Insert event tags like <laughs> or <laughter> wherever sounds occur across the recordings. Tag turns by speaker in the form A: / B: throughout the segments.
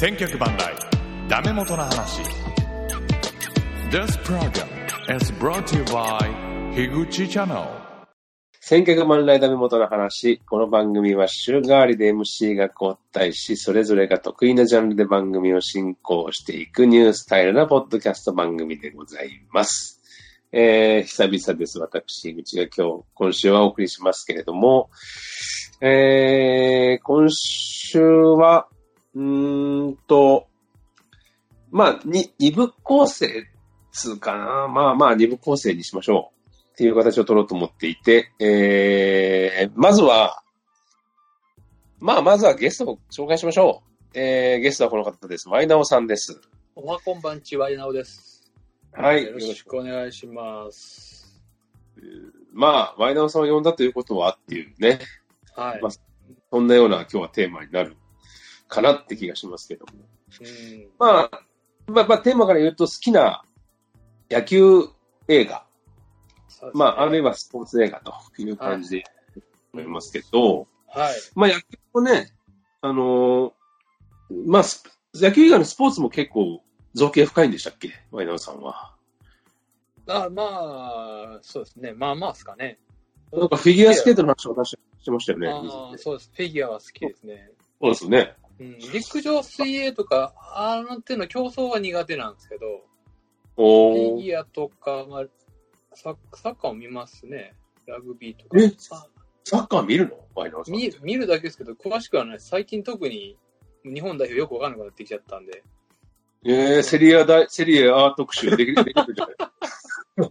A: 千曲万来ダメ元の話 This program is brought to you by 樋口チャンネル
B: 千客万来ダメ元の話。この番組は週替わりで MC が交代し、それぞれが得意なジャンルで番組を進行していくニュースタイルなポッドキャスト番組でございます。えー、久々です。私、口が今日、今週はお送りしますけれども、えー、今週は、うーんと、まあ、に、二部構成っつうかな。まあまあ、二部構成にしましょう。っていう形を取ろうと思っていて、えー、まずは、まあ、まずはゲストを紹介しましょう。えー、ゲストはこの方です。ワイナオさんです。
C: おはこんばんちは、やなおです。
B: はい
C: よろしくお願いします。
B: まあ、ワイナオさんを呼んだということはっていうね、
C: はい。
B: まそんなような今日はテーマになるかなって気がしますけども。
C: うん
B: まあ、まあ、まあ、テーマから言うと好きな野球映画、まあ、あるい
C: は、
B: はスポーツ映画という感じで思いますけど、
C: はい。
B: まあ野球もね、あのーまあスポ野球以外のスポーツも結構造形深いんでしたっけワイナオさんは。
C: あまあ、そうですね。まあまあですかね。
B: なんかフィギュアスケートの話を話してましたよね。
C: あーそうです。フィギュアは好きですね。
B: そうですよね。
C: うん、陸上、水泳とか、あの手の競争は苦手なんですけど、フ
B: お
C: ィ
B: ー
C: ギュアとかはサッ、サッカーを見ますね。ラグビーとか。
B: え
C: あ
B: サッカー見るのワイナオさん。
C: 見見るだけですけど、詳しくはないです。最近特に日本代表よくわかんなくなってきちゃったんで。
B: えー、セリア大、セリアア特集できる、できるじゃ <laughs> ない。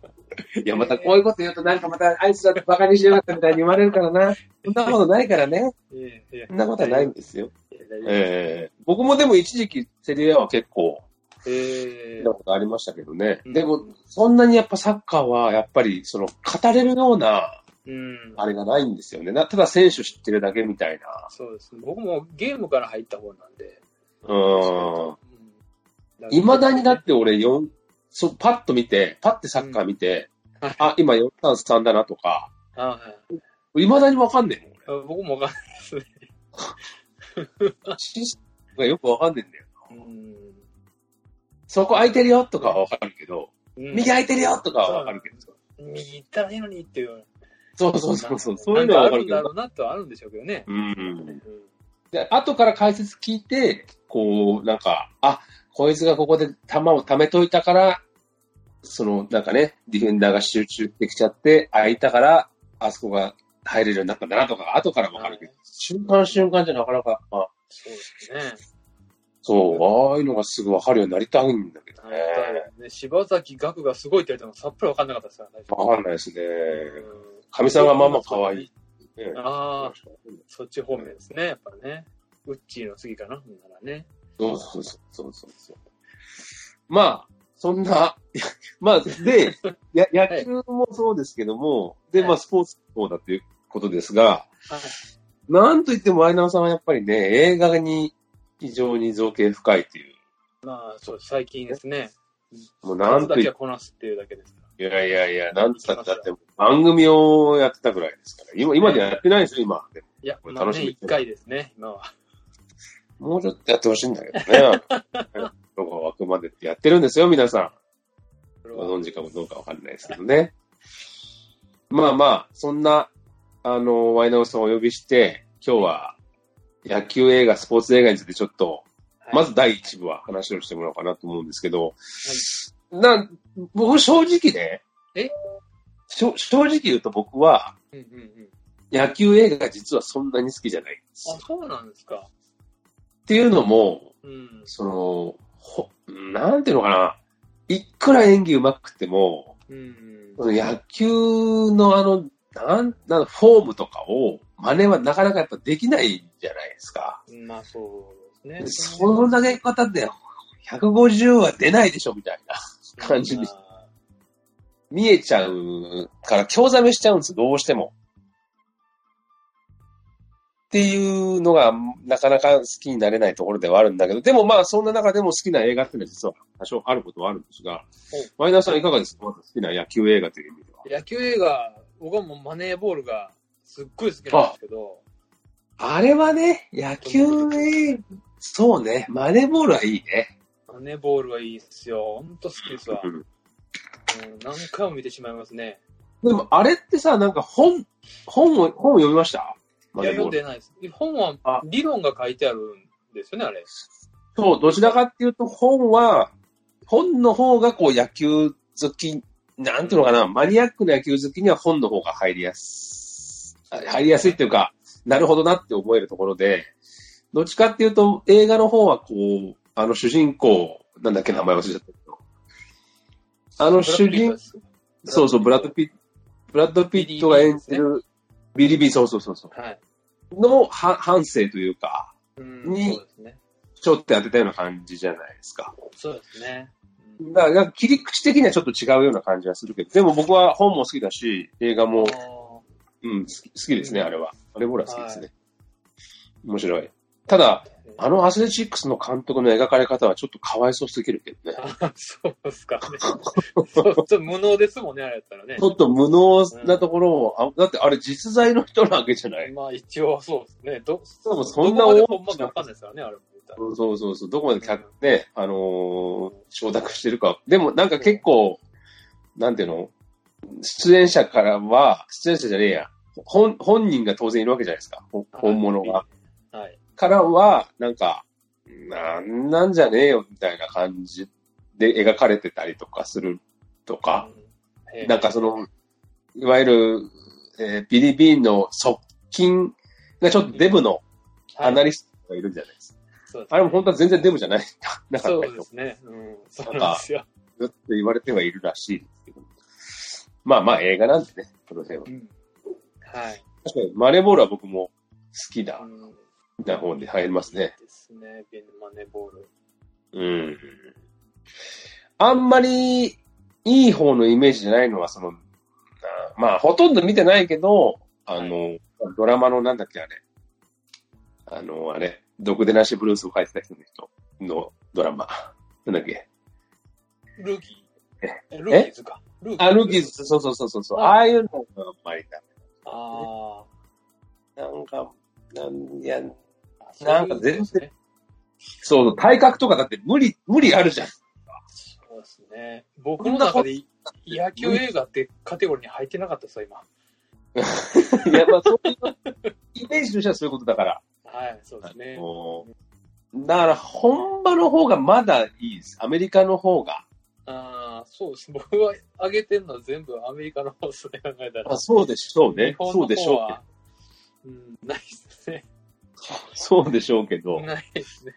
B: いや、またこういうこと言うとなんかまたあいつだってバカにしやがったみたいに言われるからな。そんなことないからね。
C: ええええ
B: そんなことはないんですよ。
C: いや大丈夫です
B: えー、僕もでも一時期セリアは結構
C: ええ
B: 見たことありましたけどね。
C: うん
B: でも、そんなにやっぱサッカーは、やっぱり、その、語れるような、
C: うん。
B: あれがないんですよね。なただ選手知ってるだけみたいな。
C: そうですね。僕もゲームから入った方なんで。
B: う。
C: うん
B: いまだにだって俺、四そう、パッと見て、パッてサッカー見て、
C: うんはい
B: あ、今4対3だなとか、
C: あはい
B: いまだにわかんねえもん、
C: あ僕もわかんないですね。
B: 俺。システムがよくわかんねえんだよ。
C: うん
B: そこ空いてるよとかはわかるけど、
C: うん
B: 右空いてるよとかはわかるけど。
C: 右行ったらいいのにっていう。
B: そうそうそうそう、
C: なん
B: そういうのはわかる
C: あるん
B: け
C: だ
B: ど。
C: ろうなとはあるんでしょうけどね。
B: うん。
C: うん
B: で、後から解説聞いて、こう、なんか、あ、こいつがここで球を貯めといたから、その、なんかね、ディフェンダーが集中できちゃって、空いたから、あそこが入れるようになったんだなとか、後からわかるけど、瞬間瞬間じゃなかなか、まあ、
C: そうですね。
B: そう、ああいうのがすぐわかるようになりたいんだけど
C: あ
B: ね。
C: のね柴崎岳がすごいって言われてもさっぱりわかんなかったですからね。
B: わかんないですね。
C: うん
B: かみさんがまあまあ可愛い。ね
C: ああ、そっち方面ですね、やっぱね。ウッチーの次かな、ほんならね。
B: そうそうそうそうそうそう。まあ、そんな、 <laughs> まあ、で、や野
C: い
B: 球もそうですけども、で、
C: はい
B: まあ、スポーツもそうだということですが、
C: はい。
B: なんといっても、ワイナオさんはやっぱりね、映画に非常に造形深いという、
C: まあ、そう、最近ですね。
B: もうな
C: 数
B: ん
C: だ
B: とい
C: け
B: っ
C: はこなすっていうだけですから。
B: いやいやいや、なんつったってだって、番組をやってたぐらいですから、今、今でやってないですよ、今。でも
C: いや、
B: これ
C: まあ
B: 楽しみ
C: ね、一回ですね、今は。
B: もうちょっとやってほしいんだけ
C: <laughs>
B: どね。動画枠までってやってるんですよ、皆さん。ご存知かもどうかわかんないですけどね。まあまあ、そんな、あの、ワイナオさんをお呼びして、今日は野球映画、スポーツ映画についてちょっと、
C: はい
B: まず第一部は話をしてもらおうかなと思うんですけど、な僕正直ね、
C: え
B: しょ正直言うと僕は
C: うんうんうん。
B: 野球映画実はそんなに好きじゃないんです
C: あ
B: よ。、
C: そうなんですか。
B: っていうのも、
C: うん。
B: その、ほなんていうのかな、いくら演技上手くても、
C: うん。
B: 野球のあの、なん、なんフォームとかを真似はなかなかやっぱできないじゃないですか。
C: まあ、そうですね。
B: その投げ方で150は出ないでしょみたいな感じに
C: まあ
B: 見えちゃうから、興ざめしちゃうんです、どうしても。っていうのが、なかなか好きになれないところではあるんだけど、でもまあ、そんな中でも好きな映画っていうのは実は多少あることはあるんですが、前田さんいかがですかまず好きな野球映画という意味では。
C: 野球映画、僕はもうマネーボールがすっごい好きなんですけど、
B: あれはね、野球映そうね。マネーボールはいいね。
C: マネーボールはいいっすよ。ほんと好きですわ。
B: う
C: うん
B: ん
C: 何回も見てしまいますね。
B: でも、あれってさ、なんか本、本を、本を読みました
C: い
B: マ
C: や、
B: ネー
C: 読
B: ボー
C: ん
B: ル。
C: でないです。本は
B: あ
C: 理論が書いてあるんですよね、あれ。
B: そう、どちらかっていうと、本は、本の方がこう野球好き、なんていうのかな、マニアックな野球好きには本の方が入りやすい、入りやすいっていうか、なるほどなって思えるところで、どっちかっていうと、映画の方はこう、あの主人公、なんだっけ名前忘れちゃったけど、あの主人そうそう、ブラッド・ピット、ブラッド・ピットが演じる、ビリビー、そうそうそうそ
C: はい。
B: う、のは反省というか、
C: うん、
B: に
C: そうですね。
B: ちょっと当てたような感じじゃないですか。
C: そうですね。うん
B: だから、なんか切り口的にはちょっと違うような感じはするけど、でも僕は本も好きだし、映画も、うん、好き好きですね、あれは。あれボールは好きですね。面白い。ただ、あのアスレチックスの監督の描かれ方はちょっとかわいそうすぎるけどね。
C: あーそうっすかね。そう、ちょっと無能ですもんね、あれやったらね
B: ち。ょっと無能なところを、あだってあれ実在の人なわけじゃない。
C: まあ一応そうですね。ど、
B: でもそんな
C: どこまで
B: 大
C: 本番かわかんないですからね、あれも言ったら。
B: そうそうそうそう、どこまで客、ね、あのー承諾してるか。でもなんか結構、なんていうの出演者からは、出演者じゃねえや。本、本人が当然いるわけじゃないですか。ほ本物が。
C: はい。
B: からは、なんか、なんなんじゃねえよ、みたいな感じで描かれてたりとかするとか、
C: う
B: なんかそ、の、いわゆる、えービリビンの側近がちょっとデブのアナ
C: り、
B: リストがいるじゃないですか。
C: そうですね
B: あれも本当は全然デブじ <laughs> ゃないんだ。なか
C: そ
B: っ
C: う
B: たり
C: で
B: とか
C: すね。うん。そうなんですよ。
B: って言われてはいるらしいですけど。まあまあ映画なんでね、この辺は
C: う。ん。はい。
B: 確かにマネーボールは僕も好きだ
C: う、ん
B: な方で入りますね。。
C: ですね。ビンマネーボール。
B: うん。あんまりいい方のイメージじゃないのは、その、あまあほとんど見てないけど、あの、ドラマのなんだっけあれ。あの、あれ、毒でなしブルースを書いてた人の人のドラマ。なんだっけ
C: ルーキー。えルーキーズか。ル
B: あ、ルーキーズ、そうそうそうそうそう。ああいうのがあんまりな
C: あ
B: なんか、なんや、
C: あ。
B: なんか全然
C: そうですね。
B: そう、体格とかだって無理、無理あるじゃん。
C: そうですね。僕の中で野球映画ってカテゴリーに入ってなかったですよ、今。
B: <laughs> いや、まあ、そういう、イメージとしてはそういうことだから。
C: はい、そうですね。
B: もうだから、本場の方がまだいいです。アメリカの方が。
C: ああ、そうです。 <laughs> 僕は上げてるのは全部アメリカの方ですね、考えたら。
B: そうでしょう
C: 日本の方
B: そ
C: は
B: うでしょうけど。
C: うん、ないですね。
B: そうでしょうけど。
C: ないで
B: <laughs>
C: すね。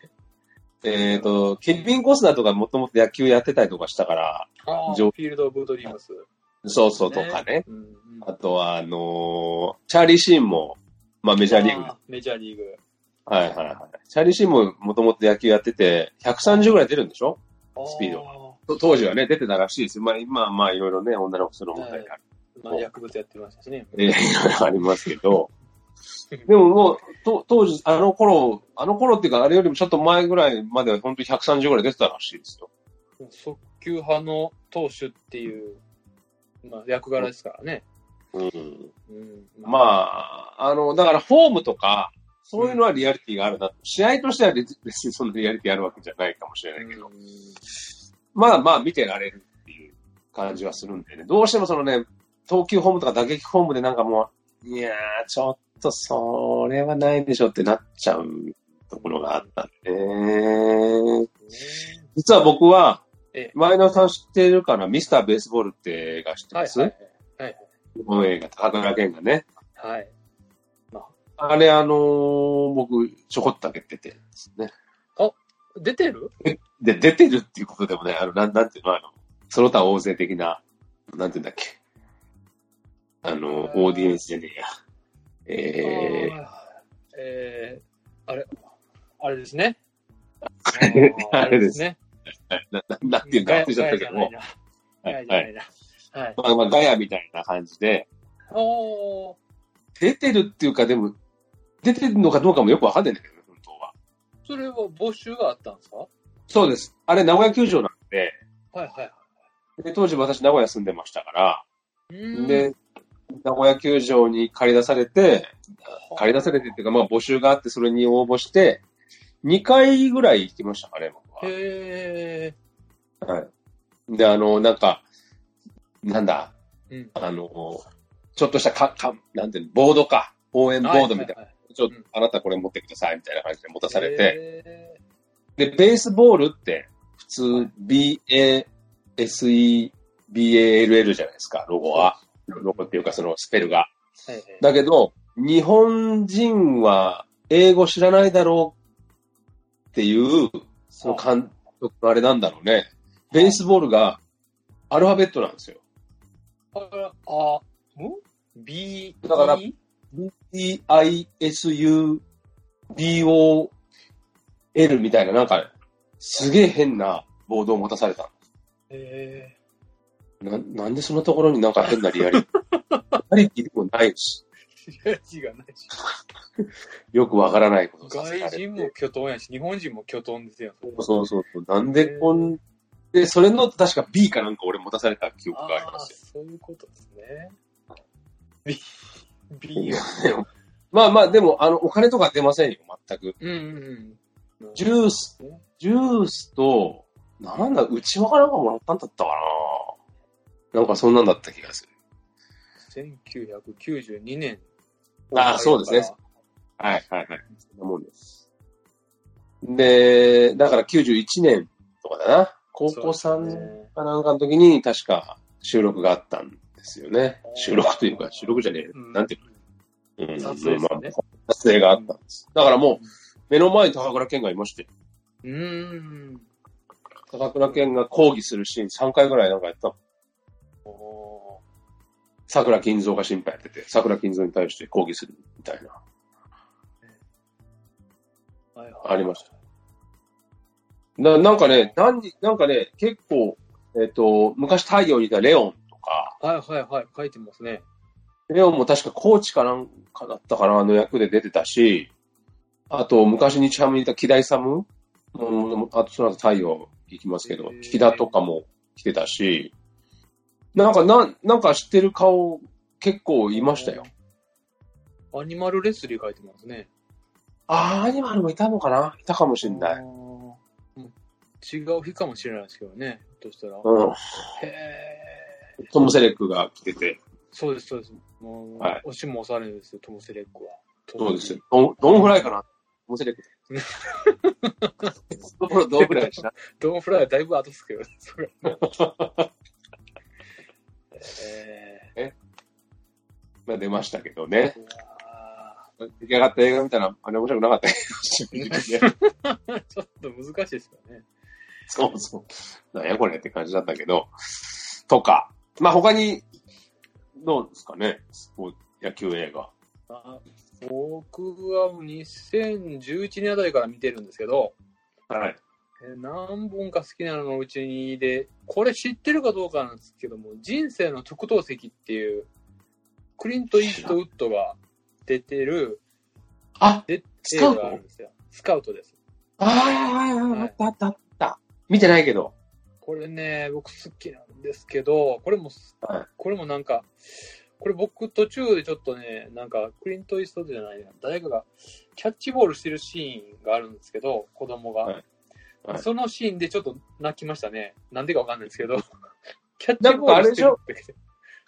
B: えっと、ケビン・コスナーとかもともと野球やってたりとかしたから、
C: ああ、フ
B: 上
C: ィールド・オブ・ドリームス。
B: そうそうとかね。
C: うんうん。
B: あとは、あのーチャーリー・シーンも、まあメジャーリーグ
C: あ。メジャーリーグ。
B: はいはいはい。チャーリー・シーンももともと野球やってて、130ぐらい出るんでしょスピード
C: ド。
B: と当時はね、出てたらしいですよ。まあ今はまあいろいろね、女の子その問題がある。
C: まあ、薬物やってましたしね。
B: えーいろいろありますけ <laughs> ど。でももう、と当時、あの頃、あの頃っていうか、あれよりもちょっと前ぐらいまでは本当に130ぐらい出てたらしいですよ。
C: 速球派の投手っていう、まあ、役柄ですからね。
B: うん。
C: うん。
B: まあ、あの、だからフォームとか、そういうのはリアリティがあるな。試合としては別別にそんなリアリティあるわけじゃないかもしれないけど。
C: うん
B: まあまあ見てられるっていう感じはするんでね。どうしてもそのね、投球フォームとか打撃フォームでなんかもう、いやー、ちょっとそれはないでしょってなっちゃうところがあったんでね。
C: ね
B: 実は僕は
C: ええ、
B: 前野さん知ってるかな、ミスターベースボールって映画知って
C: はい
B: ます、
C: はいはい。
B: 日本映画、高倉健がね。
C: はい。はい。
B: あれ、あのー僕、ちょこっとだけ出てるんですね。
C: 出てる
B: で、出てるっていうことでもね、あの、なん、なんていうの、あの、その他大勢的な、なんていうんだっけ。あの、
C: えー
B: オーディエンスじゃねえや。え
C: あーえー、あれ、あれですね。
B: れ
C: あ
B: <laughs>
C: ー
B: あれです
C: ね。
B: ー、な、ななんていうんだ、忘れちゃったけども。
C: ガ
B: は
C: ヤ
B: い
C: じゃ
B: は
C: ない
B: い。
C: な。はい。
B: まあまあ、ガヤみたいな感じで、
C: おー
B: 出てるっていうか、でも、出てるのかどうかもよくわかんないんだけどね、本当は。
C: それは募集があったんですかは
B: そうです。あれ、名古屋球場なんで、
C: いはいは
B: で当時私名古屋住んでましたから、
C: い。うーん
B: で、名古屋球場に借り出されて、
C: は
B: 借り出されてっていうか、まあ募集があって、それに応募して、 2回ぐらい行きましたかね、僕は。
C: へ
B: はい。で、あの、なんか、なんだ、
C: え。うん。
B: あの、ちょっとしたか、か、なんていうの、ボードか。応援ボードみたいな。
C: な。
B: ちょっと
C: うん、
B: あなたこれ持ってきてさい、みたいな感じで持たされて。
C: て。
B: で、ベースボールって、普通、B-A-S-E-B-A-L-L じゃないですか、ロゴは。ロゴっていうか、そのスペルが。
C: はいはい
B: だけど、日本人は英語知らないだろうっていう、その監督のあれなんだろうね。ベースボールがアルファベットなんですよ。
C: あ、あ、ん ?B、
B: だから
C: E？
B: B-I-S-U-B-O-L みたいな、なんか、すげえ変なボードを持たされた。
C: え
B: ななんでそんなところになんか変なリアリティリアリティでもないし、
C: ー、 <laughs> 字がない
B: <laughs>
C: し。
B: よくわからないことをさせら
C: 外
B: れて
C: 人も巨頭やし、日本人も巨頭ですよ。
B: そうそうそう。なんでこん、で、それの確か B かなんか俺持たされた記憶があり
C: あ
B: ま
C: あ、
B: すよ。
C: そういうことですね。B、B を。
B: まあまあ、でも、あの、お金とか出ませんよ、全く。
C: うんうんうん。
B: ジュース、ジュースと、なんだ、うちわかなんかもらったんだったかななんかそんなんだった気がする。
C: 1992年。
B: ああそうですね。はいはいはい。そんなもんです。で、だから91年とかだな。高校
C: そうです
B: 3
C: ね
B: かなんかの時に確か収録があったんですよね。収録というか、収録じゃねえ。
C: うん
B: なんていうのうん
C: 撮影ですね
B: まあ撮影があったんです。だからもう、目の前に高倉健がいまして、
C: うーん。
B: 高倉健が抗議するシーン3回ぐらいなんかやったの。
C: お
B: 桜金蔵が審判やってて、桜金蔵に対して抗議するみたいな。
C: ーはいはい
B: ありました。ななんかね、何になんかね、結構、えっ、と、昔太陽にいたレオンとか、
C: はいはいはい、書いてますね。
B: レオンも確かコーチかなんかだったかな、あの役で出てたし、あと、昔日ハムにいた木田勇も、あとその後太陽行きますけど
C: へ、ー
B: 木田とかも来てたし、なんか、なんなんか知ってる顔結構いましたよ。
C: アニマルレスリー書いてますね。
B: あー、アニマルもいたのかないたかもしれない。
C: うん違う日かもしれないですけどね。ひょっとしたら。
B: うん。
C: へー
B: トム・セレックが来てて、
C: そうです、そうです。もう、
B: はい
C: 押しも押されるんですよ、トム・セレックは。
B: そうですよ。ドンドンフライかなトム・セレッ <laughs> ク。ところドンフライしな。
C: ドン・フライはだいぶ後です
B: <laughs>
C: けどね、それは。え
B: まあ出ましたけどね。
C: ーうわ
B: 出来上がった映画みたいな、あれ面白くなかったけど正直ね
C: ーちょっと難しいですよね。
B: <laughs> そうそう。なんやこれって感じだったけど。とか。まあ他に、どうですかねスポー野球映画。
C: あ僕はもう2011年あたりから見てるんですけど、
B: はい。
C: えー何本か好きなののうちにで、これ知ってるかどうかなんですけども、人生の特等席っていう、クリント・イーストウッドが出てる
B: あ
C: 映
B: スカ
C: 画
B: ウ
C: があ
B: ト
C: るんですよ。スカウトです。
B: ああ、はいはいはい。あったあったあった。見てないけど。
C: これね、僕好きなんですけど、これも、
B: はい
C: これもなんか、これ僕途中でちょっとね、なんかクリント・イーストウッドじゃないな、誰かがキャッチボールしてるシーンがあるんですけど、子供が。
B: はいはい
C: そのシーンでちょっと泣きましたね。なんでかわかんないです
B: <laughs>
C: けど。キャッ
B: な
C: チ
B: ん
C: ボ
B: かあ
C: ー
B: れ
C: ル
B: で
C: し
B: してょ
C: るって。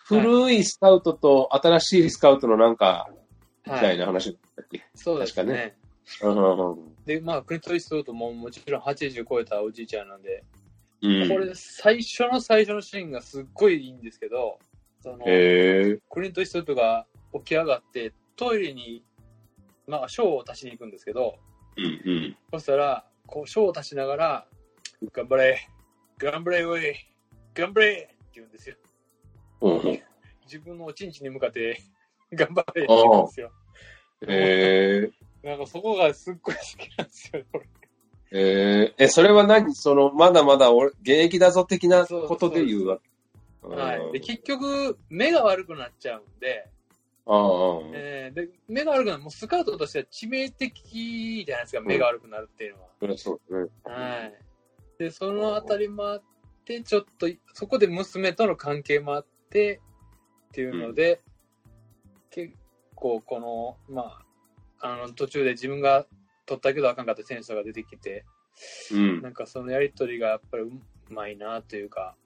B: 古いスカウトと新しいスカウトのなんか、み
C: は
B: た
C: い、
B: いな話だったっけ、
C: そうですね。
B: 確かうん
C: で、まあ、クリント・イーストウッドももちろん80超えたおじいちゃんなんで、
B: うん
C: これ最初の最初のシーンがすっごいいいんですけど、その
B: へえ。
C: クリント・イーストウッドが起き上がって、トイレに、まあ、ショーを足しに行くんですけど、
B: うんうん。
C: そしたら、こう、ショーを足しながら、頑張れ、頑張れ、おい、頑張れって言うんですよ。
B: うんうん、
C: 自分のおちんちんに向かって、 <laughs> 頑張れって言うんですよ。
B: えー、
C: なんかそこがすっごい好きなんですよね、俺
B: えー、え、それは何その、まだまだ俺、現役だぞ的なことで言うわけ。
C: はい。で、結局、目が悪くなっちゃうんで、
B: ああ、
C: えーで、目が悪くなる、もうスカウトとしては致命的じゃないですか、目が悪くなるっていうのは。
B: そりゃそうだね。
C: はい。で、そのあたりもあって、ちょっと、そこで娘との関係もあって、っていうので、結構この、まあ、あの、途中で自分が取ったけどあかんかった選手が出てきて、
B: うん。
C: なんかそのやりとりがやっぱりうまいなというか、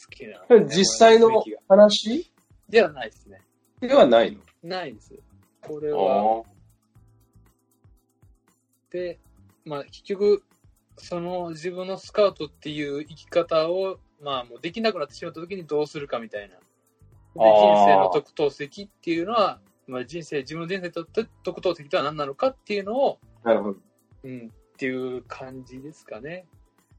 C: 好きな、
B: <laughs> 実際の
C: 雰囲気が
B: 話
C: ではないですね。
B: ではない
C: ないです。これは、
B: の。
C: で、まあ結局、その自分のスカウトっていう生き方を、まあもうできなくなってしまった時にどうするかみたいな。で
B: あー
C: 人生の特等席っていうのは、まあ人生、自分の人生にとって特等席とは何なのかっていうのを、
B: なるほど。
C: うん、っていう感じですかね。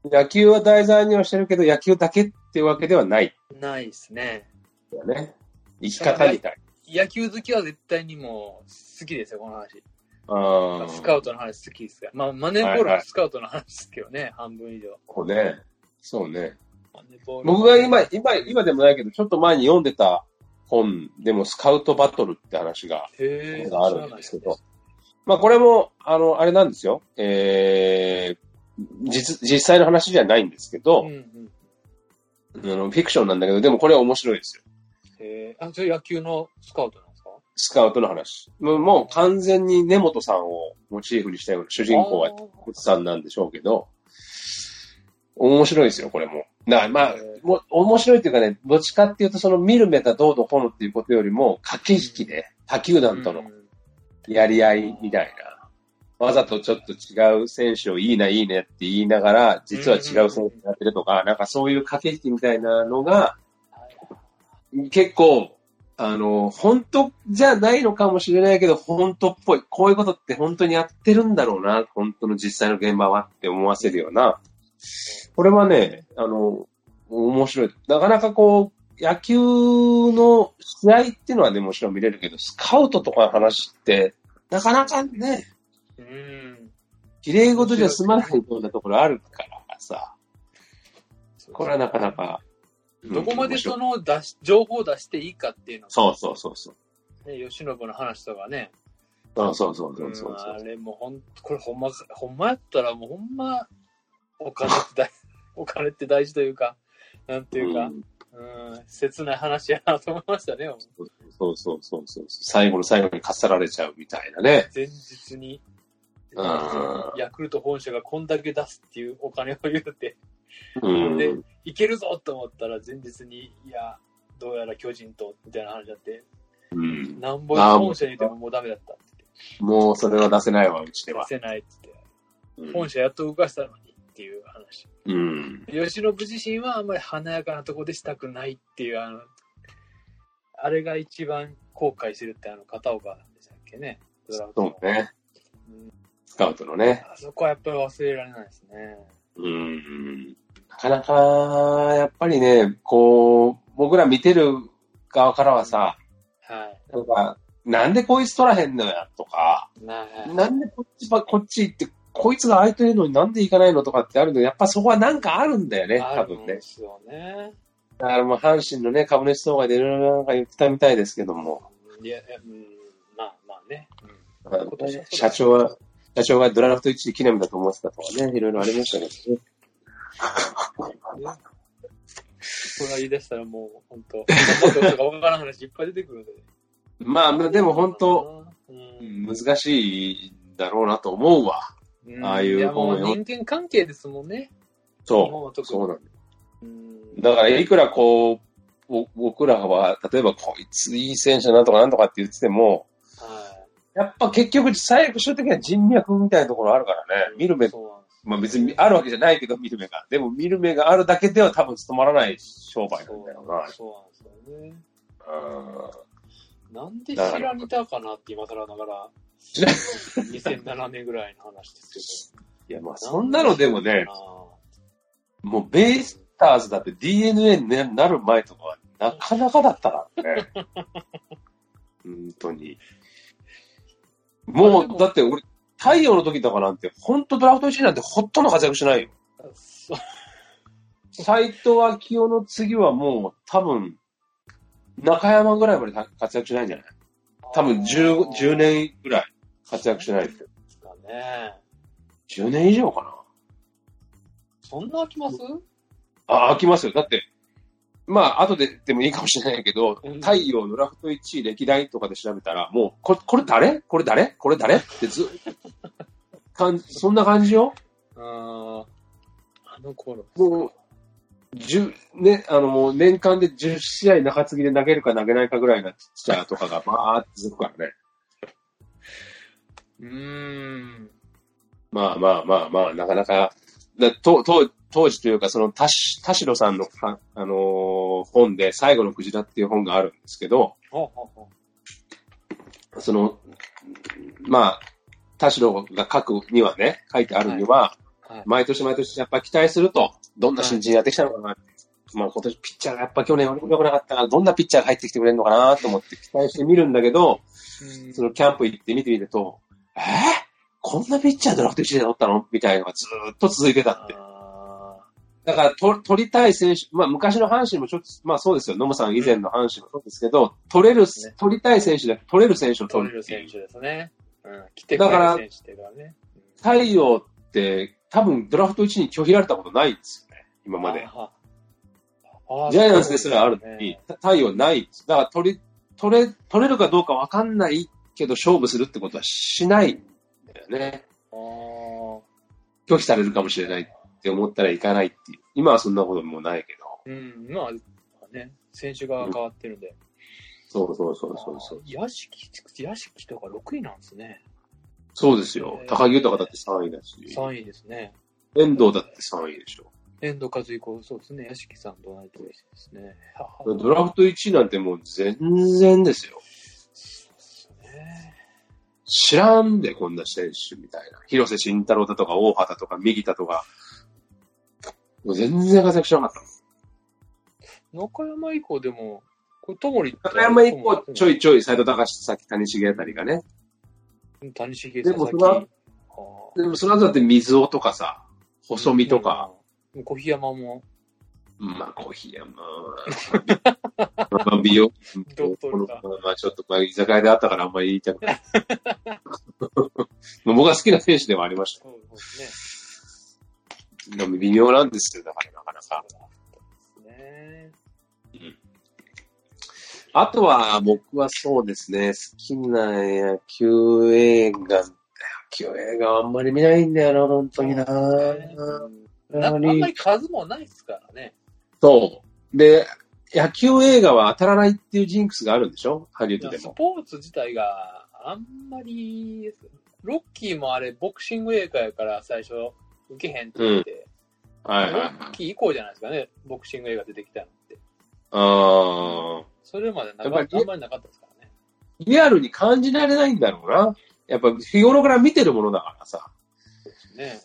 B: 野球は題材にはしてるけど、野球だけっていうわけではない
C: ないですね。
B: よね。生き方みたい。
C: 野球好きは絶対にもう好きですよ、この話。
B: ああ。
C: スカウトの話好きですから。まあ、マネーボ
B: はい
C: ール
B: は
C: はいスカウトの話ですけどね、半分以上。
B: こうね。そうね。
C: マネーボール
B: 僕が今、今、今でもないけど、ちょっと前に読んでた本でもスカウトバトルって話が
C: へー
B: があるんですけど。まあ、これも、あの、あれなんですよ。えー、実、実際の話じゃないんですけ
C: うん
B: ど、
C: うん。
B: あの、フィクションなんだけど、でもこれは面白いですよ。
C: へーあ、それ野球のスカウトなんですか
B: スカウトの話。もうもう完全に根本さんをモチーフにしたような主人公は
C: あー
B: 根本さんなんでしょうけど、面白いですよ、これも。なまあ
C: へ、ー
B: も面白いというかね、どっちかっていうと、その見る目がどうのこうのっていうことよりも、駆け引きで、他球団との
C: うん
B: やり合いみたいな。わざとちょっと違う選手をいいな、いいねって言いながら、実は違う選手になってるとか、なんかそういう駆け引きみたいなのが、結構、あの、本当じゃないのかもしれないけど、本当っぽい。こういうことって本当にやってるんだろうな、本当の実際の現場はって思わせるような。これはね、あの、面白い。なかなかこう、野球の試合っていうのはね、もちろん見れるけど、スカウトとかの話って、なかなかね、
C: うん。
B: 綺麗事じゃ済まないようなところあるからさ、これはなかなか。うん
C: どこまで
B: 面白い
C: その出し、情報を出していいかっていうのが
B: そうそうそうそう。
C: ね、吉信の話とかね。
B: そうそうそうそうそううん
C: あれもうほん、これほんま、ほんまやったらもうほんま、お金って大、 <laughs> お金って大事というか、なんていうか
B: ん、
C: うん、切ない話やなと思いましたね。
B: そうそうそうそう。最後の最後にかっさられちゃうみたいなね。
C: 前日に、
B: あ
C: ヤクルト本社がこんだけ出すっていうお金を言うて、
B: うん。
C: で、いけるぞと思ったら前日に、いや、どうやら巨人と、みたいな話になって、
B: うん、
C: なんぼ本社にいてももうダメだったって言って
B: もうそれは出せないわ、うちでは
C: 出。せないって言っ
B: う
C: て、
B: ん
C: 本社やっと動かしたのにっていう話。
B: うん。
C: 吉信自身はあんまり華やかなとこでしたくないっていう、あの、あれが一番後悔してるってあの片岡でしたっけね。ドラフトの
B: そうね。スカウトのね。
C: あそこはやっぱり忘れられないですね。
B: うん。なかなか、やっぱりね、こう、僕ら見てる側からはさ、
C: はい。
B: なんか、なんでこいつ取らへんのや、とか、
C: な
B: なんでこっちば、こっち行って、こいつが空いてるのになんで行かないのとかってあるの、やっぱそこはなんかあるんだよね、
C: あ
B: 多
C: る
B: 分
C: ん
B: ね
C: で。すよね。
B: だからもう阪神のね、株主総会でいろいろなんか言ってたみたいですけども、
C: いや、いやうん、まあまあね。
B: あの
C: 今年はそうだ
B: 社長は、社長がドラフト1位木並だと思ってたとかね、いろいろありましたけどね。
C: うん。ねそれ言い出したらもう本
B: <laughs>
C: 当、頑張ってほしいか分からん話いっぱい出てくるんで。
B: まあ、でも本当、
C: う、
B: うんん難しいだろうなと思うわ。
C: うん。
B: ああいう
C: やもう
B: 本を
C: 人間関係ですもんね。日本
B: そ
C: は
B: う。
C: 特に
B: そうなんだ。
C: うん
B: だから、いくらこう、ぼ僕らは、例えばこいついい選手だなんとかなんとかって言ってても、
C: は
B: やっぱ結局最終的には人脈みたいなところあるからね。
C: い。
B: 見る目、
C: そうなんです
B: まあ別にあるわけじゃないけど、見る目が。でも見る目があるだけでは多分務まらない商売なんだよな。
C: そうなんですよね。
B: うん
C: なんで知られたかなって今更ながら、
B: 知ら
C: 2007年ぐらいの話です
B: いや、まあ
C: けど。
B: そんなのでもね、もうベイスターズだって DNA になる前とかはなかなかだったから <laughs> ね。本当に。も
C: あでも
B: う、だって俺、太陽の時とかなんて、本当ドラフト1位なんてほとんど活躍しないよ。
C: そう
B: 斎藤明夫の次はもう多分、中山ぐらいまで活躍しないんじゃない <laughs> 多分 10, 10年ぐらい活躍しないですよ。
C: ですかね。
B: 10年以上かな
C: そんな飽きます
B: あ、飽きますよ。だって、まあ、後ででもいいかもしれないけど
C: うん、
B: 太陽ドラフト1位歴代とかで調べたら、もう、ここれ誰これ誰これ誰ってずっ感じ、そんな感じよ
C: ああ、あの頃。
B: もう、十、ね、あの、年間で10試合中継ぎで投げるか投げないかぐらいなピッチャーとかがバーって続くからね。
C: うーん。
B: まあまあまあまあ、なかなか、だとと当時というか、その田し田代さんのか、あのー本で、最後のクジラっていう本があるんですけど、
C: あ、あ、あ。
B: その、まあ、田代が書くにはね、書いてあるには、
C: はいはい
B: 毎年毎年やっぱ期待すると、どんな新人やってきたのかな、まあ今年ピッチャーがやっぱ去年良くなかったから、どんなピッチャーが入ってきてくれるのかなと思って期待してみるんだけど、
C: うん
B: そのキャンプ行って見てみると、えー、こんなピッチャードラフト1年取ったのみたいなのがずーっと続いてたって。
C: あ
B: だからと、取りたい選手、まあ、昔の阪神もちょっと、まあそうですよ。野茂さん以前の阪神もそうですけど、取れる、
C: ね
B: 取りたい選手で取れる選手を
C: ー
B: 取
C: 取れ
B: る
C: る
B: っていう
C: 選手ですね。うん。来てく
B: だ
C: れ
B: から
C: る選手っていうかね。
B: 太陽って、多分ドラフト1に拒否られたことないんですよね。今まで。
C: あー。あー
B: ジャイアンツですらあるのに、。太陽ないんです。だから取り、取れ、取れるかどうかわかんないけど勝負するってことはしないんだよね。
C: そう
B: 拒否されるかもしれないって思ったらいかないっていう。今はそんなこともないけど。
C: ですねあー。うん。まあ、ね、選手が変わってるんで。
B: そうそうそうそうそう。
C: あー屋敷、屋敷とか6位なんですね。
B: そうですよ。高木豊だって3位だし、
C: 3位ですね。
B: 遠藤だって3位でしょ。
C: 遠藤和彦、そうですね。屋敷さんと同じ年ですね。
B: ドラフト1位なんてもう全然ですよ。
C: そうですね。
B: 知らんで、こんな選手みたいな。広瀬慎太郎だとか、大畑とか、右田とか。もう全然活躍しなかった。
C: 中山以降でも、これ、ともり
B: 中山以降、ちょいちょい、斎藤隆、佐々木谷重あたりがね。
C: い。谷繁
B: で
C: 佐
B: も
C: 々
B: その
C: 木。あー
B: でもその後だって水尾とかさ、細見とか、。
C: うん小檜山も、
B: まあ、コーヒーや、まあ、まあ、美容、
C: どう取るか
B: まあ、ちょっと、まあ、居酒屋であったからあんまり言いたくない。もう僕が好きな選手ではありまし
C: そうです
B: た。でも微妙なんですよ、だからなかなか。
C: ね。ね
B: あとは、僕はそうですね、好きな野球映画、野球映画あんまり見ないんだよな、本当にな。
C: なんかあんまり数もないですからね。
B: そう。で、野球映画は当たらないっていうジンクスがあるんでしょハリウッドで
C: ス
B: も。
C: ポーツ自体があんまり、ロッキーもあれ、ボクシング映画やから最初、受けへんって言って、
B: は
C: ロッキー以降じゃないですかね、ボクシング映画出てきたのって。
B: ああ。
C: それまでな
B: や
C: か
B: っ
C: っ
B: ぱ
C: た
B: り
C: あんまりなかったですからね。
B: リアルに感じられないんだろうな。やっぱ日頃から見てるものだからさ。
C: ね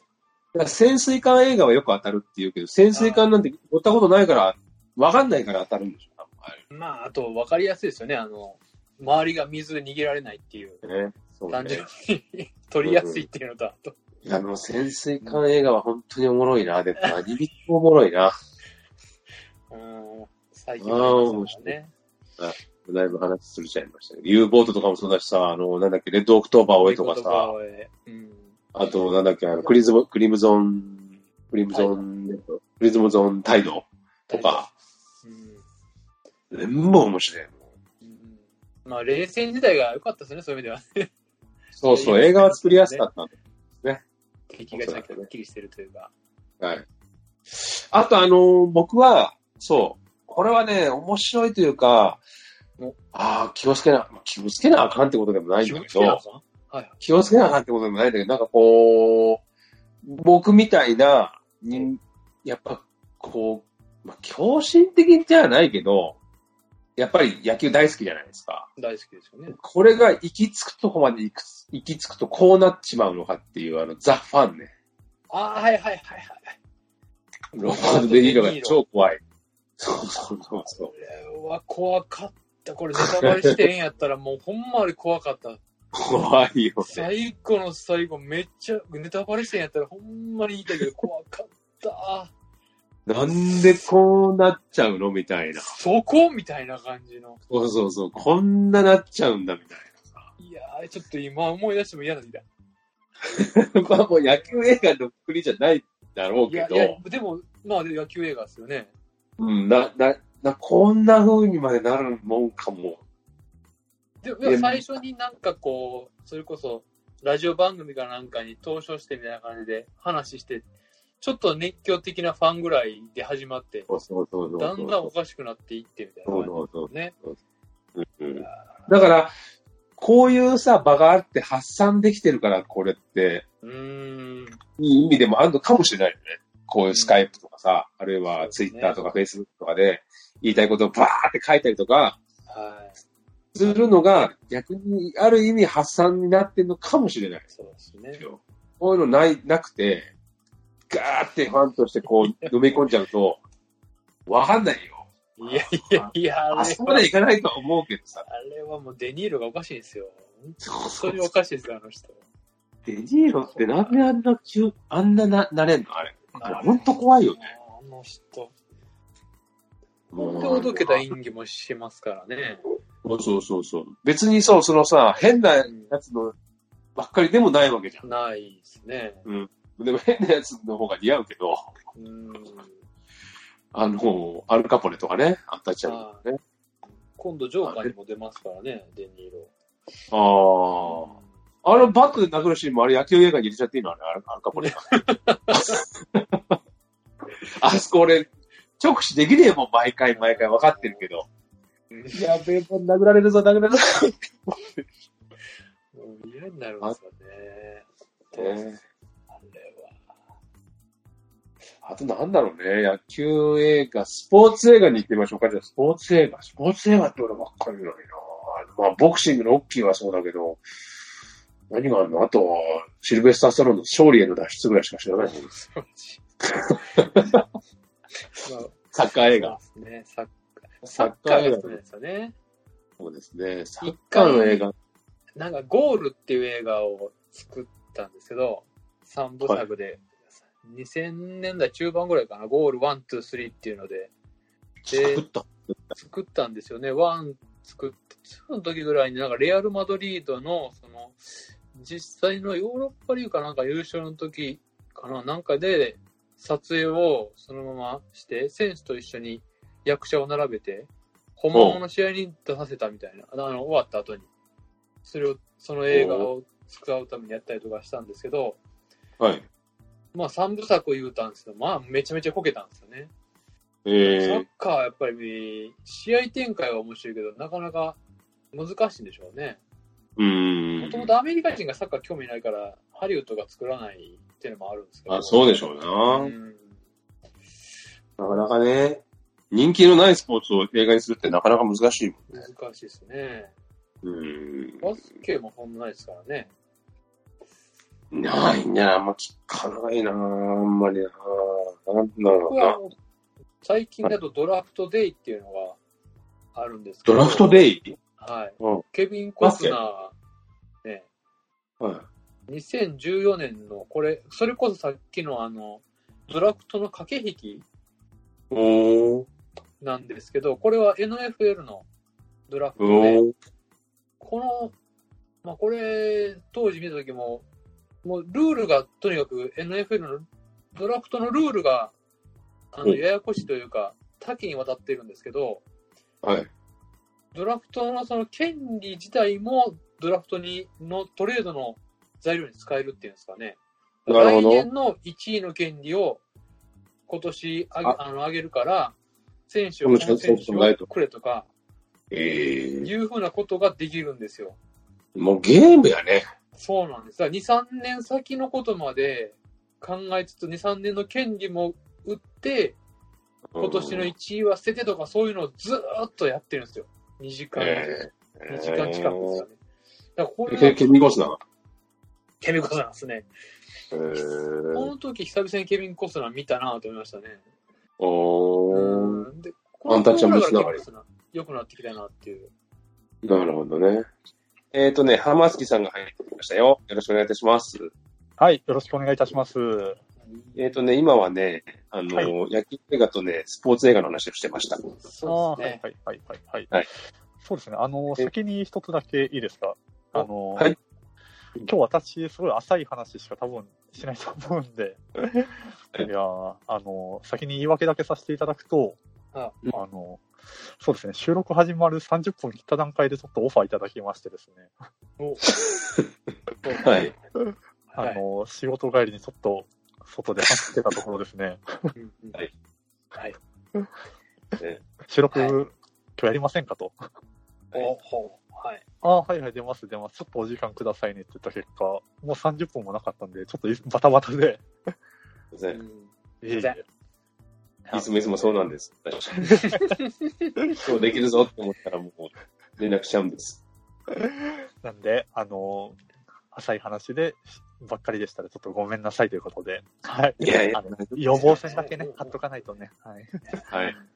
B: だから潜水艦映画はよく当たるって言うけど、潜水艦なんて乗ったことないから、わかんないから当たるんでしょ、
C: まあ、あと分かりやすいですよね。あの、周りが水で逃げられないっていう、
B: 多分ね。そう
C: 単純
B: ね。
C: に取りやすいっていうのと、あと、
B: あの、潜水艦映画は本当におもろいな。でも、何ビもおもろいな。
C: うん、最近のですね。
B: だいぶ話すれちゃいましたけど、U ボートとかもそうだしさ、あの、なんだっけ、レッドオクトーバー追いとかさ、
C: うん。
B: あと、なんだっけ、あの、クリズム、クリムゾン、クリムゾン、クリズムゾン態度とか、
C: うん。
B: 全部面白い。
C: うんまあ、冷戦時代が良かったですね、そういう意味では。
B: そうそう、映画は作りやすかったんだ
C: 敵がちゃんとはっきりしてるというか。
B: はい。あと、あのー僕は、そう、これはね、面白いというか
C: お、
B: ああ、気をつけな、気をつけなあかんってことでもないんだけど、
C: さんはい。
B: 気をつけなあかんってことでもないんだけど、なんかこう、僕みたいな、人やっぱ、こう、まあ、狂心的じゃないけど、やっぱり野球大好きじゃないですか。
C: 大好きですよね。
B: これが行き着くとこまで行く行き着くとこうなっちまうのかっていう、あの、ザ・ファンね。
C: ああ、はいはいはいはい。
B: ロバート・デ・ニーロが超怖い。そうそうそうそう。
C: これは怖かった。これネタバレしてへんやったら、もうほんまに怖かった。
B: 怖いよね。
C: 最後の最後、めっちゃ、ネタバレしてへんやったら、ほんまに言いたいけど、怖かった。
B: なんでこうなっちゃうのみたいな。
C: そこみたいな感じの。
B: そうそうそう。こんななっちゃうんだみた
C: いやー、ちょっと今思い出しても嫌なんだ。
B: いな。これはもう野球映画のくくりじゃないだろう
C: い
B: け
C: や、い
B: ど、
C: や、でも、まあ、で野球映画ですよね。
B: うん、な、な、な、こんな風にまでなるもんかも。
C: でも
B: いや
C: 最初になんかこう、それこそ、ラジオ番組かなんかに投書してみたいな感じで話して、ちょっと熱狂的なファンぐらいで始まって、
B: そうそうそうそう。
C: だんだんおかしくなっていってみたいな
B: そう
C: 感
B: そうそう
C: じ。ね。
B: うんだから、こういうさ、場があって発散できてるから、これって、
C: うーん。
B: いい意味でもあるのかもしれないよね。こういうスカイプとかさ、あるいはツ
C: そう
B: イ
C: です
B: ッ
C: ね
B: ターとかフェイスブックとかで言いたいことをバーって書いたりとか、
C: はい。
B: するのが逆にある意味発散になってるのかもしれないで
C: そうですね
B: す。よ。こういうのない、なくて、ガーってファンとしてこう、飲み込んじゃう <laughs> と、わかんないよ。
C: いやいやいや、あ
B: あ
C: れ
B: そこ
C: は
B: までいかないとは思うけどさ。
C: あれはもうデニーロがおかしいんですよ。
B: そう
C: それおかしいですよ、あの人。
B: デニーロってなんであんな急、あんなな、なれんのあれ。あれほんと怖いよね。
C: あの人。
B: も
C: ほんでおどけた演技もしますからね。
B: そうそうそう。別にそう、そのさ、変なやつのばっかりでもないわけじゃ
C: ないですね。
B: ん。でも変なやつの方が似合うけど、
C: うん。
B: あの、アルカポネとかね、あったちゃんとかね。
C: 今度ジョーカーにも出ますからね、デニーロ。
B: ああ。あのバッグで殴るシーンもあれ野球映画に入れちゃっていいのあれ、アルアルカポネが。 <laughs> あそこ俺、直視できねえもん、毎回毎回分かってるけど。
C: うん
B: やべえ、殴られるぞ、殴られるぞ。
C: もう嫌になるんですよね。どうせあれは。
B: あとなんだろうね、野球映画、スポーツ映画に行ってみましょうか。じゃあ、スポーツ映画。スポーツ映画って俺ばっかりなのにな。まあ、ボクシングのオッキーはそうだけど、何があるのあと、シルベスター・スタローンの勝利への脱出ぐらいしか知らない。サッカー <laughs> 映画。
C: そうですね。サッ
B: サ
C: サ
B: ッ
C: ッ
B: カ
C: カ
B: ー
C: ー
B: 映
C: が
B: 画
C: そうですよね。
B: そうですね。サッ
C: ッ
B: カ
C: カ
B: ー
C: ー
B: の
C: の
B: 映
C: 映
B: 画。
C: なんか、ゴールっていう映画を作ったんですけど、三部作で、2000年代中盤ぐらいかな、ゴール1、2、3っていうので、で
B: 作った。
C: 作ったんですよね。1作って、2の時ぐらいになんかレアル・マドリードの、その、実際のヨーロッパリーグかなんか優勝の時かな、なんかで撮影をそのままして、選手と一緒に役者を並べて、本物の試合に出させたみたいな、あの、終わった後に。それを、その映画を使うためにやったりとかしたんですけど、
B: はい。
C: まあ3部作を言うたんですけど、まあめちゃめちゃこけたんですよね。
B: え
C: サッ
B: ー、
C: カーはやっぱり、試合展開は面白いけど、なかなか難しいんでしょうね。
B: う
C: もと
B: ー
C: も
B: ん。
C: とアメリカ人がサッカー興味ないから、ハリウッドが作らないっていうのもあるんですけど。
B: あ、そうでしょ
C: ょ
B: う
C: う
B: な。
C: ん。
B: なかなかね、人気のないスポーツを映画にするってなかなか難しいも
C: 難しいですね。
B: ん。う
C: バスケもほんまないですからね。
B: ーん。ないね。あんま聞かないな。あんまりな。なんだろ
C: 僕
B: うな
C: は。もう最近だとドラフトデイっていうのがあるんですけ
B: ド
C: ど。
B: ラフトデイ
C: はい。
B: うん
C: ケビン・コスナー、ね、
B: はい。
C: 2014年の、これ、それこそさっきのあの、ドラフトの駆け引き
B: おー。
C: なんですけど、これは NFL のドラフトで、
B: おー。
C: この、まあ、これ、当時見た時も、もうルールが、とにかく NFL のドラフトのルールが、あ
B: お
C: の、ややこしいというか、多岐にわたっているんですけど、
B: はい。
C: ドラフトのその権利自体も、ドラフトにのトレードの材料に使えるっていうんですかね。
B: なるほど
C: 来年の1位の権利を今年あげ
B: あ
C: あの上げるから、選手を、
B: も
C: こ
B: ちろん
C: の選手
B: そう考えると
C: をくれとか、
B: えー。
C: いうふうなことができるんですよ。
B: もうゲームやね。
C: そうなんです。だから2、3年先のことまで考えつつ、2、3年の権利も売って、今年の
B: 1
C: 1位は捨ててとか、そういうのをずーっとやってるんですよ。2時間、2時間近くですよね。だからこれ
B: ケ
C: が
B: ケミゴスナー。
C: ケビン・コスナーです <laughs> ね。
B: え
C: こ
B: ー、
C: の時、久々にケビン・コスナー見たなと思いましたね。
B: おー。
C: うんで、
B: アンタッチャブルつながり
C: この頃からケビンコスナー良くなってきたなっていう。
B: なるほどね。えっ、とね、浜月さんが入ってきましたよ。よろしくお願いいたします。
D: はい、よろしくお願いいたします。
B: えっ、とね、今はね、あの、
D: はい
B: 野球映画とね、スポーツ映画の話をしてました。
C: そう
D: あ
C: です
D: ー
C: ね。
D: はいはいはいはい、
B: はい
D: そうですね、あの、
B: え
D: 先に一つだけいいですか。あの、
B: はい
D: 今日私、すごい浅い話しか多分しないと思う
B: <laughs>
D: んで、いやーあの、先に言い訳だけさせていただくと、
C: あ
D: あの、そうですね、収録始まる30分切った段階でちょっとオファーいただきましてですね、
C: お <laughs>
B: はい。
C: はい
D: あの、仕事帰りにちょっと外で走ってたところです
C: <laughs>
D: ね、
C: うんうん
B: はい
C: はい。
D: 収録、
C: はい
D: 今日やりませんかと。
C: おほう。はい。
D: ああ、はいはい、出ます、出ます。ちょっとお時間くださいねって言った結果、もう30分もなかったんで、ちょっとい <laughs> バタバタで。
B: すいま
D: いえい
C: じゃあ
B: せん
D: え
B: いつもいつもそうなんです。そうできるぞって思ったらもう連絡しちゃうんです。
D: なんで、あの浅い話で、ばっかりでしたら、ちょっとごめんなさいということで。はい。
B: いやいや
D: あの予防線だけね、貼っとかないとね。はい。
B: はい。
C: えー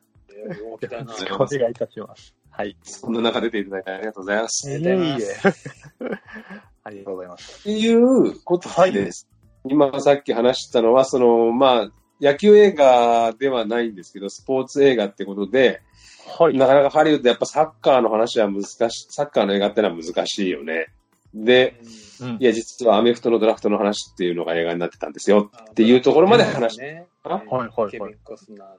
C: 陽気だ
D: よ
C: な
B: <laughs>
D: ろし。く <laughs> お願いいたします。はい。
B: そんな中出ていただいてありがとうございま
D: い
B: す。
D: え
C: り
D: い
C: がとうございます
D: え。ありがとうございます。
B: っていうことです。今さっき話したのは、その、まあ、野球映画ではないんですけど、スポーツ映画ってことで、
D: はい。
B: なかなかハリウッドやっぱサッカーの話は難しい、サッカーの映画ってのは難しいよね。で、
C: っ
D: うん
B: いや、実はアメフトのドラフトの話っていうのが映画になってたんですよっていうところまで話して。
C: ね。
B: あはい
D: はいはい
C: ケビン・コスナーの。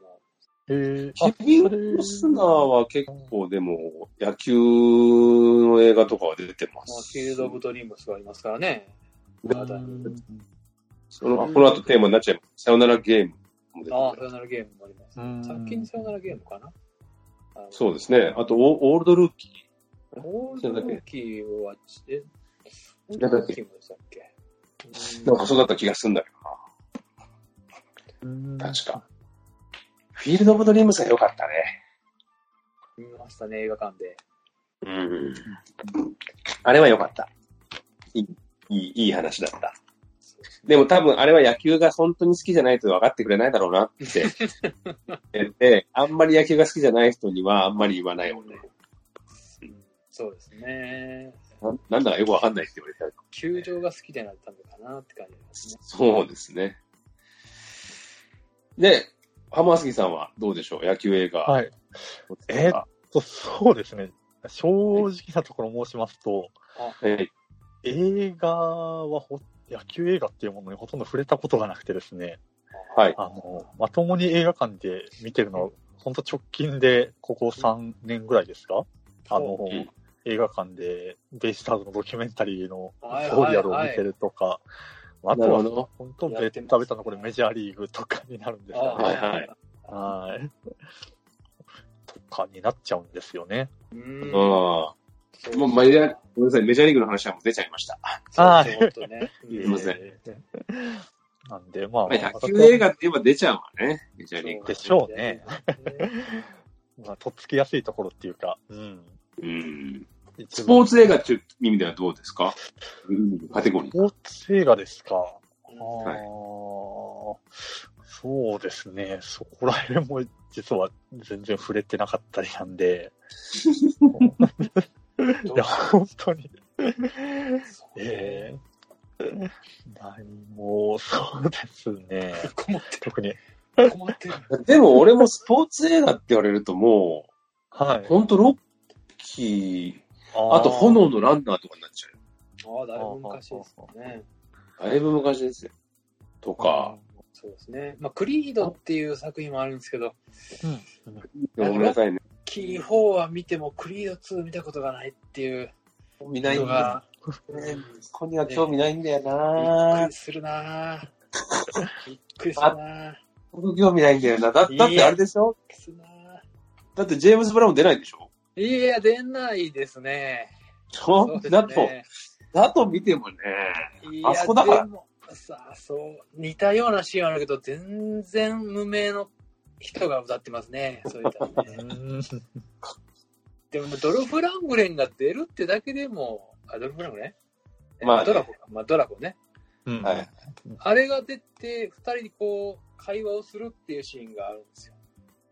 D: えー、あ
B: ヘビー・コスナーは結構でも野球の映画とかは出てま
C: まあ、
B: す
C: フィール。ド・オブ・ドリームスがありますからね。
D: それ
C: まだ
B: そのこの後テーマになっちゃいます。さよならゲームも出て
C: ああ、
B: ま
C: さよならゲームもあります。
D: うん
C: 最近さよならゲームかなあの
B: す。そうですね。あとオ、オールドルーキ
C: オールドルーキーは、え、オール
B: な
C: ド
B: んだっ
C: ルー
B: け
C: キーもでしたっけ
B: ー。なんかそうだった気がするんだけ
D: うん
B: どな。確か。フィールド・オブ・ドリームスが良かったね。
C: うん見ましたね、映画館で。
B: うん。あれは良かった。いい、いい、いい話だった。でも多分あれは野球が本当に好きじゃないと分かってくれないだろうなって。でで、あんまり野球が好きじゃない人にはあんまり言わないよね。
C: うんそうですね。
B: ななんだかよく分かんないって言われたりとか
C: 球場が好きでなったのかなって感じですね。
B: そうですね。で、浜杉さんはどうでしょう野球映画。
D: はい。えーっと、そうですね。正直なところ申しますと、
B: はい
D: 映画はほ、野球映画っていうものにほとんど触れたことがなくてですね、
B: はい。
D: あの、まともに映画館で見てるのは、ほんと直近で、ここ3年ぐらいですかあの、
B: うん
D: 映画館で、ベイスターズのドキュメンタリーの
C: はい
D: ソーリアルを見てるとか、あとは、
B: ど。
D: 本当
C: や
D: ベ
C: ってます
D: タベタのこれメジャーリーグとかになるんです
C: あ
D: よ
C: あ
D: ね。
B: はいはい。
D: はい。とかになっちゃうんですよね。
C: うん。
B: あ
C: そ
B: あ。
C: う
B: もうメジャー、ごめんなさい、メジャーリーグの話はもう出ちゃいました。
D: ああ
C: そうちょっとね。
B: すいません
D: えー。なんで、まあ、
B: まあ野球映画って言えば出ちゃうわね、メジャーリーグ。
D: でしょうね。まあ、とっつきやすいところっていうか、うん。
B: うん
D: 一
B: ス
D: 番
B: ポーツ映画っていう意味ではどうですかうんカテゴリ
D: ス
B: ー。
D: ポーツ映画ですか。あー
B: は
D: そうですね。そこら辺も実は全然触れてなかったりなんで。いや、本当に。えー何も、そうですね。
C: 困って
D: 特に。
C: る、困ってる。
B: でも俺もスポーツ映画って言われるとも
D: は
B: う、
D: い。
B: ほんとロッキー、
D: あ
B: あと炎のランナーとかになっちゃ
C: ああ、だいぶ昔ですね。
B: う。だいぶ昔ですよ。とか、。
C: そうですね。まあ、クリードっていう作品もあるんですけど、
B: ごめんなさいね。
C: キー4は見てもクリード2見たことがないっていう
B: 見ない
C: の
B: んだ。
C: が、
B: 息子には興味ないんだよ
C: びっく
B: な
C: りするなぁ。びっくりするなぁ。
B: 僕興味ないんだよな。だだってあれでしょ
C: びっくりするなぁ
B: だってジェームズ・ブラウン出ないでしょ
C: いや、出ないですね。
B: そう
C: です
B: だと、
C: ね。
B: だと見てもね。
C: い
B: あそこだから
C: でもさあ、そう、似たようなシーンはあるけど、全然無名の人が歌ってますね。そういったの
D: う
B: <laughs>
C: ね。
D: ん
C: でも、ドルフ・ラングレンが出るってだけでも、あ、ドルフ・ラングレンえ
B: まあね
C: ドラゴンか。まあ、ドラゴンね。
D: うん。
B: はい。
C: あれが出て、二人にこう、会話をするっていうシーンがあるんですよ。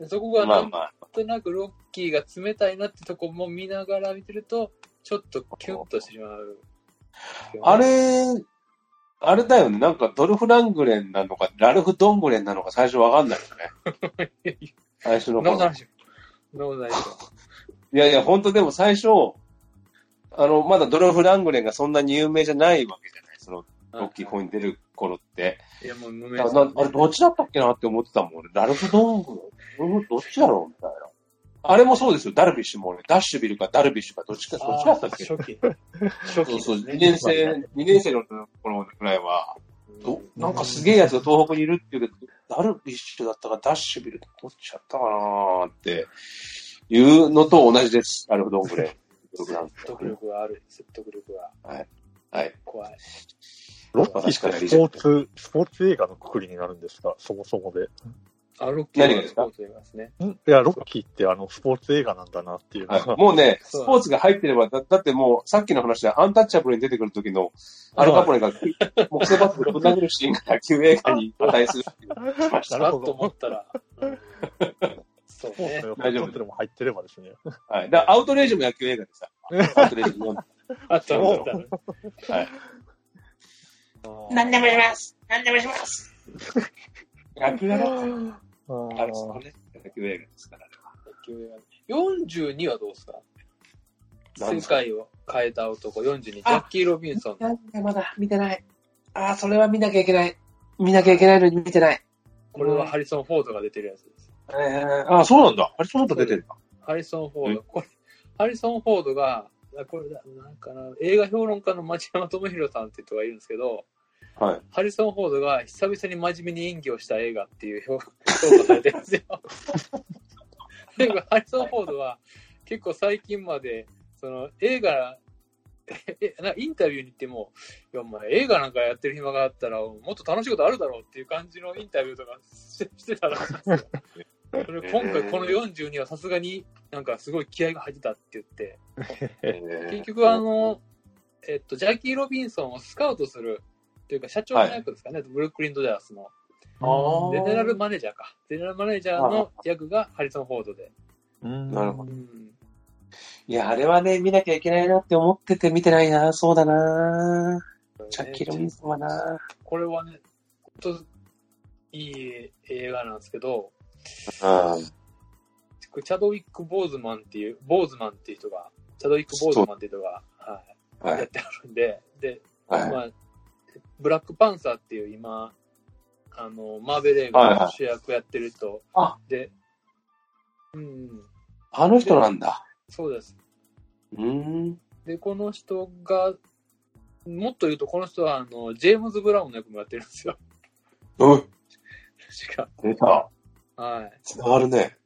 C: でそこが
B: ま
C: な
B: あ
C: ん
B: まあ。
C: となくロッキーが冷たいなってとこも見ながら見てると、ちょっとキュンとしてしまう。
B: あれ、あれだよね。なんかドルフ・ラングレンなのか、ラルフ・ドングレンなのか最初わかんないよ
E: <laughs>
B: ね。最初の
C: ノーナ
B: 頃
C: イ。ス。ノーナイス。
B: いやいや、本当でも最初、あの、まだドルフ・ラングレンがそんなに有名じゃないわけじゃない。その、ロッキー4に出る頃って。
C: いや、もう無名
B: だからなあれ、どっちだったっけなって思ってたもん。俺ラルフ・ドングレンどっちだろうみたいな。あれもそうですよ。ダルビッシュもね、ダッシュビルかダルビッシュか、どっちか、どっちかだったっけ
E: 初期。初
B: そう
E: 期。
B: そう、2年生、二年生の頃ぐらいは、どなんかすげえやつが東北にいるっていうけど、ダルビッシュだったか、ダッシュビルってどっちだったかなーっていうのと同じです。なるほど、これ。なんです
E: 説得力がある。説得力が
B: はい。
E: 怖い。
D: ロッキーってスポーツ、スポーツ映画のくくりになるんですか、そもそもで。
C: あ、ロッキー
B: 何がです
C: ス
B: か
C: ポーツ映画ですね。
D: んいや、ロッキーってあの、スポーツ映画なんだなっていうの
B: は
D: が、
B: い、もうね、スポーツが入ってれば、だだってもう、さっきの話で、アンタッチャブルに出てくる時の、アルカポネが、木製バットでぶん殴るシーンが野球映画に値するっていうのを聞きまし
C: <laughs>
B: た。
D: なる
C: だ
D: ほ
C: と
D: ど
C: 思っ
E: <laughs>
C: たら。うんそう
D: スポー <laughs>
C: ね
D: ツ。の
B: 大丈夫
D: 横ってのも入ってればですね。
B: はい。だからアウトレイジも野球映画でさ、アウトレイジも
C: あと思ったら。
B: 何でもします <laughs> 何でもします野球だろあれ、そ
D: あ
B: こね、野球映画ですから。
C: 42はどうですか
B: 何
C: 世
B: ですか
C: 界を変えた男42、ジャッキー・ロビンソン。
B: なんでまだ見てない。ああ、それは見なきゃいけない。見なきゃいけないのに見てない。
C: これはハリソン・フォードが出てるやつです。
B: えー、ああ、そうなんだ。あれ、その後出てんだ。
C: ハリソン・フォー
B: え
C: ド。これ、ハリソン・フォードが、あこれだ、なんかな、映画評論家の町山智博さんって人がいるんですけど、
B: はい。
C: ハリソン・フォードが久々に真面目に演技をした映画っていう評 <laughs> 評価されてるんですよ。でもハリソン・フォードは結構最近まで、その映画、 <laughs> えなインタビューに行っても、いや、お前映画なんかやってる暇があったら、もっと楽しいことあるだろうっていう感じのインタビューとかしてしてたらしいんですよ。それ今回この42はさすがになんかすごい気合が入ってたって言って、結局あ、の、えっと、ジャッキー・ロビンソンをスカウトするというか社長の役ですかね、ブルックリン・ドジャースの
B: あ
C: ゼネラル
B: ー
C: マネージャーかゼネラルマネージャーの役がハリソン・フォードで、
B: なるほ
C: う
D: ど。
C: ん、
B: いや、あれはね、見なきゃいけないなって思ってて見てないな。そうだな。ジャッキー・ロビンソンはな。
C: これはね本当いい映画なんですけどチャドウィック・ボーズマンっていうボーズマンっていう人がチャドウィック・ボーズマンっていう人が、は、
B: うん。はい
C: や
B: い
C: っ。てあるんでで、
B: はい。
C: まあ、ブラックパンサーっていう今あのマーベル映画の主役やってる人、
B: あ
C: でうん
B: あの人なんだ。
C: そうです
B: うーん。
C: で、この人が、もっと言うと、この人は、あの、ジェームズ・ブラウンの役もやってるんで
B: <laughs>
C: すよ。
B: うん。
C: 確か。
B: 出た。
C: はい。
B: つながるね。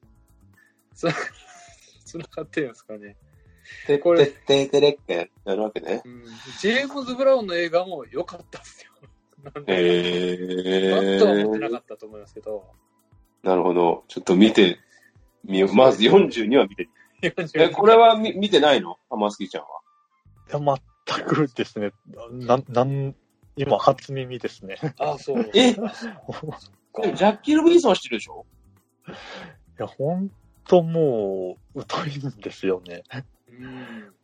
C: つな、 <laughs> つながってるんですかね。
B: で、
C: これ
B: ててれってやるわけね。
C: うん。ジェームズ・ブラウンの映画も良かったっすよ。なんで、
B: へ
C: なんとは思ってな
B: ー
C: か。ったと思いますけど。
B: なるほど。ちょっと見てみよう。まず42は見て。え、これは見見てないのハマスキーちゃんは。
D: いや、全くですね、なん、なん、今、初耳ですね。 <laughs> い
C: あ、そう。 <laughs>
B: え
C: そっか
B: でもジャッキー・ロビンソンは知ってるでしょ
D: や、ほんともう、疎いんですよね。
C: うん。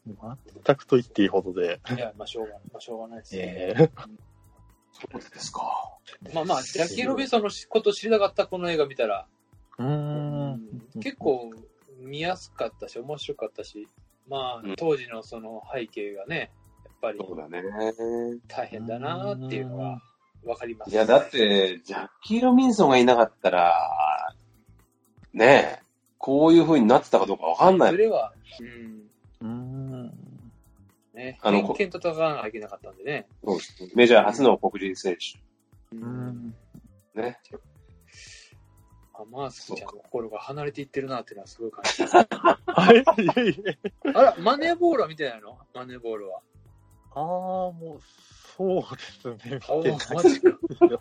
D: 全くと言っていいほどで。
E: いや、まあ、しょうがない。まあ、しょうがないですね。
D: ええ
B: そうですか。
C: まあまあ、ジャッキー・ロビンソンのこと知りたかった、この映画見たら。
D: うーん。
C: 結構見やすかったし、面白かったし、ま
B: うん
C: あ、当時のその背景がね、やっぱり
B: そうだね。
C: 大変だなっていうのがわかります。
B: いや、だっ、て、ジャッキー・ロビンソンがいなかったら、ねえ、こういう風になってたかどうかわかんない
C: そ。れは、うん、
D: うーん。
C: ね、
B: あの
C: 偏見と戦わなきゃいけなかったんでね。
B: そうですねメジャー初の黒人選
C: う
D: うー
C: ん、
D: ん。
B: 手。ね。
C: あマースちゃんの心が離れていってるなっていうのはすごい感じます。
D: あれいえいえ。
C: あら、マネーボールは見てないのマネーボールは。
D: ああ、もう、そうですね。
C: あ
D: 見てない
C: マジか。
D: よ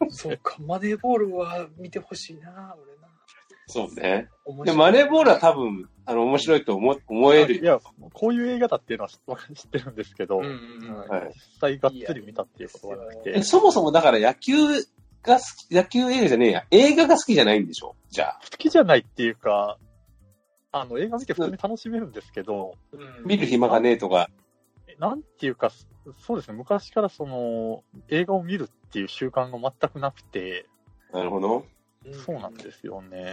C: そう
B: <laughs>
C: か、マネーボールは見てほしいな、俺な。
B: そうね。
C: 面
B: で、
C: 白い
B: マネーボールは多分、あの、面白いと思思え
D: い
B: る。
D: や、こういう映画だっていうのは知わか知ってるんですけど、
C: うんうんうん。
B: はい
D: 実際がっつり見たっていうことはなく
C: い
D: て
B: え、そもそもだから野球が好き、野球映画じゃねえや。映画が好きじゃないんでしょじゃあ。
D: 好きじゃないっていうか、あの、映画見て普通に楽しめるんですけど、
C: うん
B: 見る暇がねえとか。
D: なんていうか、そうですね、昔からその、映画を見るっていう習慣が全くなくて、
B: なるほど。
D: そうなんですよね。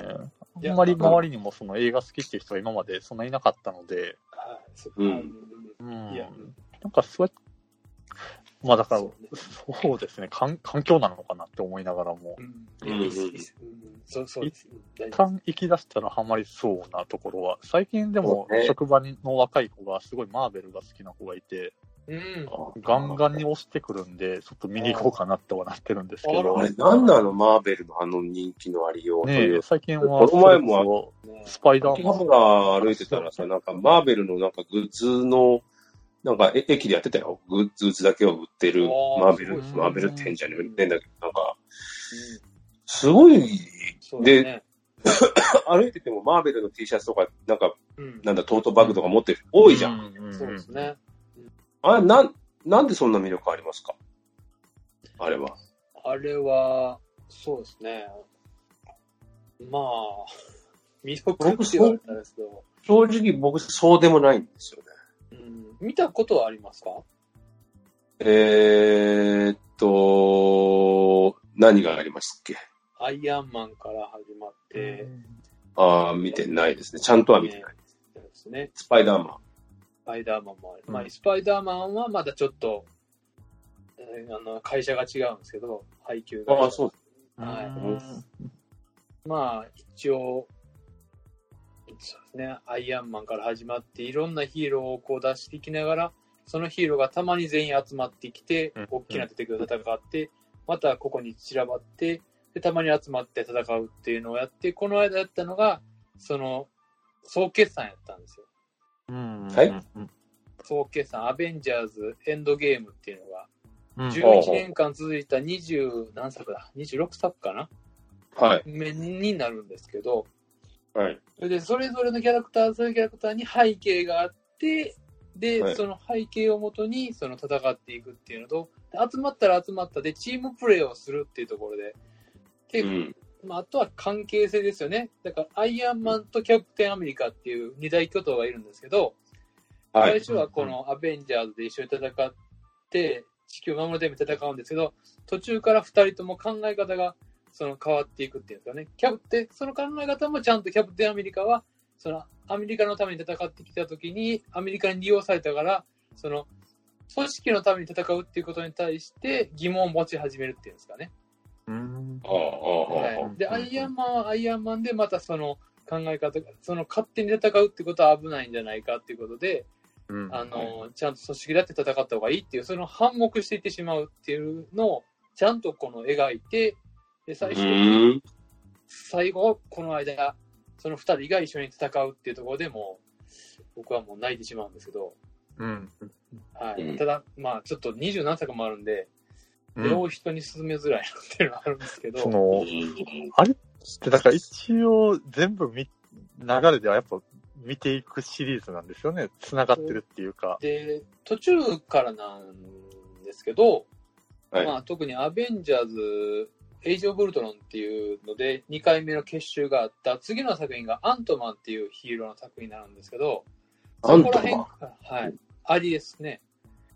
C: い
D: あ
C: や
D: んまり周りにもその映画好きっていう人が今までそんないなかったので、
C: はいそっか
B: うん
D: うん。
C: いや
D: なんかそうやっまあだから、
C: そ
D: そうですね、環環境なのかなって思いながらも
C: う、ん。
B: う
C: い
B: んうん
C: やいいっすいいっすうんそうそうです。うん大
D: 一
C: 丈夫
D: 旦行き出したらハマりそうなところは、最近でも
B: そうね
D: 職場にの若い子がすごいマーベルが好きな子がいて、
F: うん。
D: ガンガンに押してくるんで、ちょっと見に行こうかなってはなってるんですけ
F: あら
D: ど
B: あ、れ、なんなのマーベルのあの人気のありようとい
D: ねえ
B: う。
D: 最近は、
B: この前も
D: それこそスパイダーマ
B: カ
D: ン
B: メラ歩いてたらさ、なんかマーベルのなんかグッズの、なんかえ駅でやってたよ。グッズだけを売ってる
F: あー
B: マーベル、
F: すごい
B: マーベルって変じゃねえんだけど、なんか、
F: うん
B: すごい、
F: そうだね。
B: 歩いててもマーベルの T シャツとか、なんか、
F: うん。
B: なんだ、トートバッグとか持ってる人多いじゃん。
D: うう
F: そうですね。
B: あれ、なん、なんでそんな魅力ありますかあれは。
F: あれは、
C: そうですね。まあ、 <laughs> 魅力って言われたらですけど、
B: 正直僕、そうでもないんですよね。
C: うん、見たことはありますか
B: えーっと、何がありましたっけ
C: アイアンマンから始まって、
B: ああ、見てないですね。ちゃんとは見てない。
C: そうですね。
B: スパイダーマン。
C: スパイダーマンもある。
D: うん
C: まあ、スパイダーマンはまだちょっと、えーあの会社が違うんですけど、配給が。
B: ああ、そう。
C: はまあ、一応、そうですね、アイアンマンから始まって、いろんなヒーローをこう出していきながら、そのヒーローがたまに全員集まってきて
D: うん、
C: 大きな敵と戦って、またここに散らばって、で、たまに集まって戦うっていうのをやって、この間やったのが、その、総決算やったんですよ。
D: うん
B: はい
D: うん
C: 総決算、アベンジャーズエンドゲームっていうのが、
D: うん
C: 11年間続いた20何作だ ?26 作かな
B: はい。
C: 面になるんですけど、
B: はい。
C: それで、それぞれのキャラクター、そういうキャラクターに背景があって、で、
B: はい
C: その背景をもとに、その戦っていくっていうのと、で集まったら集まったで、チームプレーをするっていうところで、で、
B: うん。
C: まあ、あとは関係性ですよね。だから、アイアンマンとキャプテンアメリカっていう二大巨頭がいるんですけど、
B: は
C: 最
B: い。
C: 初はこのアベンジャーズで一緒に戦って、地球を守るために戦うんですけど、途中から二人とも考え方がその変わっていくっていうんですかね。キャプテン、その考え方もちゃんとキャプテンアメリカは、そのアメリカのために戦ってきた時に、アメリカに利用されたから、その、組織のために戦うっていうことに対して疑問を持ち始めるっていうんですかね。
D: うん
B: ああ、ああ、あ
C: は
B: あ
C: い、で、
D: うんう
C: ア
D: んうん
C: イアンマンはアイアンマンで、またその考え方が、その勝手に戦うってことは危ないんじゃないかっていうことで、
D: うん
C: あの、ちゃんと組織だって戦った方がいいっていう、その反目していってしまうっていうのを、ちゃんとこの描いて、で、
B: う
C: 最終的に、
B: ーん。
C: 最後、この間、その二人が一緒に戦うっていうところでもう、僕はもう泣いてしまうんですけど、
D: うん
C: はい。
B: うん
C: ただ、まあ、ちょっと二十何作もあるんで、
D: う
C: 両
D: ん
C: 人に進めづらいなっていうのはあるんですけど、
D: その、でだから一応全部見、流れではやっぱ見ていくシリーズなんですよね。繋がってるっていうか。
C: で、途中からなんですけど、
B: はい
C: まあ、特にアベンジャーズ、エイジ・オブ・ウルトロンっていうので、2回目の結集があった、次の作品がアントマンっていうヒーローの作品になるんですけど、
B: アン
C: そこ
B: ト
C: ら
B: マ
C: 辺
B: ン
C: から、はい、アリですね。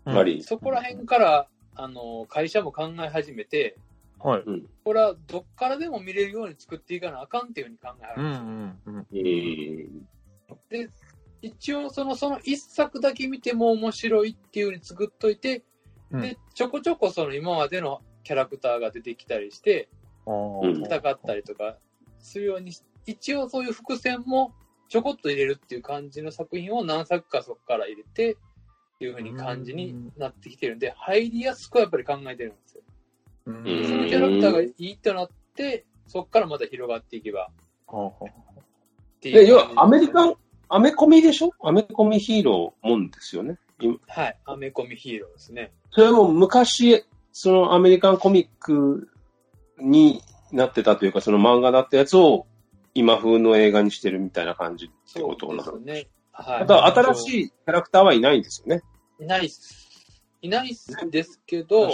B: マリー。
C: そこら辺から、あの、会社も考え始めて、
D: はい。
B: うん。
C: これはどっからでも見れるように作っていかなあかんっていうふうに考え
D: う
C: る
D: ん
C: ん
D: う
C: ですよ。
D: んうん。
B: うん。
C: 一応その、その一作だけ見ても面白いっていうふうに作っといて、
D: うん
C: で、ちょこちょこその今までのキャラクターが出てきたりして、
D: あー
B: うん
C: 戦ったりとかするようにし、一応そういう伏線もちょこっと入れるっていう感じの作品を何作かそこから入れてっていう風に感じになってきてるんで、入りやすくはやっぱり考えてるんですよ。
D: う
C: その
D: ん
C: キャラクターがいいとなって、そこからまた広がっていけば
D: はあは
C: っていう。
B: で、要は、アメリカン、アメコミでしょアメコミヒーローもんですよね。今
C: はい、アメコミヒーローですね。
B: それも昔、そのアメリカンコミックになってたというか、その漫画だったやつを今風の映画にしてるみたいな感じって
C: そ
B: こ
C: う
B: とな
C: です
B: の。
C: ね。は
B: た
C: い。
B: だ、新しいキャラクターはいないんですよね。
C: い。ないっす。いないっすですけど、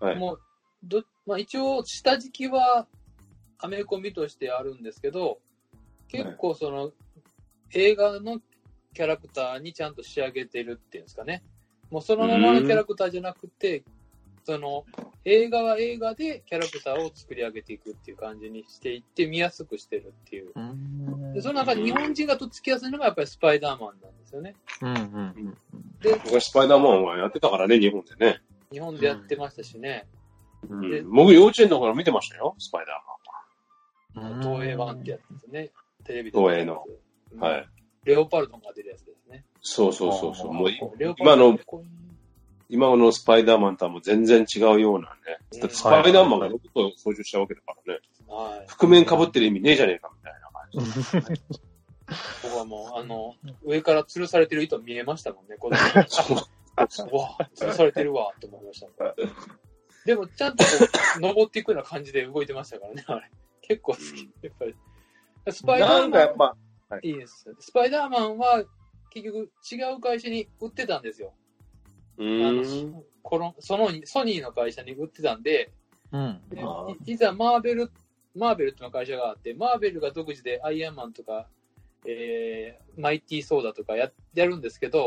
B: はい。
C: もうど、まあ、一応、下敷きはアメコミとしてあるんですけど、結構その、映画のキャラクターにちゃんと仕上げてるっていうんですかね。もうそのままのキャラクターじゃなくて、その、映画は映画でキャラクターを作り上げていくっていう感じにしていって、見やすくしてるっていう。
D: あうん
C: で、その中で日本人がとっつきやすいのがやっぱりスパイダーマンなんですよね。
D: うんうんうん
B: 僕はスパイダーマンはやってたからね、日本でね。
C: 日本でやってましたしね、
B: うん、僕、幼稚園の頃見てましたよ、スパイダ
C: 東映版ってやつですね。テレビで。
B: 東映の。
C: う
B: ー
C: ん
B: マン。はい。
C: レオパルトンが出るやつですね。
B: そうそうそうそう。もうい
C: レオ
B: 今
C: パルトン
B: の
C: こういう
B: 今のスパイダーマンとはもう全然違うようなね。だってスパイダーマンがロボットを操縦したわけだからね。
C: はい。
B: 覆面被ってる意味ねえじゃねえかみたいな感じ。
C: 僕はもう、あの、上から吊るされてる糸見えましたもんね、
B: <laughs>
C: 子供の時
B: そう
C: うわ、吊るされてるわ、と思いました。でも、ちゃんとこう、登っていくような感じで動いてましたからね、あれ。結構好き。やっぱり。スパイダ
B: な
C: ー
B: ん
C: マ
B: かやっ
C: ン、
B: ぱ、
C: いいです。スパイダーマンは、結局、違う会社に売ってたんですよ。
B: う
C: あ
B: ーん。
C: の、この、その、ソニーの会社に売ってたんで、
D: うん。
C: で
B: あー
C: いいざマーベル、マーベルっていうのが会社があって、マーベルが独自でアイアンマンとか、えー、マイティーソーダとかややるんですけど、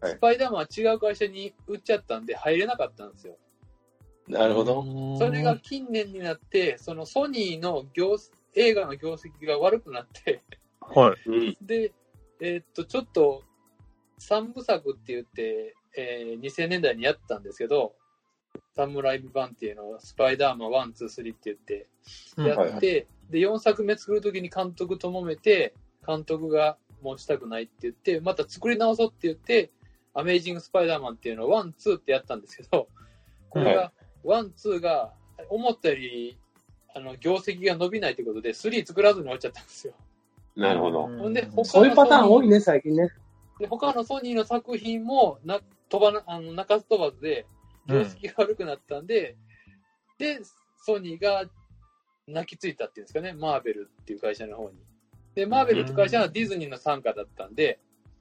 B: はい
C: スパイダーマンは違う会社に売っちゃったんで入れなかったんですよ。
B: なるほど。
C: それが近年になって、そのソニーの業映画の業績が悪くなって、 <laughs>
D: はい。
B: うん。
C: で、えーっと、ちょっと、三部作って言って、えー2000年代にやったんですけど、サムライ版っていうのを、スパイダーマン1、2、3って言って、
D: うん
C: やって、
B: はいは
C: で、4作目作るときに監督ともめて、監督がもうしたくないって言って、また作り直そうって言って、アメイジング・スパイダーマンっていうのを1、2ってやったんですけど、これ
B: は
C: が、1、2が思ったより、あの、業績が伸びないということで、3作らずに終わっちゃったんですよ。
B: なるほど。
C: ほんで、他
B: そういうパターン多い
C: ね。
B: ね、最近ね。
C: で他のソニーの作品もな飛ばなあの泣かず飛ばずで、
D: う
C: 常
D: ん
C: 識が悪くなったんで、で、ソニーが泣きついたっていうんですかね、マーベルっていう会社の方に。で、マーベルって会社はディズニーの傘下だったんで、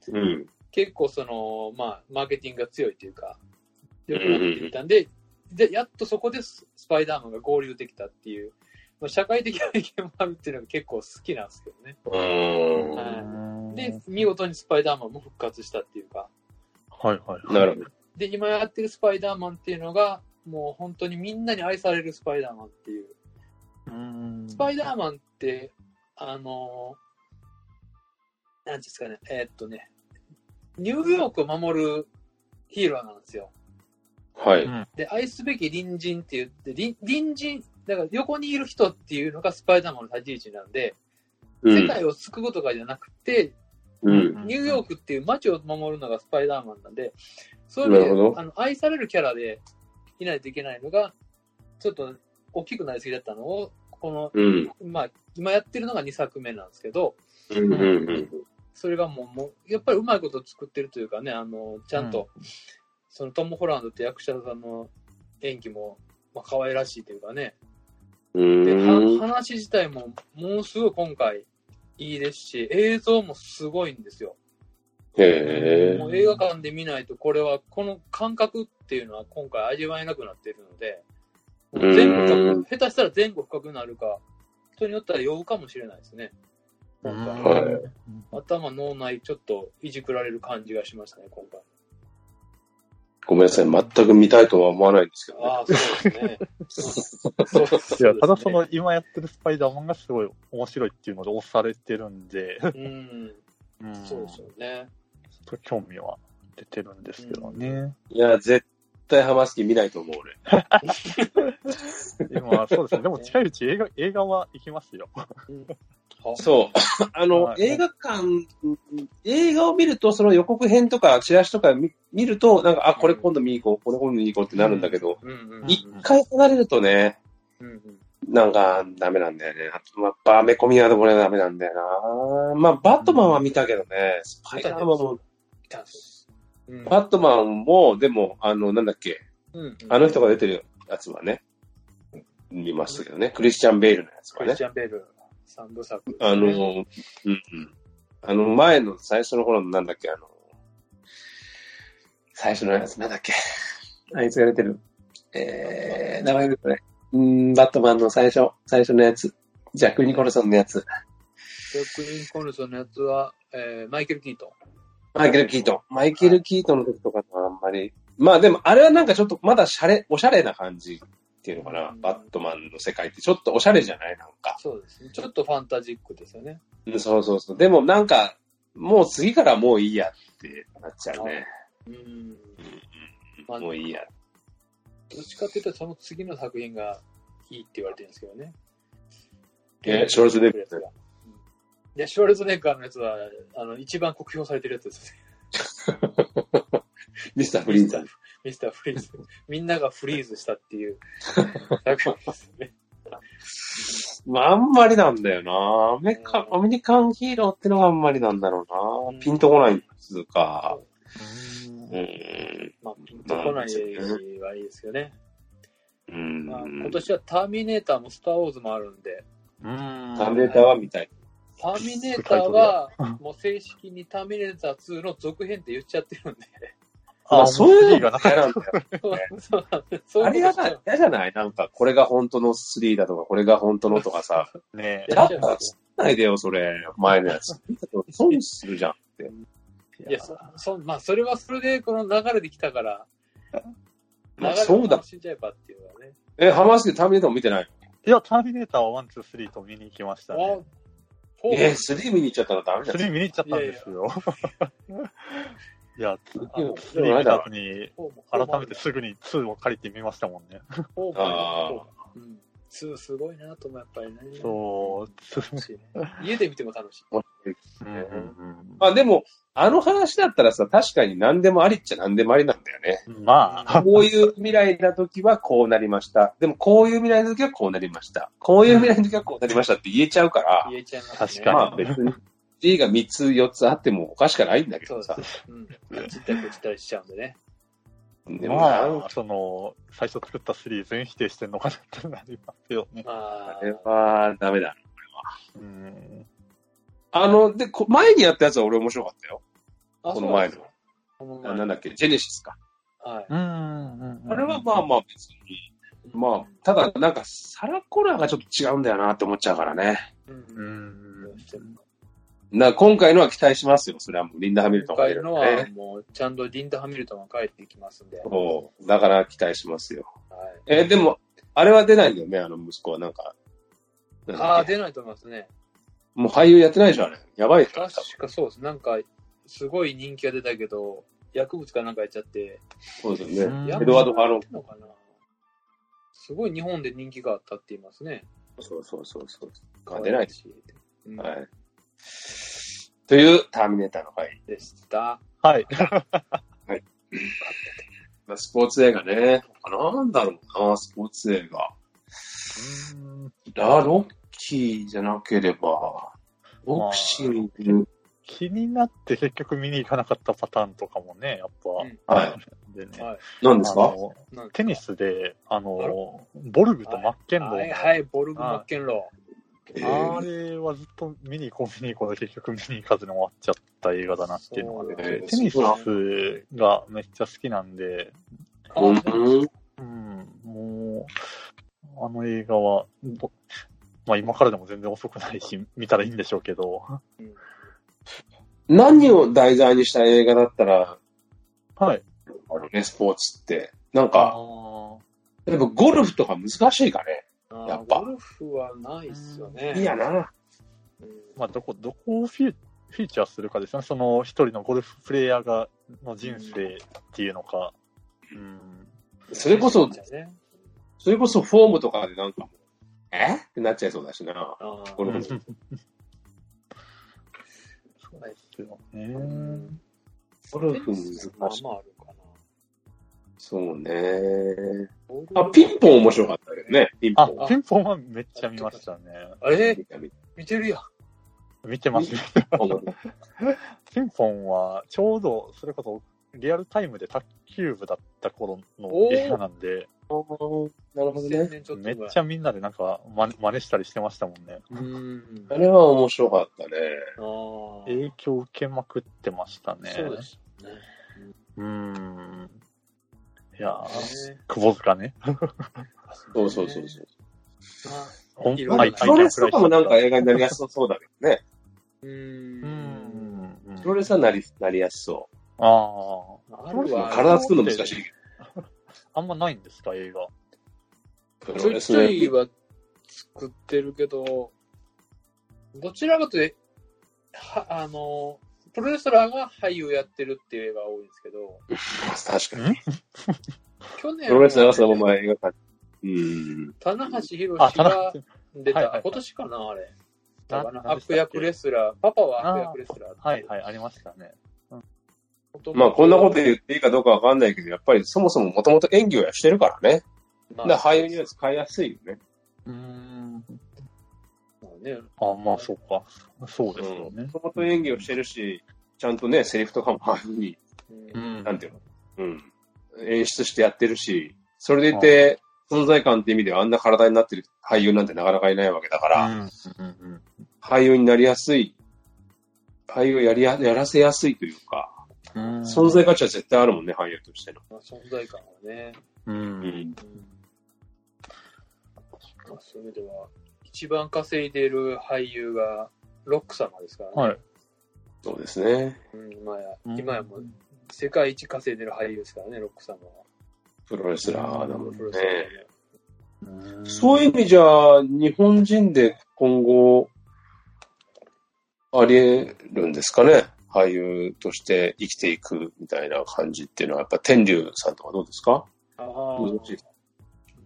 B: うん。
C: 結構その、まあ、マーケティングが強いというか、良くなっていったんで、で、やっとそこでススパイダーマンが合流できたっていう、まあ、社会的な意見もあるっていうのが結構好きなんですけどね。
B: うーん。
C: はいで、見事にスパイダーマンも復活したっていうか、
D: はいはい。
B: なるほど。
C: で、今やってるスパイダーマンっていうのが、もう本当にみんなに愛されるスパイダーマンっていう。ス
D: ス
C: パイダーマンって、あのーなんていうんですかね、えーっとね、ニューヨークを守るヒーローなんですよ。
B: はい。
C: で、愛すべき隣人って言って、隣隣人、だから横にいる人っていうのがスパイダーマンの立ち位置なんで、
B: う
C: 世
B: ん。
C: 界を救うとかじゃなくて、
B: うん。
C: ニューヨークっていう街を守るのがスパイダーマンなんで、そう
B: な
C: いう
B: る
C: 意味
B: ほ
C: で、あの、愛されるキャラでいないといけないのが、ちょっと大きくなりすぎだったのを、この、
B: うん。
C: まあ、今やってるのが2作目なんですけど、
B: うん。うん。
C: それがもう、もうやっぱりうまいこと作ってるというかね、あの、ちゃんと、そのトム・ホランドって役者さんの演技も、まあ、可愛らしいというかね、
B: う
C: で
B: ん。
C: は話自体も、ものすごい今回、いいですし、映像もすごいんですよ。
B: へ
C: もう映画館で見ないと、これは、この感覚っていうのは今回味わえなくなっているので、
B: うん
C: 全国深く、下手したら全国深くなるか、人によったら酔うかもしれないですね。今
B: え。
C: 回。
B: は
C: 頭、脳内、ちょっといじくられる感じがしましたね、今回。
B: い。ごめんなさい。全く見たいとは思わないんですけどね。
C: ああ、そうですね。そうです
D: い
B: <laughs>
C: ね
D: や、ただその、今やってるスパイダーマンがすごい面白いっていうので押されてるんで、
C: うん、
D: うん
C: そうですよね。
D: ちょっと興味は出てるんですけどね。
B: いや、絶対ハマスキ見ないと思う、俺。
D: 今、そうですね。でも近いうち映画、映画は行きますよ。
C: あ
B: そう。 <laughs> あの、
D: はい
B: 映画館、映画を見ると、その予告編とか、チラシとか見見ると、なんか、あ、これ今度見に行こう、これ今度見に行こうってなるんだけど、
C: うんうん
B: 一、回離れるとね、
C: うんうん
B: なんか、ダメなんだよね。あと、まあ、バーメコミアードこれはダメなんだよな。まあ、バットマンは見たけどね、スパイダーマンも、
C: いたんですうん
B: バットマンも、でも、あの、なんだっけ、
C: うんうん
B: あの人が出てるやつはね、見ましたけどね、クリスチャン・ベイルのやつ
C: ク
B: は
C: リ
B: ね
C: スチ。ャン・ベール、三部作ですね、
B: あの、うんうん。あの、前の最初の頃のなんだっけ、あの、最初のやつなんだっけ。あいつが出てる。えー、名前出てね。うん、バットマンの最初、最初のやつ。ジャック・ニコルソンのやつ。
C: ジャック・ニコルソンのやつは、えーマイケル・キートン。
B: マイケル・キートン。マイケル・キートンの時とかとはあんまり。まあでも、あれはなんかちょっとまだシャレ、おしゃれな感じっていうのかな
C: う。ん
B: バットマンの世界ってちょっとおしゃれじゃないなんか。
C: そうですね。ちょっとファンタジックですよね。
B: うんそうそうそう。でもなんか、もう次からもういいやってなっちゃうね。
C: うん。まあ
B: もういいや。
C: あどっちかっていうと、その次の作品がいいって言われてるんですけどね。
B: えショルツェネッガー
C: うんいや、ショルツェネッガーのやつは、あの、一番酷評されてるやつですね。
B: ミスター・フリーザ。
C: ミスターフリーズ。みんながフリーズしたっ
B: <laughs>
C: ていう作品ですね。
B: まあ、あんまりなんだよな。アメカアメリカンヒーローってのがあんまりなんだろう
C: うん
B: な。ピンとこないっつうか。
D: うん
B: うん。
C: まあ、ピンとこないはいいですよね。
B: うん。
C: まあ、今年はターミネーターもスター・ウォーズもあるんで、
D: うん
B: ターミネーターは見たい。
C: ターミネーターは、もう正式にターミネーター2の続編って言っちゃってるんで。
D: あ
B: まあ、そういうの
D: が
B: が嫌なんだよ。
C: <laughs> そうなんですそう
B: あ
C: い
B: れ嫌
C: うこと
B: だ嫌じゃないなんか、これが本当の3だとか、これが本当のとかさ。
D: ね
B: だったら作んないでよ、それ。前のやつ。損するじゃんって。
C: いや、そ、そ、まあ、それはそれで、この流れできたから、流
B: <laughs> まあ、
C: れ
B: そうだ。
C: 死んじゃえばっていうのはね。
B: え、ハマスでターミネーターも見てない
D: いや、ターミネーターは1、2、3と見に行きましたね。
C: あ、フォ
B: えー、
C: ー
B: 3見に行っちゃったらダメじゃん。
D: 3見に行っちゃったんですよ。いや、あ
B: でも
D: の3見た後に、
C: フォーもフォーも
D: 改めてすぐに2を借りてみましたもんね。
C: フォーも
B: あー
C: フォーもうん。2すごいなともやっぱりね。
D: そう、
C: 楽しいね家で見ても楽しい。
D: うんうんうん
B: まあでも、あの話だったらさ、確かに何でもありっちゃ何でもありなんだよね。
D: まあ、
B: こういう未来な時はこうなりました。でもこういう未来の時はこうなりました。こういう未来の時はこうなりましたって言えちゃうから、
C: 言えちゃいます、ね。
D: 確
B: ま
D: か
B: あ別に D が3つ4つあってもおかしくないんだけ
C: そう
B: ど
C: で
B: さ。
C: す。うん。ちったりこちったりしちゃうんでね。
B: でも
D: まあ、その、最初作った3全否定してんのかなってなりますよね。
C: まあ
B: あ、れはダメだ。
D: うん。
B: あの、で、こ前にやったやつは俺面白かったよ。
C: あ
B: この前の。
C: そうなんです
B: あ
C: ね
B: なんだっけ、ジェネシスか。
C: この前。はい。
D: うんうんうん
B: あれはまあまあ別に。まあ、ただなんかサラコナーがちょっと違うんだよなって思っちゃうからね。
C: うん。
D: う
C: うん
D: ん
C: どうしても
B: な今回のは期待しますよ。それはもうリンダ・ハミルトン
C: 今
B: がい
C: 回
B: る
C: の
B: の
C: は
B: ね。
C: もう、ちゃんとリンダ・ハミルトンが帰ってきますんで。はい。
B: そう。だから期待しますよ。えーでも、あれは出ないんだよね、あの息子は。なんか。なんだっ
C: ああ、
B: け
C: 出ないと思いますね。
B: もう俳優やってないでしょ、あれ。やばいから。
C: 確かそうです。なんか、すごい人気が出たけど、薬物かなんかやっちゃって、
B: そうですよね。
D: うん
C: や
B: エドワード・ハーロン。
C: のかなすごい日本で人気があったって言いますね。
B: そうそうそうそう。あ出ない
C: し。うん
B: はい。という、ターミネーターの回。
C: でした。
D: はい。
B: まあスポーツ映画ね。なんだろうな、スポーツ映画。ラ・ロッキーじゃなければ、ボクシング。
D: 気になって結局見に行かなかったパターンとかもね、やっ
C: うん
D: ぱ。。
B: はい
D: でね。
C: はい
B: 何です
D: あ
B: か
D: の
C: なんか
D: テニスで、あの、ボルグとマッケンローの、
C: はいはい、ボルグ・マッケンロ
B: え
D: あ
B: ー
D: れはずっと見に行こう見に行こうで結局見に行かずに終わっちゃった映画だなっていうのがあっ
B: な
C: そう
B: ん
D: て、
B: だ
D: テニスがめっちゃ好きなんで、
C: ー。
B: うん
C: あ
D: うん、もう、あの映画は、どまあ今からでも全然遅くないし、見たらいいんでしょうけど、
B: 何を題材にした映画だったら、
D: はい。
B: あのね、スポーツって。なん
D: あ
B: か、やっぱゴルフとか難しいかね。
C: あー
B: やっぱ
C: ゴルフはないっすよね。
B: いいやな。
C: うん。
D: まあどこ、どこをフィフィーチャーするかですよね。その一人のゴルフプレイヤーが、の人生っていうのか、うん、
B: それこそ、
C: ね
B: それこそフォームとかでなんか、えってなっちゃいそうだしな。
C: あー
B: ゴルフ
D: うんですよね。
B: ゴルフ難しい。
C: まあまああるかな。
B: そうね。
C: ボル
B: あ、ピンポン面白かったけどね。ピンポ
D: あ
B: ン。、
D: ピンポンはめっちゃ見ましたね。
C: あれ
B: 見た見た
C: 見てるやん。
D: 見てます。ピンポンは、ちょうど、それこそ、リアルタイムで卓球部だった頃の映画なんで、
B: なるほど
C: 1000
B: ね。
C: 年ちょっと
D: めっ
C: ぐらい
D: ち。ゃみんなでなんか、ま真似したりしてましたもんね。
C: うん。
B: あれは面白かったね。
C: ああ。
D: 影響受けまくってましたね。
C: そうですね。
D: うーん。いや
C: あ
D: ー、窪塚ね。
B: そうそうそうそう。
D: ほん
C: いろいろ
D: は
C: ない
B: プロレスとかもなんか映画になりやすそうだけどね。
C: う。
D: うんん。
B: プロレスはなりなりやすそ
D: ああ。
C: あ
B: う。
C: るわ。
B: 体作るの難しいけ
D: あんまないんですか、映画。
B: ど。プ
C: ち
B: ロ
C: ょ
B: レ
C: い
B: ス
C: ちょいは作ってるけど、どちらかというと、はあの、プロレスラーが俳優やってるっていう映画が多いんですけ
B: 確
C: ど、
B: かに。
C: 去年
B: プロレス流すのまま映画館。うん。
C: 棚橋宏
D: あ、田
C: が
D: 中
C: 出
D: はいはいは
C: た
D: い、
C: 今年かな、あれ。
D: な
C: だから
D: 何でしたっ
C: 悪
D: け
C: 役レスラー、パパは悪役レスラーって。
D: はいはい、ありましたね。
B: まあ、こんなこと
C: で、
B: 言っていいかどうかわかんないけど、やっぱりそもそももともと演技をしてるからね。
C: ま
B: だ
C: あ
B: から俳優には使いやすいよね。
D: うーん。
C: まあね
D: あ、まあ、そうか。そうですよね
B: も。ともと演技をしてるし、ちゃんとね、セリフとかもああいうふうに、
C: うん
D: うん
B: なんていうの、うん、演出してやってるし、それでいて、存在感って意味ではあんな体になってる俳優なんてなかなかいないわけだから、
D: うんうんうん
B: 俳優になりやすい、俳優をやりややらせやすいというか、
D: うん
B: 存在価値は絶対あるもんね、俳優としての。
C: まあ存在感はね。
D: う。
B: うんん。
C: うんまあ、そういう意味では、一番稼いでいる俳優がロック様ですからね。
D: はい。
B: そうですね。
C: うん、今や、
D: うん
C: 今やもう世界一稼いでる俳優ですからね、ロック様は。
B: プロレスラーだもん
C: プロレスラー
B: ね。
C: で
B: そういう意味じゃ、日本人で今後、ありえるんですかね。俳優として生きていくみたいな感じっていうのは、やっぱ天竜さんとかどうですか
C: あ
B: <laughs>
C: あ、
B: 難しいです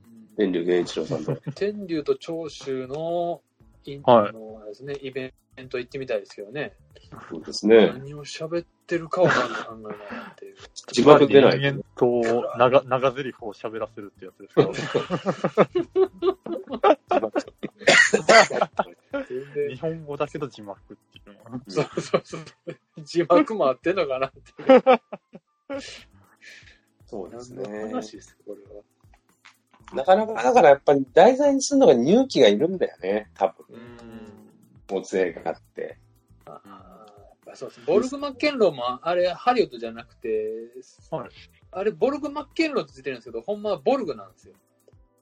C: うん
B: 天竜源一郎さんとか。
C: 天竜と長州のイン、
D: はい
C: あのあれですね、イベント行ってみたいですけどね。
B: そうですね。
C: 何を喋ってるかをまず考えないっていう。
B: 字幕出ない
D: 人間と長、長台詞を喋らせるってやつですけど、
C: 全然
D: 日本語だけど字幕っていうのは。
C: そうそうそう。 <laughs> 字幕も合ってんのかなっていう。
B: そうです
C: 何の
B: ね。
C: 話ですか、これは。
B: なかなか、だからやっぱり題材にするのが勇気がいるんだよね。多分、
C: うん。
B: お映画って。
C: あーそうです。ボルグ・マッケンローも、あれ、ハリウッドじゃなくて、
D: はい
C: あれ、ボルグ・マッケンローってついてるんですけど、ほんまはボルグなんですよ。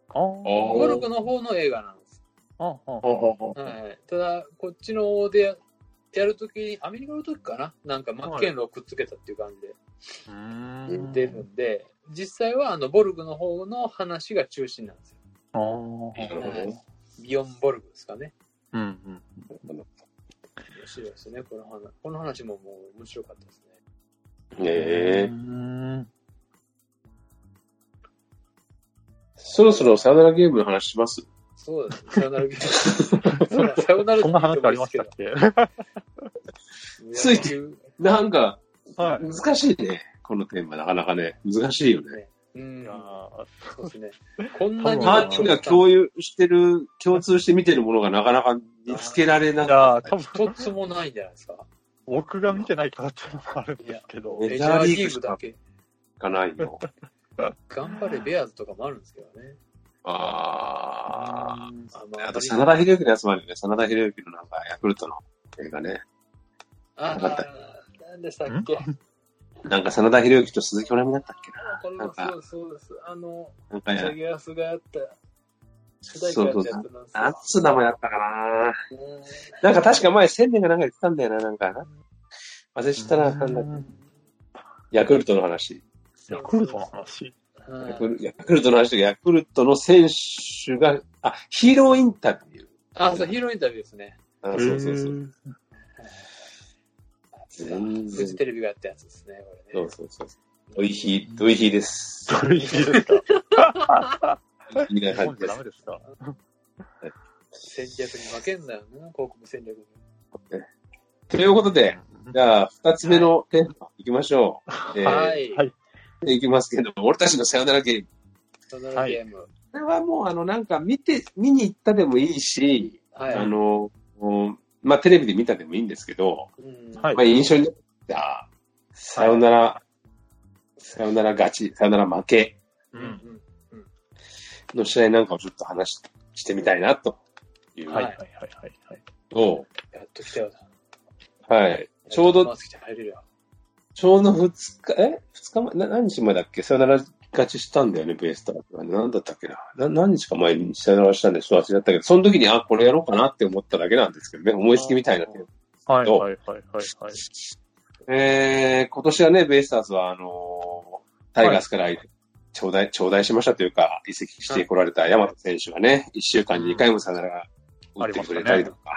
D: あー
C: ボルグの方の映画なんです。
D: あー。あー
C: はい、ただ、こっちのでやるときに、アメリカの時かななんかマッケンローをくっつけたっていう感じで
D: うーん
C: 出るんで、実際はあのボルグの方の話が中心なんですよ。
D: あー
B: なるほどね。
C: ビヨン・ボルグですかね。
D: うんうん。
C: 面白いですね、この話。この話ももう面白かったですね。
B: ええ
D: うーん
B: そろそろさよならゲームの話します
C: そうですね。さよならゲ
D: <laughs>
C: ーム。さよなら
D: そんな話ありましたっけは
B: ついてなんか、
D: い。
B: 難しいね。このテーマ、なかなかね。難しいよね。
C: うん
D: いや。ー
C: そうですね。 <laughs> こんなに。
D: 多分
B: パーティーが共有してる、共通して見てるものがなかなか見つけられな
D: じ
B: く
D: ゃあ、多分
C: 一つもないんじゃないですか。
D: 僕が見てないからっていうのもあるんですけど
B: い、や
C: メジャーリーグだけ。
B: かないの。
C: 頑張れ、ベアーズとかもあるんですけどね。
B: あ
D: うーん
C: あ
B: あ。あと、真田広之のやつもあるよね。真田広之のなんか、ヤクルトの映画ね。
C: あ
B: なかった
C: ー、なんでしたっけ。
B: なんか、真田広之と鈴木おなみだったっけな。
C: これもそうそうです。あの、
B: なんか
C: ジャ
B: や、
C: ギアスがあった、主
B: そう
C: 題歌
B: そ
C: や
B: う
C: ったやつなんです
B: なん
C: よ
B: つう名前だったかな。
C: うん
B: なんか確か前、千年がなんか言ってたんだよな、なんかな。忘れちゃったな、なんだっけヤクルトの話。
D: ヤクルトの話
C: はい
B: ヤクルヤクルトの話とか、ヤクルトの選手が、あ、ヒーローインタビュー。
C: あ、そう、ヒーローインタビューですね。
B: あそうそうそう。
D: う。
B: 全
C: フ
B: 然
C: ジ。テレビがやったやつですね、こ
B: そ
C: れ
B: う
C: ね。
B: そうそう。ドイヒー、ドイヒー
C: <laughs>
B: です。
D: それいいですか
B: みたい
D: 日
B: な感
D: 本
B: じ
D: じ
B: です
D: ゃダメ。ですか
C: 戦略に負けんなよな、広告戦略に。
B: ということで、じゃあ、二つ目のテーマ行きましょう。
C: <laughs> は
B: え
C: い。
D: はい
B: ー、行きますけど、俺たちのさよならゲーム。
C: そのゲーム。
B: これはもう、あの、なんか見て、見に行ったでもいいし、
C: はい。
B: あの、うんまあ、テレビで見たでもいいんですけど、
C: うん
D: はい
B: まあ、印象に残った、さよなら、さよなら勝ち、さよなら負け
C: う
D: うんん
C: うん
B: の試合なんかをちょっと話ししてみたいな、という
D: はいはい
B: の
D: はいはいはい。
B: を、
C: やっと来たよな。
B: はい。ちょうど
C: マ、スクちゃん入れるよ。
B: ちょうど2日、え ?2 日前な何日前だっけさよなら勝ちしたんだよね、ベイスターズは。なんだったっけなな何日か前にさよならしたんで、ちょっと忘れちゃったけど、その時に、あ、これやろうかなって思っただけなんですけどね、思いつきみたいな。
D: はいはいはいはいはい。
B: えー、今年はね、ベイスターズは、あのータイガースから、頂戴、頂戴しましたというか、移籍してこられた山田選手がね、1週間に2回もさよなら打ってくれたりとか、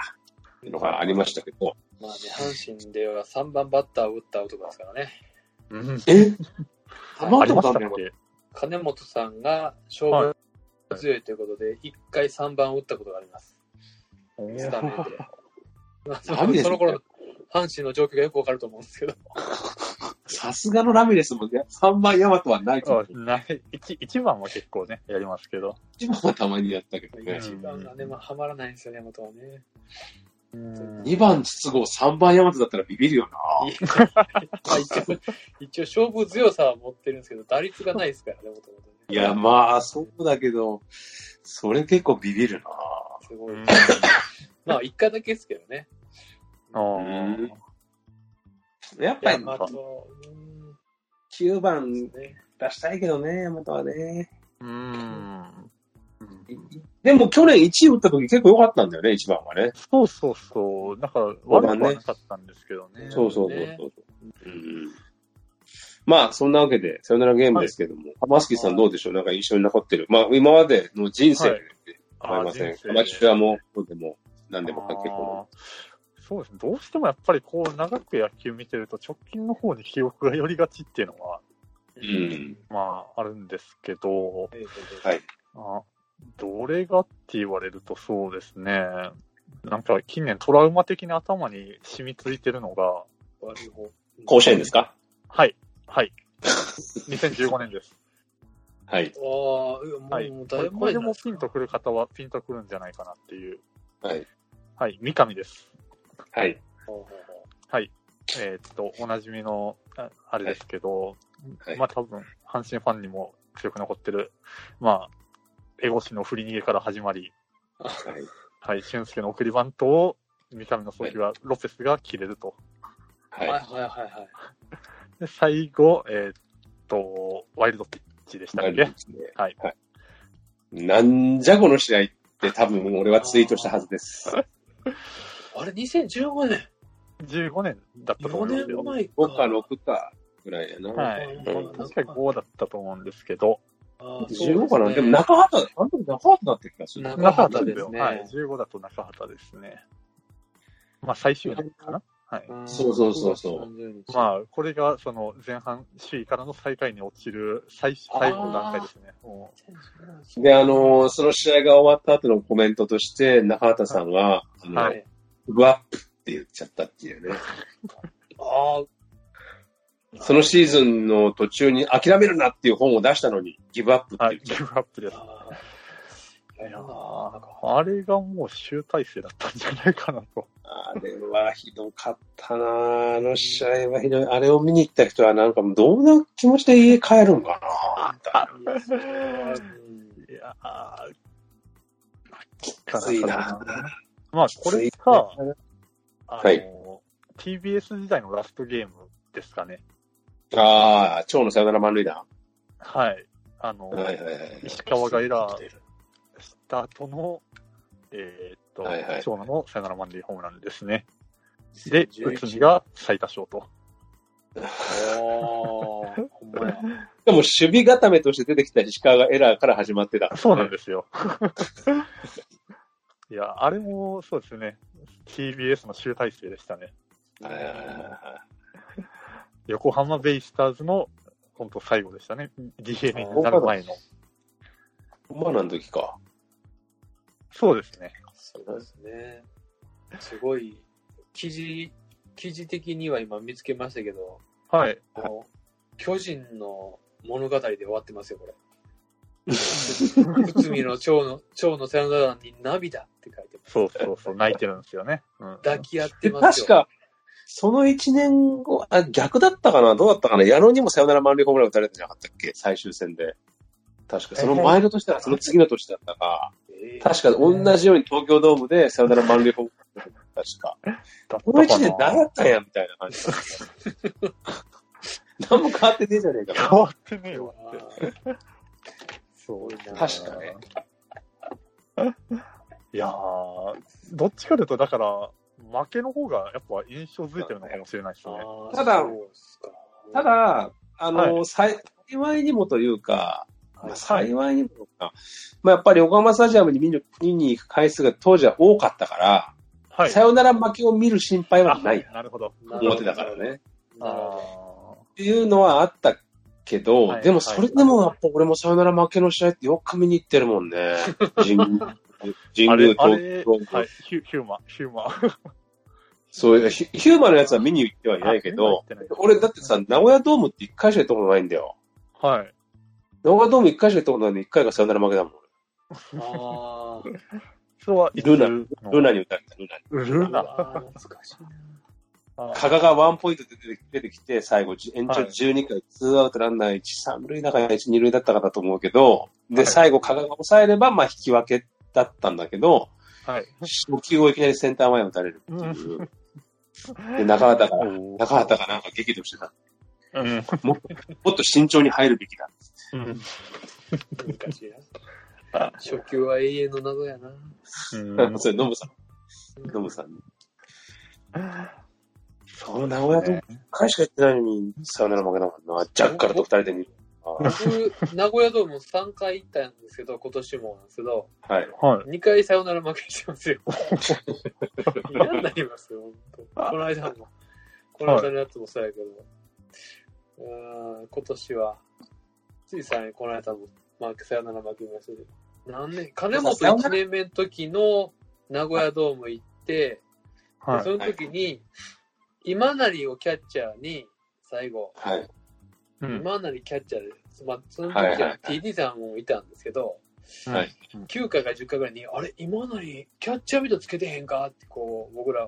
B: いうのがありましたけど、
C: まあね、阪神では3番バッターを打った男ですからね。
D: うん
B: え
C: はい
B: あ
D: ありましたっ
B: あ
D: け
C: 金本さんが勝負強いということで、一回3番打ったことがあります。スタメンで。まあそ
B: ダメですね
C: のその頃、阪神の状況がよくわかると思うんですけど。
B: さすがのラミレスもね、3番ヤマトはないと
D: そ
B: 思う
D: う。ない一一番は結構ね、やりますけど。
B: 一番はたまにやったけどね。
C: 一番がね、まあ、はまらないんですよね、元はね。
D: うん
B: 2番筒号、3番ヤマトだったらビビるよな。
C: まあ、一
B: <laughs>
C: 応、一応勝負強さは持ってるんですけど、打率がないですからね、元々ね。
B: いや、まあ、そうだけど、それ結構ビビるな。
C: すごい。
D: うん
C: まあ、一回だけですけどね。
D: うん
B: やっ
C: い
B: ぱ
C: や、
B: り
C: まあ、あと、うん
B: 9番
C: ね。
B: 出したいけどね、ヤマトはね。
D: うん
B: でも去年1位打った時結構良かったんだよね、1番はね。
D: そうそうそう、なんか悪くはなかったんですけどね。
B: そうそうそう
C: ね
B: そう。うんまあ、そんなわけで、さよならゲームですけども、浜月さんどうでしょうなんか印象に残ってる。まあ、今までの人生
D: はい
B: で構いません。
D: 人生
B: アマチュアも、そうでも、何でもかけこ
D: あーそうですね、どうしてもやっぱりこう長く野球見てると、直近の方に記憶が寄りがちっていうのは、
C: う
B: うん。
D: まあ、あるんですけど、
B: はい
D: あどれがって言われるとそうですね、なんか近年、トラウマ的に頭に染みついてるのが、
C: 悪い方。
B: 甲子園ですか
D: はい、
C: <laughs>
D: はい、2015年です。
B: はい。
C: ああ、もう、
D: はい
C: もう
D: こ
C: <laughs> だい
D: れ
C: ぶ
D: これ
C: 前
D: で
C: なん
D: も
C: です
D: ピンとくる方はピンとくるんじゃないかなっていう、
B: はい。
D: はい、三上です。
B: はい。
C: か
D: はい。えーっと、おなじみの、ああれですけど、
B: はい
D: まあ多分、阪神ファンにも強く残ってる、まあ、江越の振り逃げから始まり、
B: はい
D: はい、俊介の送りバントを、三上の送球はロペスが切れると。
B: は
C: はい
B: い。
C: はいはいはい。
D: で、最後、えーっと、ワイルドピッチでしたっけはい。
B: なんじゃこの試合って多分俺はツイートしたはずです。
C: あれ、2015年
D: 15年だったと思
C: ?4
D: います
C: 年
D: よ。
C: 前か。
B: 5か6かぐらいやな。
D: はい。
C: うん
D: 確か5だったと思うんですけど、
C: あーそう
B: 15かな
C: すね
B: でも中畑、あの時中畑だった気がする。
C: 中
D: 中
C: 畑
D: 畑
C: で
D: ですす
C: ね
D: ね。はい。15だと中畑ですね。まあ、最終年かなはい。
C: ん
B: そうそうそうそう
C: 9月30日
D: まあ、これがその前半、首位からの最下位に落ちる最最後の段階ですね。も
B: で、あのーその試合が終わった後のコメントとして、中畑さんが、あの
D: はい
B: ギブアップって言っちゃったっていうね。
C: あ
B: そのシーズンの途中に諦めるなっていう本を出したのに、 <laughs> ギブアップっ
D: うは
B: て
D: い、
B: 言
D: ギ
B: っちゃ
D: ブアップです
C: ー。あー。
D: いや
C: なんか
D: あれがもう集大成だったんじゃないかなと。
B: った。あれはひどかったなぁあの試合はひどい。あれを見に行った人はなんかどんな気持ちで家帰るんかなぁ
C: いやそれはうん
D: いやー、
B: きついなぁ
D: まあ、これか、あ
B: はい
D: の、TBS 時代のラストゲームですかね。
B: ああ、蝶のさよなら満塁弾。
D: はい。あの、
B: はいはいはい。
D: 石川がエラーした後の、えーっと、
B: はいはい
D: 長野のサヨナラマンデーホームランですね。で、
C: 11
D: 内海が最多勝と。
C: おーほんまや。
B: でも守備固めとして出てきた石川がエラーから始まってた。
D: そうなんです <laughs> よ。いや、あれもそうですね。TBS の集大成でしたね。
B: はいはいはいは
D: 横浜ベイスターズの本当最後でしたね。DNA になる前の。
B: い。ホームランの時か。
D: そうですね。
C: そうですね。すごい、記事、記事的には今見つけましたけど、
D: はい。
C: この巨人の物語で終わってま
B: <laughs>
C: すよ、これ。内海の蝶の、蝶のサヨナラに涙って書いてます。
D: そうそうそう、泣いてるんですよね。うん、
C: 抱き合ってます
B: 確
C: よ。
B: か、その1年後、あ、逆だったかなどうだったかな矢野にもサヨナラ満塁ホームラン打たれたんじゃなかったっけ最終戦で。確か、その前の年だか、その次の年だったか。
C: えー
B: 確か、同じように東京ドームでサヨナラ満塁ホームラン打たれた。確か。
D: だった
B: <laughs> こ
D: か
B: の
D: な
B: 1年何やったんやみたいな感じだった。 <laughs> 何も変わってねえじゃねえかな。
D: 変わってねえ
C: う
D: わ
C: わ
D: って。
C: ー
D: そう
B: 確かね。
D: いやー、どっちかというと、だから、負けの方がやっぱ印象づいてるのかもしれないですね。
C: あー
B: ただ
C: そうっすか
B: ただ、あ
D: は
B: の、幸いにもというか、まあ
D: はい
B: 幸いにもか、まあ、やっぱり横浜スタジアムに見に見に行く回数が当時は多かったから、
D: はい。
B: さよなら負けを見る心配は
D: あ
B: ない。
D: なるほど。
C: なるほど
B: 表だからね。
C: なるほど
B: っていうのはあったけど、
D: はい
B: でもそれでもやっぱ俺もサヨナラ負けの試合ってよく見に行ってるもん
D: <laughs>
B: ね。神宮、神
D: あれ
B: 宮、
D: あ
B: 東
D: れ、
B: 京、
D: はい、ヒュヒューマ、ヒューマ。
B: そういう、ヒュヒューマのやつは見に行ってはいないけど、、俺だってさ、、名古屋ドームって一回しか行ったことないんだよ。
D: はい。
B: 名古屋ドーム一回しか行ったことないのに一回がサヨナラ負けだもん。
C: あー
D: それは、
B: ルナルナに打たれた、ルナに。
D: ナ。ルナ。
C: あー、懐かしいな。
D: あ
B: 加賀がワンポイントで出て出てきて、最後、じ延長
D: はい
B: 12回、ツーアウトランナー1、3塁だから1、2塁だったかだと思うけど、で、
D: はい
B: 最後、加賀が抑えれば、まあ、引き分けだったんだけど、
D: はい。
B: 初球をいきなりセンター前に打たれるっていう。で、中畑が、
D: おー
B: 中畑がなんか激怒してた。
D: うん。
B: もっと慎重に入るべきだ。
D: うん
C: 難しいな。初級は永遠の謎やな。
D: うん
B: それ、ノブさん。ノブさん。その名古屋と1回しか行ってないのに、サウナの負けだもんな。ジャッカルと二人で見る。あー
C: 僕、名古屋ドーム3回行ったんですけど、今年もなんですけど、
B: はい。
D: はい。
C: 2回サヨナラ負けしてますよ。嫌になりますよ、本当。この間も。この間のやつもそうやけど。うーん、今年は、ついさらにこの間も負け、サヨナラ負けましたけど。何年、金本1年目の時の名古屋ドーム行って、で
D: はい。
C: その時に、今成をキャッチャーに、最後、
B: はい。
D: うん
C: 今成キャッチャーです。まあ、その時
B: はいはいは
C: はい TD さんもいたんですけど、
B: はい。
C: 9回か10回ぐらいに、あれ、今のにキャッチャーミットつけてへんかって、こう、僕ら、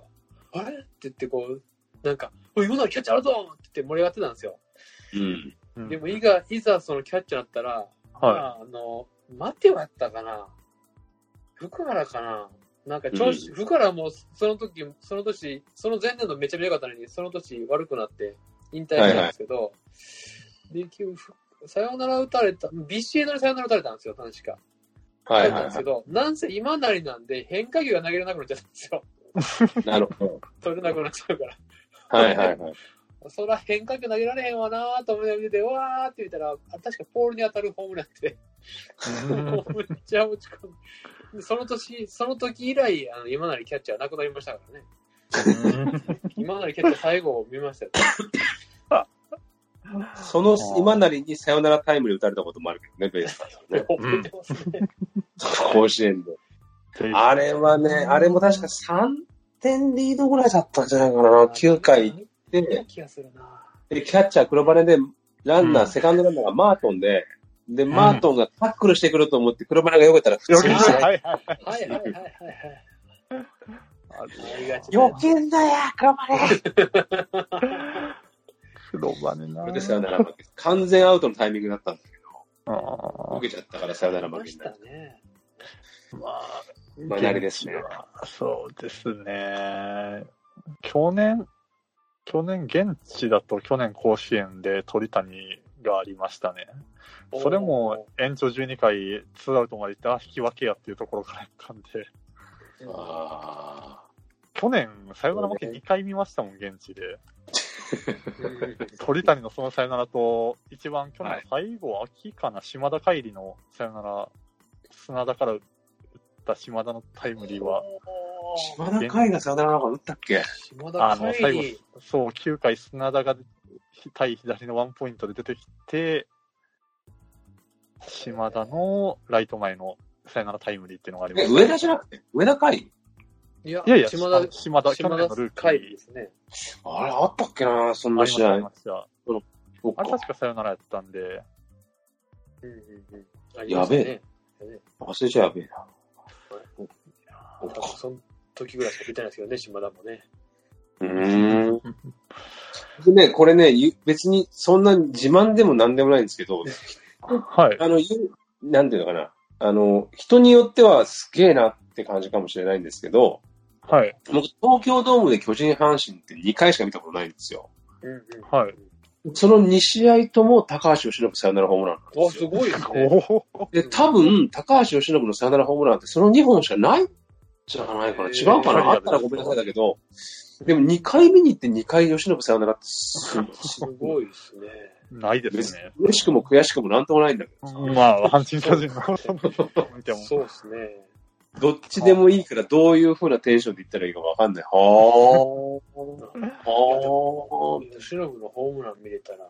C: あれって言って、こう、なんか、おい今のキャッチャーあるぞって言って盛り上がってたんですよ。
B: うん。
D: うん
C: でも、いざ、いざそのキャッチャーだったら、ま
D: はい。
C: ああの、待てはやったかな福原かななんか調子、
B: うん
C: 福原もその時、その年、その前年度めちゃめちゃ良かったのに、その年悪くなって引退したんですけど、で結局ふさよなら打たれた、ビシエドにさよなら打たれたんですよ、確か。
B: は
C: だ
B: い
C: ったん
B: は
C: です
B: い
C: けど、なんせ今なりなんで変化球が投げれなくなっちゃったんですよ。
B: はい。なるほど。
C: 取れなくなっちゃうから。
B: はいはいはい。
C: そら変化球投げられへんわなーと思いながら見てて、わーって言ったら、あ確かポールに当たるホームランって、もうめっちゃ落ち込んでで。その年、その時以来、あの今なりキャッチャーなくなりましたからね。今なりキャッチャー最後を見ましたよ。
B: その今なりにサヨナラタイムに打たれたこともあるけどね、ベースさんね。
C: 覚えてますね。
B: 甲子園で。あれはね、あれも確か3点リードぐらいだったんじゃないかな。9回行っ
C: な
B: て
C: ん、気がするな
B: で、キャッチャー黒羽で、ランナー、
D: うん
B: セカンドランナーがマートンで、で、マートンがタックルしてくると思って、黒羽がよけたら普通に
C: よけ
B: ね。
D: はいはい。
C: はいはいはいはいはい。ありがちだよ
B: よけんだよ、黒羽
D: 黒羽な
B: それでサヨナラ負け。完全アウトのタイミングだったんだけ
D: あ
B: ど、
D: ー
B: 受けちゃったからサヨナラ
C: あり
B: 負
C: ま
B: け
C: し
B: にな
C: た
B: る。
C: ね。
D: まあ、
B: まあなりですね
D: 現地は。そうですね。去年、去年、現地だと去年甲子園で鳥谷がありましたね。それも延長12回、ツーアウトまで行って、あ、引き分けやっていうところからやったんで、
B: あ
D: 去年、サヨナラ負け2回見ましたもん、現地で。
C: うん
D: 鳥谷のそのサヨナラと、一番去
B: は
D: 年
B: い
D: 最後、秋かな、島田海里のサヨナラ、砂田から打った島田のタイムリーは、
B: あ。島田海がサヨナラなんか打ったっけ
C: 島
D: あ
C: 田
D: の、
C: 海
D: 最後
C: 里、
D: そう、9回砂田が対左のワンポイントで出てきて、島田のライト前のサヨナラタイムリーっていうのがありま
B: え、
D: した。
B: 上田じゃなくて、上田海
C: いや
D: いやいや、
C: 島
D: 島
C: 田
D: 田、、島田、去
C: 島
D: 年のルー
C: 田
D: キー。あ
C: 海里
D: り
C: ですね。
B: あれ、あったっけな、そん
D: ま
B: な
D: し
B: 試
D: た、あり
B: 合
D: ま。した。
B: そっ
D: あれ
B: か
D: 確かサヨナラやったんで、
C: うんうんうんありま
B: や
C: した
B: べえ
C: ね。
B: 忘れちゃやべえな。
C: 多分その時ぐらいしか出てないですけどね、島田もね。
B: うーん。 <laughs> でね、これね、ゆ別にそんな自慢でもなんでもないんですけ <laughs> ど、
D: はい。
B: あの、ゆなんていうのかな。あの、人によってはすげえなって感じかもしれないんですけど、
D: はい。
B: 僕、東京ドームで巨人阪神って2回しか見たことないんですよ。
C: うんうん。
D: はい。
B: その2試合とも高橋由伸サヨナラホームランなんで
C: わ、
B: す
C: す
B: よ。
C: ごいですね。
D: おお。
B: で、多分、高橋由伸のサヨナラホームランってその2本しかないんじゃないかな。違うか
D: え
B: な
D: ー
B: あったらごめんなさいだけど、でも2回見に行って2回由伸サヨナラってす
C: すごいですね。
D: ないですね。
B: 嬉しくも悔しくもなんともないんだけどさ、
D: まあ、阪神巨人の、その見ても。
C: そうですね。
B: どっちでもいいからどういう風なテンションで言ったらいいかわかんない。は
C: あ
B: ぁー。はぁー。
C: 由伸のホームラン見れたら、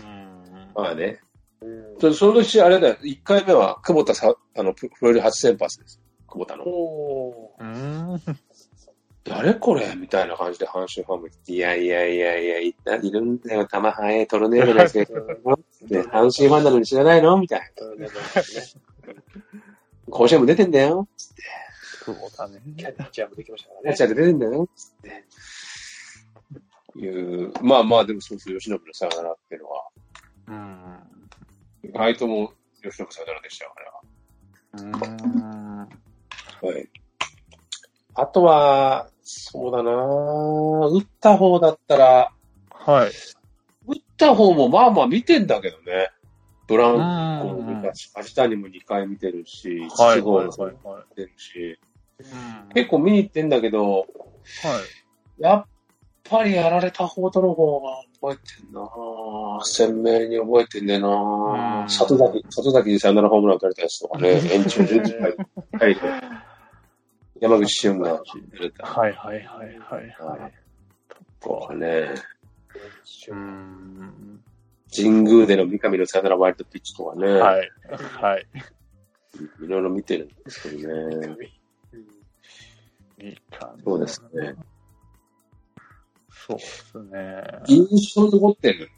D: うん。
B: まあね。
C: うん
B: そそのうちあれだよ、1回目は久保田さ、あの、ププロ入り初先発です。久保田の。
C: おー
D: うん。
B: 誰これみたいな感じで阪神ファンも、いやいやいやいや、いたいるんだよ、玉早い、トルネードですよ。 <laughs> で、阪神ファンなのに知らないのみたいな。甲子園も出てんだよ。
D: そうだね。
C: キャッチャーもできましたから
B: 甲
C: ね
B: 子。園で出てんだよ。つって。いう、まあまあ、でもそうそう、吉信のさよならっていうのは、
D: うん。
B: 意外とも吉信さよならでしたよ、あれは。
D: うん。
B: はい。あとは、そうだなぁ打った方だったら、
D: はい。
B: 打った方もまあまあ見てんだけどね。ブランコも
D: うん
B: 見たし、梶谷も2回見てるし、
D: は
B: 筒
D: い、
B: 香も
D: はい、
B: 見
D: はい。は
B: てるし、
D: い。うん
B: 結構見に行ってんだけど、
D: はい。
B: やっぱりやられた方との方が覚えてんなぁ鮮明に覚えてんねんな
D: う
B: ぁ
D: ん
B: 里崎、里崎にサヨナラホームラン打たれたやつとかね、延 <laughs> 長10回、はい。山口俊が打たれた。
D: はいはいはいはいはい。
B: とかね。
D: うーん。
B: 神宮での三上のサヨナラワイルドピッチとかね、
D: はい。はい。
B: い、ろいろ見てるんですけどね。
D: いい感じ。
B: そうですね。
D: そうですね。
B: 印象に残ってる。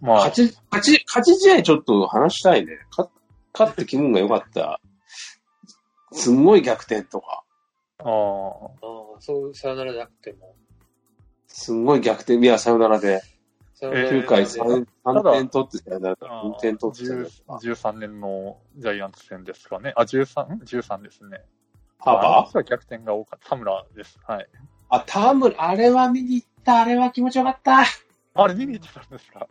D: まあ
B: 勝、ち、勝ち、勝ち試合ちょっと話したいね。勝勝って気分が良かった。すんごい逆転とか。
D: あ
C: あ
D: あ、
C: あ、そう、さよならじゃなくても。
B: すんごい逆転。いや、サヨナラで。
C: さよなら
D: えー
B: 9回
C: じゃなくて
B: 3, 3点取ってサヨナラとか、2点取ってサヨナラとか。
D: 13年のジャイアンツ戦ですかね。あ、13?13 ですね。
B: ハー
D: あの
B: バー
D: 時は逆転が多かった。田村です。はい。
B: あ、タムル、あれは見に行った。あれは気持ちよかった。
D: あれ見に行ってたんですか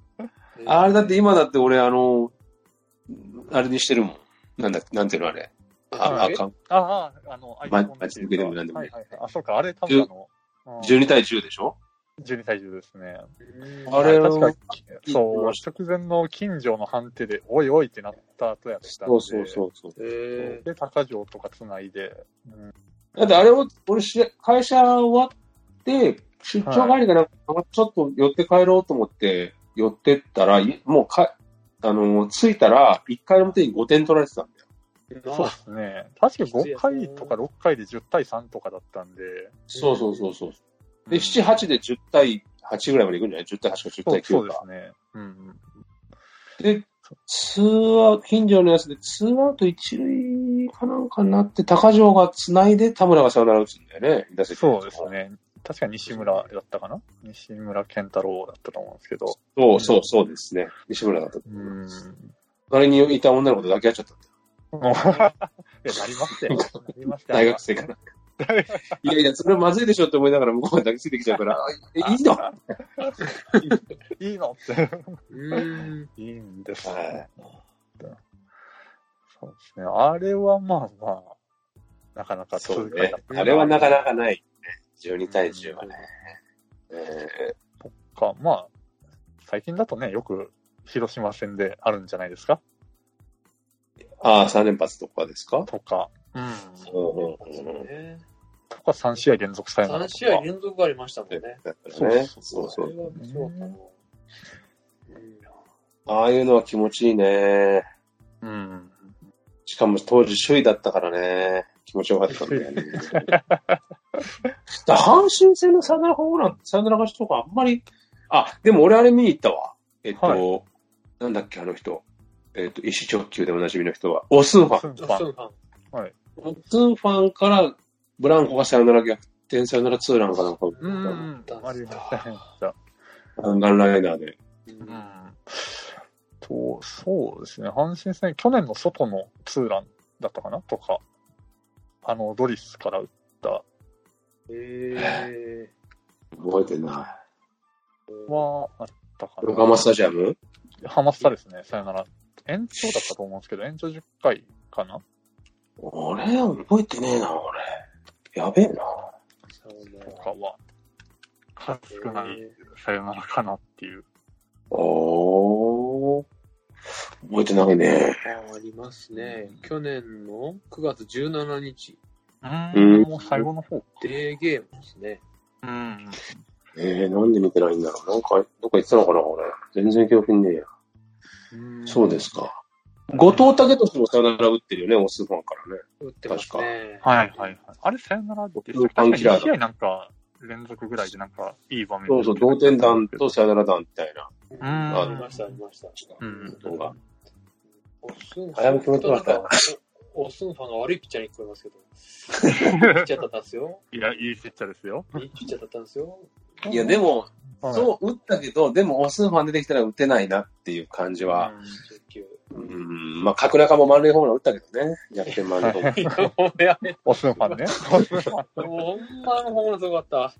B: あれだって今だって俺、あの、あれにしてるもん。なんだ、なんていうのあれ。あ、あかん。
D: ああ、あの、アイコン
B: ま待ち受けでも何でも
D: は
B: ね
D: いはいはい。あ、そうか、あれ田村の。うん
B: 12対10でしょ
D: 12対10ですね。
C: うん
B: あれ
D: 確
B: の
D: かに、そう、直前の近所の判定で、おいおいってなった後やったんで。
B: そうそうそうそう。
C: え
D: で、高城とかつないで、
B: だってあれを、俺し、会社終わって、出張帰りかなんか、ちょっと寄って帰ろうと思って、寄ってったら、いもうか、あの、着いたら、1回の表に5点取られてたんだよ。
D: そうですね。確か5回とか6回で10対3とかだったんで。
B: そうそうそうそう。
D: う
B: で、
D: ん
B: 7、8で10対8ぐらいまで行くんじゃない ?10 対8か10
D: そう
B: 対
D: そう
B: 9
D: で
B: か
D: す。ね。うん。
B: で、ツーアウト、近所のやつで、ツーアウト一塁かなんかになって、高城が繋いで田村がサヨナラ打つんだよね、打席
D: そうです。ね。確か西村だったかな西村健太郎だったと思うんですけど。
B: そうそうそうですね。西村だった。 <laughs>
D: うん。
B: 隣にいた女の子と抱き合っちゃったんだよ。
D: もういや、なりますよ。なります
B: <laughs>
D: よ
B: 大学生かな。いやいや、それはまずいでしょって思いながら向こうが抱きついてきちゃう
D: <laughs>
B: から、あえ、いいのはい
D: いのって。 <laughs>
C: うん。
D: いいんですよ
B: い。
D: そうですね。あれはまあまあ、なかなか
B: そう
D: 痛快
B: ね
D: だった。
B: あれはなかなかない。12対10はね。え
D: か、まあ、最近だとね、よく広島戦であるんじゃないですか
B: ーああ、3連発とかですか
D: とか、うん。
B: うんうんうん。
C: ね
D: とか3試合連続さよなら
C: 3
D: とか。
C: 試合連続ありましたもんね。
B: だったらね。そうそう。
C: れはそうかも。うん
B: ああいうのは気持ちいいね。
D: うん。
B: しかも当時首位だったからね。気持ちよかったん <laughs> だよね。だ阪神戦のサヨナラホームラン、サヨナラ勝ちとかあんまり、あ、でも俺あれ見に行ったわ。えっと、
D: は
B: なんだっけ、あの人。えっと、石直球でおなじみの人は、オスンファン。
D: スン
C: あ
D: パ
C: そ
D: ン。
C: うか
B: オスンファンからブランコがサヨナラ逆転サヨナラツーランかなんか、
D: うん。ありましたね。じゃあ
B: 弾丸ライナーで。
C: うん
D: うん。と、そうですね。阪神戦、去年の外のツーランだったかなとか、あの、ドリスから打った
C: え
B: 覚えてな
D: はあったか
B: い。
D: な。
B: 横浜スタジアム
D: ハマスタですね、さよなら。延長だったと思うんですけど、延長10回かな
B: 俺、覚えてねえな、俺。やべえな。
D: とかは、数少ないさよならかなっていう。
B: おー。覚えてないね。
C: あありますね。去年の9月17日、
D: うーん、
B: うん
D: もう最後の方。
C: デーゲームですね。
D: うん。
B: えー、なんで見てないんだろう。なんか、どっか行ってたのかな、俺。全然記憶にねえや。そうですか。後藤武俊もさよなら打ってるよね、オスファンからね。
C: 打ってますね。
D: はいはいはい。あれ、さよならでしたっけ
B: パ
D: 確
B: ン
D: か
B: キラーだ
D: に試合なんか連続ぐらいでなんかいい場面
B: そうそう、同点弾とさよなら弾みたいな。
C: うんありました、ありました。
D: うん。
B: 動画
C: オスンフ
B: 早め決めてました
C: なんかオスンファが悪いピッチャーに聞こえますけど。ピッチャーだったんですよ。
D: いや、いいピッチャーですよ。
C: いいピッチャーだったんですよ。
B: いや、でも、
D: はい
B: そう、打ったけど、でもオスファン出てきたら打てないなっていう感じは。
D: うん
C: 10球。
B: うん、まあ、角中も満塁ホームラン打ったけどね。逆転満塁ホームラン。
C: いやもうやめ
D: オスンファンね。オスンファン。
C: もうほんまあのホームランすごか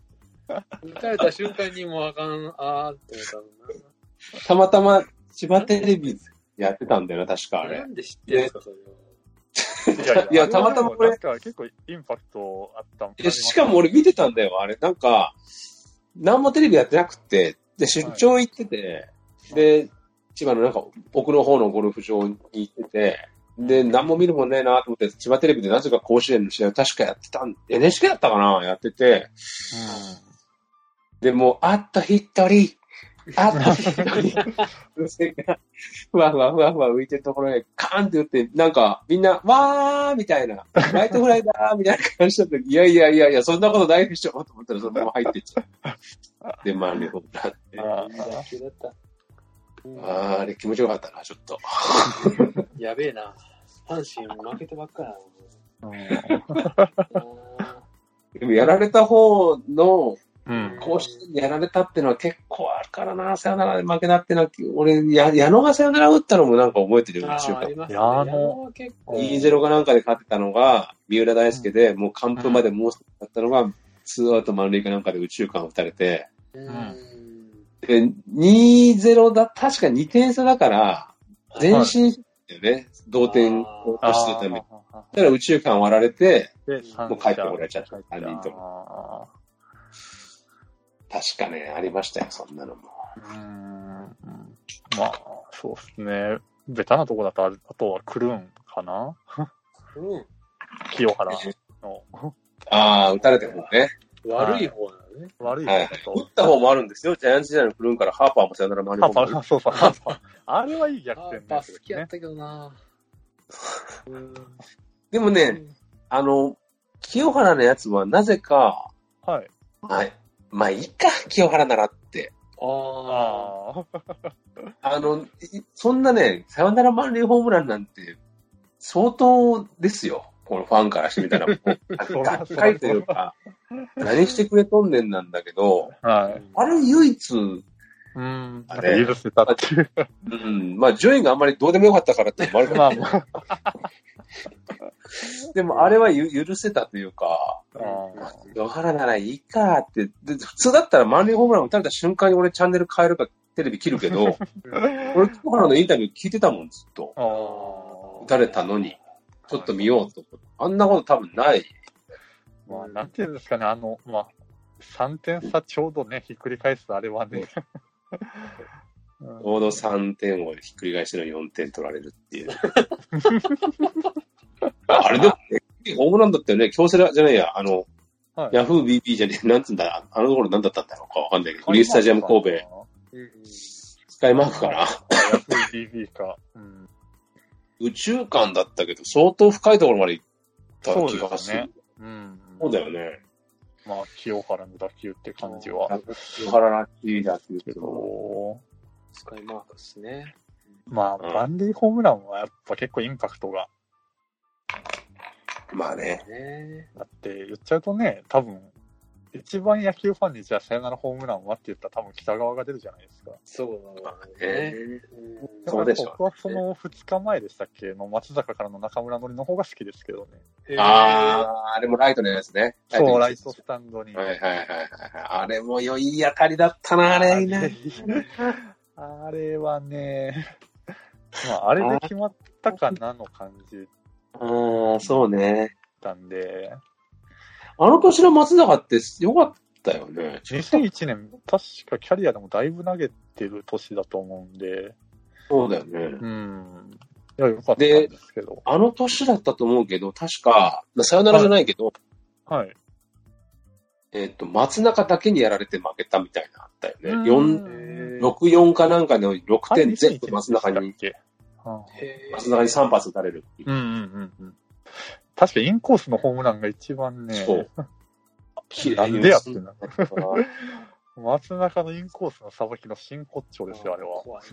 C: った。打たれた瞬間にもうあかん、あーって思った
B: またま千葉テレビやってたんだよな、確かあ
C: たもんな。な
B: れ。
C: んで知ってるんですか、それ
B: いやたまたまこれ
D: なんか結構インパクトあったん
B: えしかも俺見てたんだよ、あれ。なんか、何もテレビやってなくて、で、出張行ってて、で、千葉のなんか奥の方のゴルフ場に行ってて、で、何も見るもんねえなと思って、千葉テレビでなぜか甲子園の試合を確かやってたん、NHK だったかなやってて、で、もう、あと一人、あと一 <laughs> 人、風船が、ふわふわふわふわ浮いてるところへ、カーンって打って、なんか、みんな、わーみたいな、ライトフライだーみたいな感じだった時いやいやいやいや、そんなことないでしょと思ったら、そのまま入ってっちゃう。で、満塁ホームランって。
D: あ
C: うん野球だった。うん
B: あーあれ気持ちよかったな、ちょっと。
C: やべえな。阪神負けてばっかな。あ
B: でも、やられた方の、
D: うん。
B: こうしてやられたってのは結構あるからな、さよならで負けなってな、俺、や矢野がさよなら打ったのもなんか覚えてるよ、
C: ー
B: 一週
C: あー、
B: 間
C: ありますね。
D: いやー
C: 矢
D: あの
C: 野は結構。
B: 2-0かなんかで勝ってたのが、三浦大輔で、もう完封までもう少しだったのが、ツーアウト満塁かなんかで宇宙間打たれて、
C: うん
B: で、2-0だ、確か2点差だから、前進したよね、同点を
C: あ
B: 阻止するために。だから宇宙間割られて、
D: で
B: もう帰ってこられちゃった三人と
D: も。
B: 確かね、ありましたよ、そんなのも。
D: うーんまあ、そうですね。ベタなとこだと、ああとはクルーンかな
C: うん
D: 清原の
B: ああ、打たれてるもんね。
C: 悪い方なのね。
D: 悪い
B: はい
D: こと。
B: 打った方もあるんですよ、ジャイアンツ時代のクルーンからハーパーもさよなら回り
D: ハーパ
B: 込む。
D: ー、そうそう、ハーパー。あれはいい逆
C: あ
D: 転
C: ー
D: で
C: パ
D: す
C: ス
D: よ
C: 好きや
D: ね
C: っ。たけどな。うん
B: でもね、あの、清原のやつはなぜか、
D: はい。
B: はい。まあいいか、清原ならって。
C: あ
D: ああ。
B: あの、いそんなね、サヨナラ満塁ホームランなんて、相当ですよ。このファンからしてみたら、も <laughs> う、がっかりというか、何してくれとんねんなんだけど、
D: はい。
B: あれ唯一、
D: うん。
B: あれ
D: 許せたっていう。
B: うん、まあ、順位があんまりどうでもよかったからってのもあるけ
D: ま
B: ど
D: あ、まあ。
B: でもあれはゆ許せたというか、
D: あ
B: 野原ならいいかって、で普通だったら満塁ホームラン打たれた瞬間に俺チャンネル変えるかテレビ切るけど、俺、清原のインタビュー聞いてたもん、ずっと。
D: あ
B: 打たれたのに、ちょっと見ようと思って。あんなこと多分ない。
D: まあ、なんていうんですかね、あの、まあ、3点差ちょうどね、ひっくり返すあれはね。うん
B: ちょうど3点をひっくり返しての4点取られるっていう。あれでも、ホームランだったよね。京セラじゃないや、あの、
D: はい
B: ヤフー BP じゃねえ、なんつうんだ、あの頃何だったんだろうかわかんないけど、グリーンスタジアム神戸、
C: ーうん
B: スカイマークかな。
D: 安い DB か。うん。
B: 宇宙間だったけど、相当深いところまで行った
D: そう
B: 気が
D: ですす
B: る。
D: ね。うん。
B: そうだよね。
D: まあ、清原の打球って感じは。
B: 清原らしいだっていうけど。
D: そ
C: スカイマークですね。
D: う。まあ、
B: うん
D: バンディホームランはやっぱ結構インパクトが
B: まあね。
C: ね
D: あって、言っちゃうとね、多分、一番野球ファンにじゃあサヨナラホームランはって言ったら多分北側が出るじゃないですか。
C: そうだね。
B: え
C: うん
B: そうでしょう
D: 僕はその2日前でしたっけの松坂からの中村のりの方が好きですけど
B: ー、
D: ね。
B: あー、あれもライトのやつね。
D: そう、
B: の
D: ラ
B: や
D: イ
B: つ
D: トスタンドに。
B: はいはいはいはいはい。あれも良い当たりだったな、あ
D: あ
B: れいいな。
D: れあれはね、まあ、あれで決まったかなの感じ
B: うん、そうね。
D: たんで、
B: あの年の松坂って良かったよね。
D: 2001年、確かキャリアでもだいぶ投げてる年だと思うんで、
B: そうだよね。
D: うん。いや、よかったんですけど。
B: あの年だったと思うけど、確か、さよならじゃないけど、
D: はい。
B: えっ、と、松中だけにやられて負けたみたいなのあったよね。
D: うん
B: 4、
C: へー
B: 64かなんかの6点全部松中
D: 中
B: に、
D: うん
C: へー
B: 松中に3発打たれるっていう
D: うんうんうん。確かインコースのホームランが一番ね、
B: そう。
D: なんでやってんの
B: そう
D: 松中のインコースのさばきの真骨頂ですよ、あれは。
C: 怖い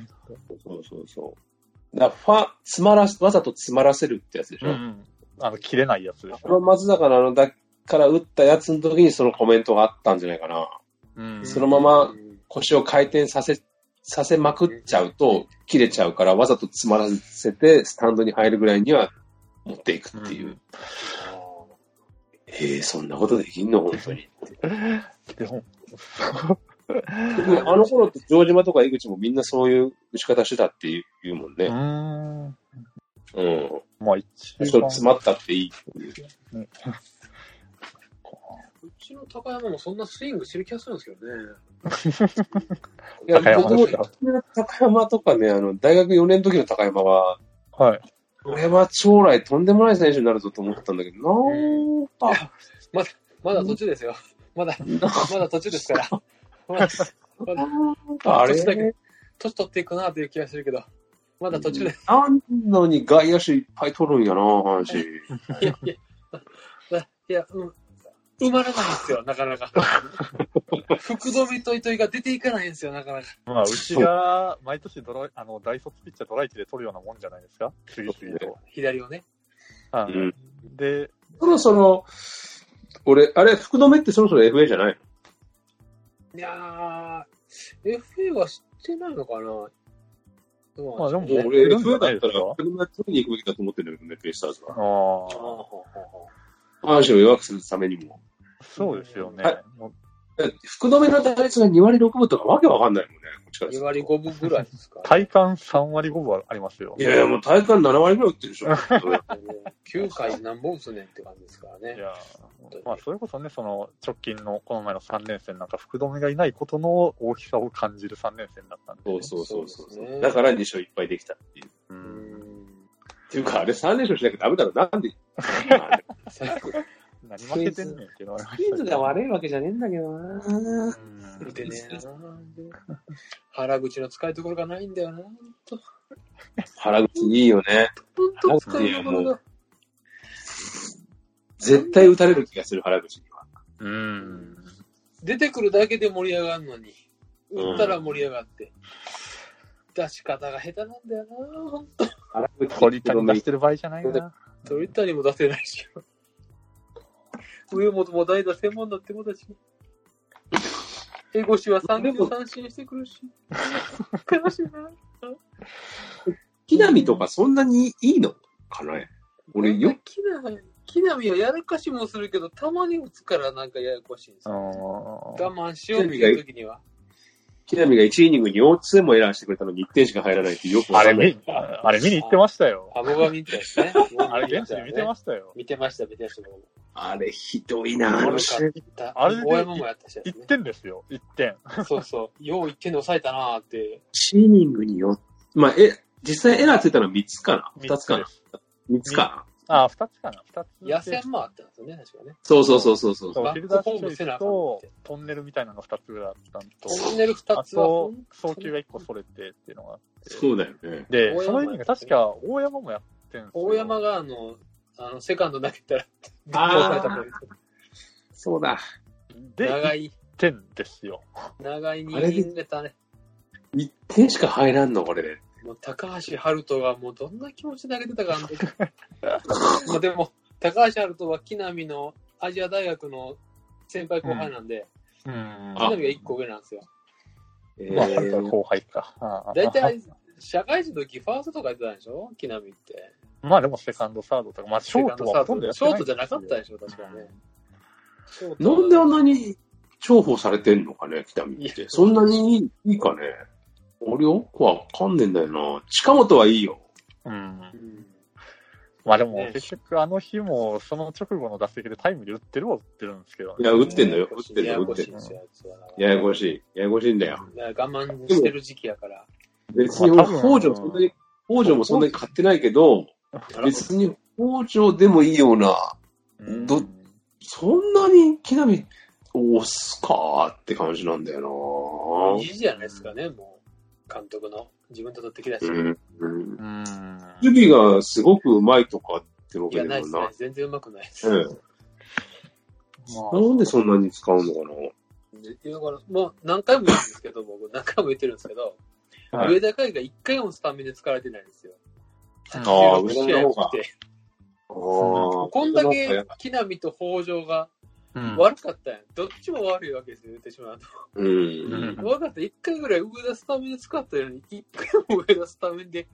B: そうそうそう。だからファ、つまらす、わざとつまらせるってやつでし
D: う
B: ょ。
D: んうん。あの、切れないやつです
B: この
D: ね。
B: 松坂のあの、だから打ったやつの時にそのコメントがあったんじゃないかな。
D: うん。
B: そのまま腰を回転させ、させまくっちゃうと切れちゃうから、わざと詰まらせてスタンドに入るぐらいには持っていくっていう。
D: うん
B: ええそんなことできんの本当に。
D: でも、
B: でもあの頃って城島とか井口もみんなそういう打ち方してたっていう言うもん
D: うー
B: ね。
D: ん。
B: うん。
D: まあ一
B: 人
D: 番。
B: 詰まったっていいっていう。
C: うちの高山もそんなスイングしてる気がするんですけどね。
B: いや、
D: 高山ですか
B: 僕の高山とかね、あの、大学4年の時の高山は、
D: はい。
B: 俺は将来とんでもない選手になるぞと思ってたんだけど、なんか、
G: まだ途中ですよ。 <laughs> ま
B: <laughs>
G: だ、まだ途中ですから。 <laughs> まだ、まだ
B: なんかあれ
G: 年だけ、年取っていくなという気がするけど、まだ途中です。
B: なんのに外野手いっぱい取るんやな、阪神。
G: いや、いや、いや、うん。埋まらないんですよ、なかなか。 <laughs> 福留と糸井が出ていかないんですよ、なかなか。
D: まあ、うちが毎年ドライ、あの、大卒ピッチャードライチで取るようなもんじゃないですか次々と。
G: 左をね。
D: はい
B: うん
D: で、
B: そろそろ、俺、あれ、福留ってそろそろ FA じゃない
C: いやー、FA は知ってないのかなどう
D: ま
C: なん
D: あ
C: で
D: でも、
B: のもう俺、
D: いるんじ
B: FA
D: ゃな
B: だ
D: い
B: っ
D: で
B: た
D: す
B: ら
D: か、
B: 福留取りに行くべきだと思ってるんだけどね、ベイスターズは。
D: あ
C: しょう
D: あ、
B: 阪神を弱くするためにも。
D: そうですよね。
B: はい
D: もう。
B: 福留の打率が2割6分とかわけわかんないもんね、こっちからす
C: 2
B: ると
C: 割5分ぐらいですか
D: 体感3割5分はありますよ。
B: いやいや、もう体感7割ぐらい打ってるでしょ。
D: <laughs>
C: 9回何本打つねんって感じですから
D: い
C: ね。
D: やまあ、それこそね、その直近のこの前の3連戦なんか、福留がいないことの大きさを感じる3連戦だったんで、
B: そうそうそうそう
C: そうですね
B: だから2勝いっぱいできたっていう。っ
D: う、
C: うんん
B: ていうか、あれ3連勝しなきゃダメだろ、なん
C: <laughs>
B: で。まあ
C: 最悪
D: 何負けてんねんっていうのはありま
B: スピー
D: したけ
B: ズ
D: ど
B: が悪いわけじゃねえんだけどな。
D: うん
C: でね腹口の使いどころがないんだよな。ほんと
B: 原口いいよね。
C: ほんと使いどころが。
B: 絶対打たれる気がする、原口には。
D: うん。
C: 出てくるだけで盛り上がるの
B: う
C: に。
B: ん
C: 打ったら盛り上がって。出し方が下手なんだよな。ほんと
B: 原口
D: 鳥谷出してる場合じゃないな。
C: 鳥谷も出せないし。上本も代打専門だってことだし。江越は三球三振してくる
D: <laughs>
C: し。悲しいな。
B: 木浪とかそんなにいいのかな俺よ、
C: 木浪、木浪はやらかしもするけど、たまに打つからなんかややこしいんです
D: う
C: よ。
D: ん
C: 我慢しようっていう時には。
D: <laughs>
B: 木浪が1イニングに4つもエラーしてくれたのに1点しか入らないってよくわ
D: あ
B: か
D: れ
B: んない
D: 見、あれ見に行ってましたよ。
C: あ、僕は見てましたね。
D: あれ現地で見てましたよ。
C: 見てました、見てました。僕も
B: あれひどいな、あの試合
C: 悪かった。
D: あ
C: あ
D: れ
C: れ
D: で
C: で。OM もやったしで
D: 1
C: すね。
D: 点ですよ、1点。
C: そうそう。よう1点で抑えたなーって。
B: 1イニングに4つ。まあ、え、実際エラーついたのは3つかな ?2 つか
D: 三
B: な
D: です
B: ?3 つかな
D: あ、2つかな。2つ。
C: 野戦もあったんですよね、確かね。
B: そうそうそうそうそう。
D: そう、フ
C: バ
D: ィ
C: ッ
D: ルダ
C: ク
D: ー
C: ホ
D: シ
C: ームせな
D: ョ
C: あ
D: ー
C: かんっ
D: と
C: て
D: トンネルみたいなのが2つぐらいあったんと。
C: トンネル2
D: あ
C: つは、
D: と
C: ほん、
D: 送球が1個それてっていうのがあって。
B: そうだよね。
D: で、
C: 大山
D: その意味が確か大山もやってんすよ
C: 大山。があの、あの、セカンド投げたら、
B: あー
C: ぶっ壊された
B: そうだ。
D: で、
C: 長
D: 1
C: い、
D: 点ですよ。
C: 長い
B: あれで
C: に入れたね。
B: 1点しか入らんの、これ。
C: もう高橋春人がもうどんな気持ちで投げてたか、あの時まあでも、高橋春人は木浪のアジア大学の先輩後輩なんで、
D: うん
C: 木浪が1個上なんですよ。
B: え
D: まあ、彼は後輩か。ああ
C: 大体、社会人の時、ファーストとかやってたんでしょ木浪って。
D: まあでもセカンド、サードとか、まあショートはほとんどやって
C: ショー
D: ない
C: ト
D: です
C: じ
D: よ
C: ゃなかったでしょ、確かね。ショート
B: なんであんなに重宝されてんのかね、北見って。そんなにいいいいかね。俺よくわかんねえんだよな。近本はいいよ。
D: うん。
C: うん
D: まあでも、
C: ね
D: 結局あの日も、その直後の打席でタイムで打ってるは打ってるんですけど
B: い
D: ね。
B: や、打ってんのよ。打ってんの
C: や
B: よ、打
C: や
B: っ
C: こしてい
B: ん
C: ん
B: の
C: で
B: よ。
C: すよ、あいつは
B: ややこしい。ややこしいんだよ。
C: だから我慢してる時期やから。
B: 別に
D: まあ多
B: 北
D: 分
B: 条そんなに、北条もそんなに買ってないけど、別に北条でもいいような、
D: うん
B: どそんなに木浪押すかーって感じなんだよ
C: 意地じゃないですかね、もう、監督の自分と取ってきたし。
B: なうん。うん
D: うん。
B: 守備がすごくうまいとかってわ
C: い
B: け
C: や、
B: でも
C: な
B: ないい。
C: ですね。全然うまくないです。
B: うんなんでそんなに使うのかな
C: でだから、もう何回も言うんですけど、僕、何回も言ってるんですけど、
D: はい
C: 上田海が一回もスタメンで使われてないんですよ。
B: あー
C: 16
B: 上
C: 試
B: 田
C: 合
B: の
C: を
B: 方が
C: 来て。
B: あー
C: こんだけ木浪と北条が
D: うん
C: 悪かったやん。どっちも悪いわけですよ、言ってしまうと。
B: う。
D: う
C: <laughs>
D: んん
C: 悪かった。一回ぐらい上田スタメンで使ったように、一回も上田スタメ <laughs> ンで。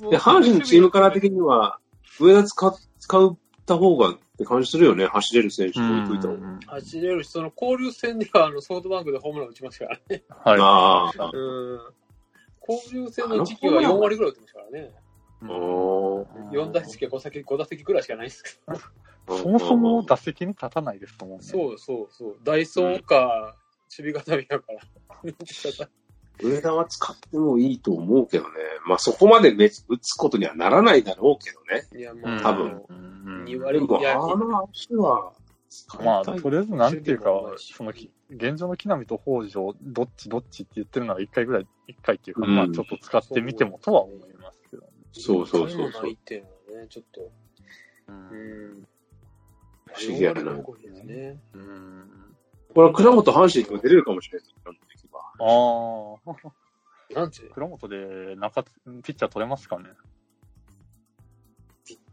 C: もう
B: で、阪神のチームカラー的には、上田使っ使った方がって感じするよね。走れる選手置いといた方が。
C: 走れるし、その交流戦ではあのソフトバンクでホームラン打ちましたからね。
D: は
B: ああ。
C: うん。交流戦の時期は4割ぐらい打ってましたからね。
D: い。
B: そ
C: 4打席は5打席、5打席ぐらいしかないですけど。
D: そもそも打席に立たないですと思うね。
C: そうそうそう。ダイソーか、守備固めやから。
B: 上田は使ってもいいと思うけどね。まあそこまでめ打つことにはならないだろうけどね。
C: いや、
D: う
C: ま <laughs>
D: ん。
C: あ、
B: 多分
D: うん
B: で
C: 2割
B: も、
C: いや
B: あの足は使い
D: まあ、
B: たい。
D: とりあえずなんていうか
C: 守備もうまい、し
D: そのき、現状の木浪と北条、どっちどっちって言ってるなら一回ぐらい、一回っていうか、
B: うん
D: まあちょっと使ってみてもとは思いますけどね。
B: そうそうそう
C: 一回
B: そ
C: もないうっ。ていうのはね、ちょっと。うん。
B: 不思議やな
C: 4割の多いですね。
D: うん。
B: これは倉本阪神にも出れるかもしれない。
D: ああ、
C: なんて、
D: 倉本で中、ピッチャー取れますかね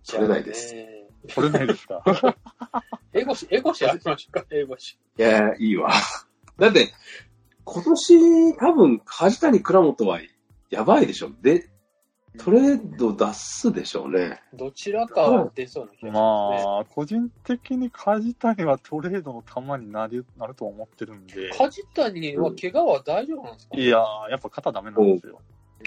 B: 取れないです
C: じゃあね。
D: 取れないで
B: <laughs>
D: すか
C: エゴシ、エゴシありましょうか、エゴシ。
B: いや、いいわ。 <laughs> だって、今年多分梶谷倉本はやばいでしょ。で、トレード出すでしょうね。
C: どちらかは出そうな気がしますね。
D: まあ、個人的に梶谷はトレードの球になる、なると思ってるんで。
C: 梶谷は怪我は大丈夫なんですか
D: いやー、やっぱ肩ダメなんですよ。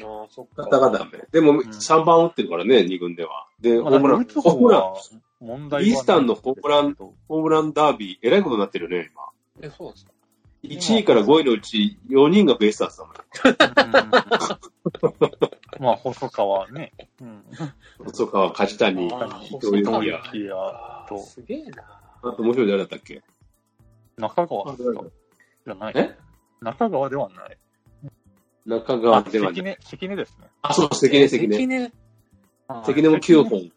C: ああ、そっか。
B: だからダメ。でも、
D: ん
B: 3番打ってるからね、2軍では。で、ホ
D: ま
B: ー
D: あ、
B: ムラ
D: 打
B: ン、
D: つ
B: ホー
D: 方
B: ムラン、
D: は問題はない
B: イースタンのホームランホームランダービー、えらいことになってるよね、
C: え、そうなんですか
B: 今。1位から5位のうち4人がベイスターズだもん。
D: うんまあ、細川ね。うん。
B: 細川、梶谷、伊
C: あー
B: 藤
C: 細
B: 洋
C: 川
B: 也。
D: いや
C: あ
D: と
C: ーすげえな。
B: あと、もう一人誰だったっけ
D: 中川ですかじゃない。
B: え
D: 中川ではない。
B: 中
D: あ
B: 川、では
D: 関
B: ね。
D: 根、関根ですね。
B: あ、そう、関根、関根。
C: 根。
B: 関根も9本、伊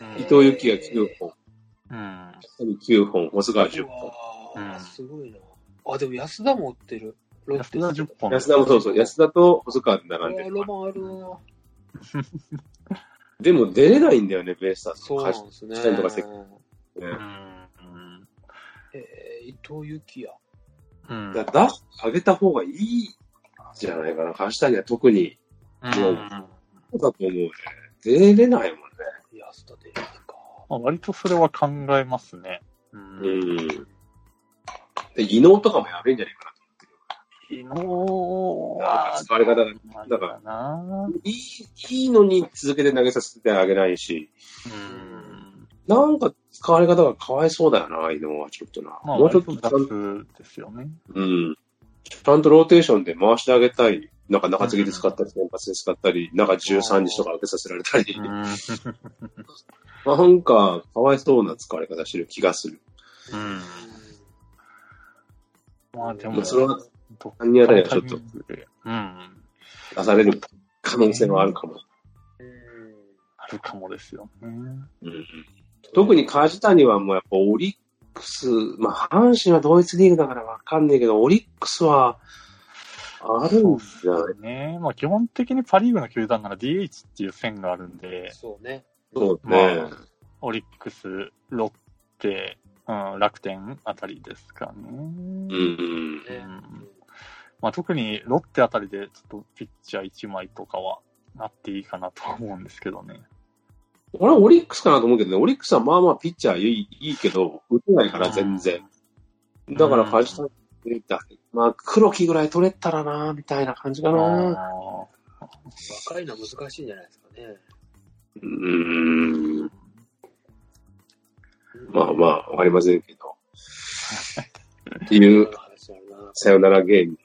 D: うん
B: 藤幸也9本、
D: うん。
B: 梶谷9本、細川10本。
C: う
D: う
C: わ
D: ん
C: ー、すごいな。あ、でも安田も売ってる。ロ
D: 安田10本。
B: 安田もそうそう、安田と細川で並んで
C: うわ
B: る。
C: ロマンあるな。
B: でも出れないんだよね、ベイスターズ。
C: そうなんですね。
B: 梶谷とか関
D: う
B: ね
D: ん。
C: えー、伊藤幸也。
D: うん。
B: だから出し上げた方がいいじゃないかな。梶谷は特に。
D: うん
B: そうだと思うね。出れないもんね。
C: 安田でいいか。
D: まあ割とそれは考えますね。うん
B: うん。で、技能とかもやべえんじゃないかなと思ってる。
D: 昨日は
B: 使われ方が
D: だからな。
B: いい、いいのに続けて投げさせてあげないし、
D: うん。
B: なんか使われ方がかわいそうだよな、技能はちょっとな。
D: まあ、
B: もうちょ
D: 割
B: っ
D: と
B: とちゃんと、
D: 雑ですよね。
B: うん。ちゃんとローテーションで回してあげたい。なんか中継ぎで使ったり、先発で使ったり、なんか13日とか上げさせられたり
D: う。ん。
B: なんか、かわいそうな使われ方してる気がする。
D: うんまあで
B: ま
D: も、
B: あそれは、
D: どっか
B: 何やら
D: の
B: やち
D: タ
B: ょ
D: イ
B: っ
D: ミ
B: と
D: ングでうん。
B: 出される可能性はあるかも。
C: うん。
D: あるかもですよね。
B: うん特に梶谷はもうやっぱオリックス、まあ阪神は同一リーグだからわかんないけど、オリックスはあるんじゃない
D: ねまあ基本的にパ・リーグの球団なら DH っていう線があるんで、
C: そうね。
B: そう
D: ま
B: ね
D: あ。、オリックス、ロッテ、うん、楽天あたりですかね。
B: うんうん。
C: ね
D: うんまあ、特にロッテあたりで、ちょっとピッチャー1枚とかはなっていいかなとは思うんですけどね。
B: 俺はオリックスかなと思うけどね、オリックスはまあまあピッチャーいいいいけど、打てないから全然。だから梶谷だけまあ黒木ぐらい取れたらな、みたいな感じか
D: あ
B: な。
D: ー。
C: 若いのは難しいんじゃないですかね。
B: うん。まあまあ、わかりませんけど。って
C: う
B: い
C: ん
B: う、さよならゲーム。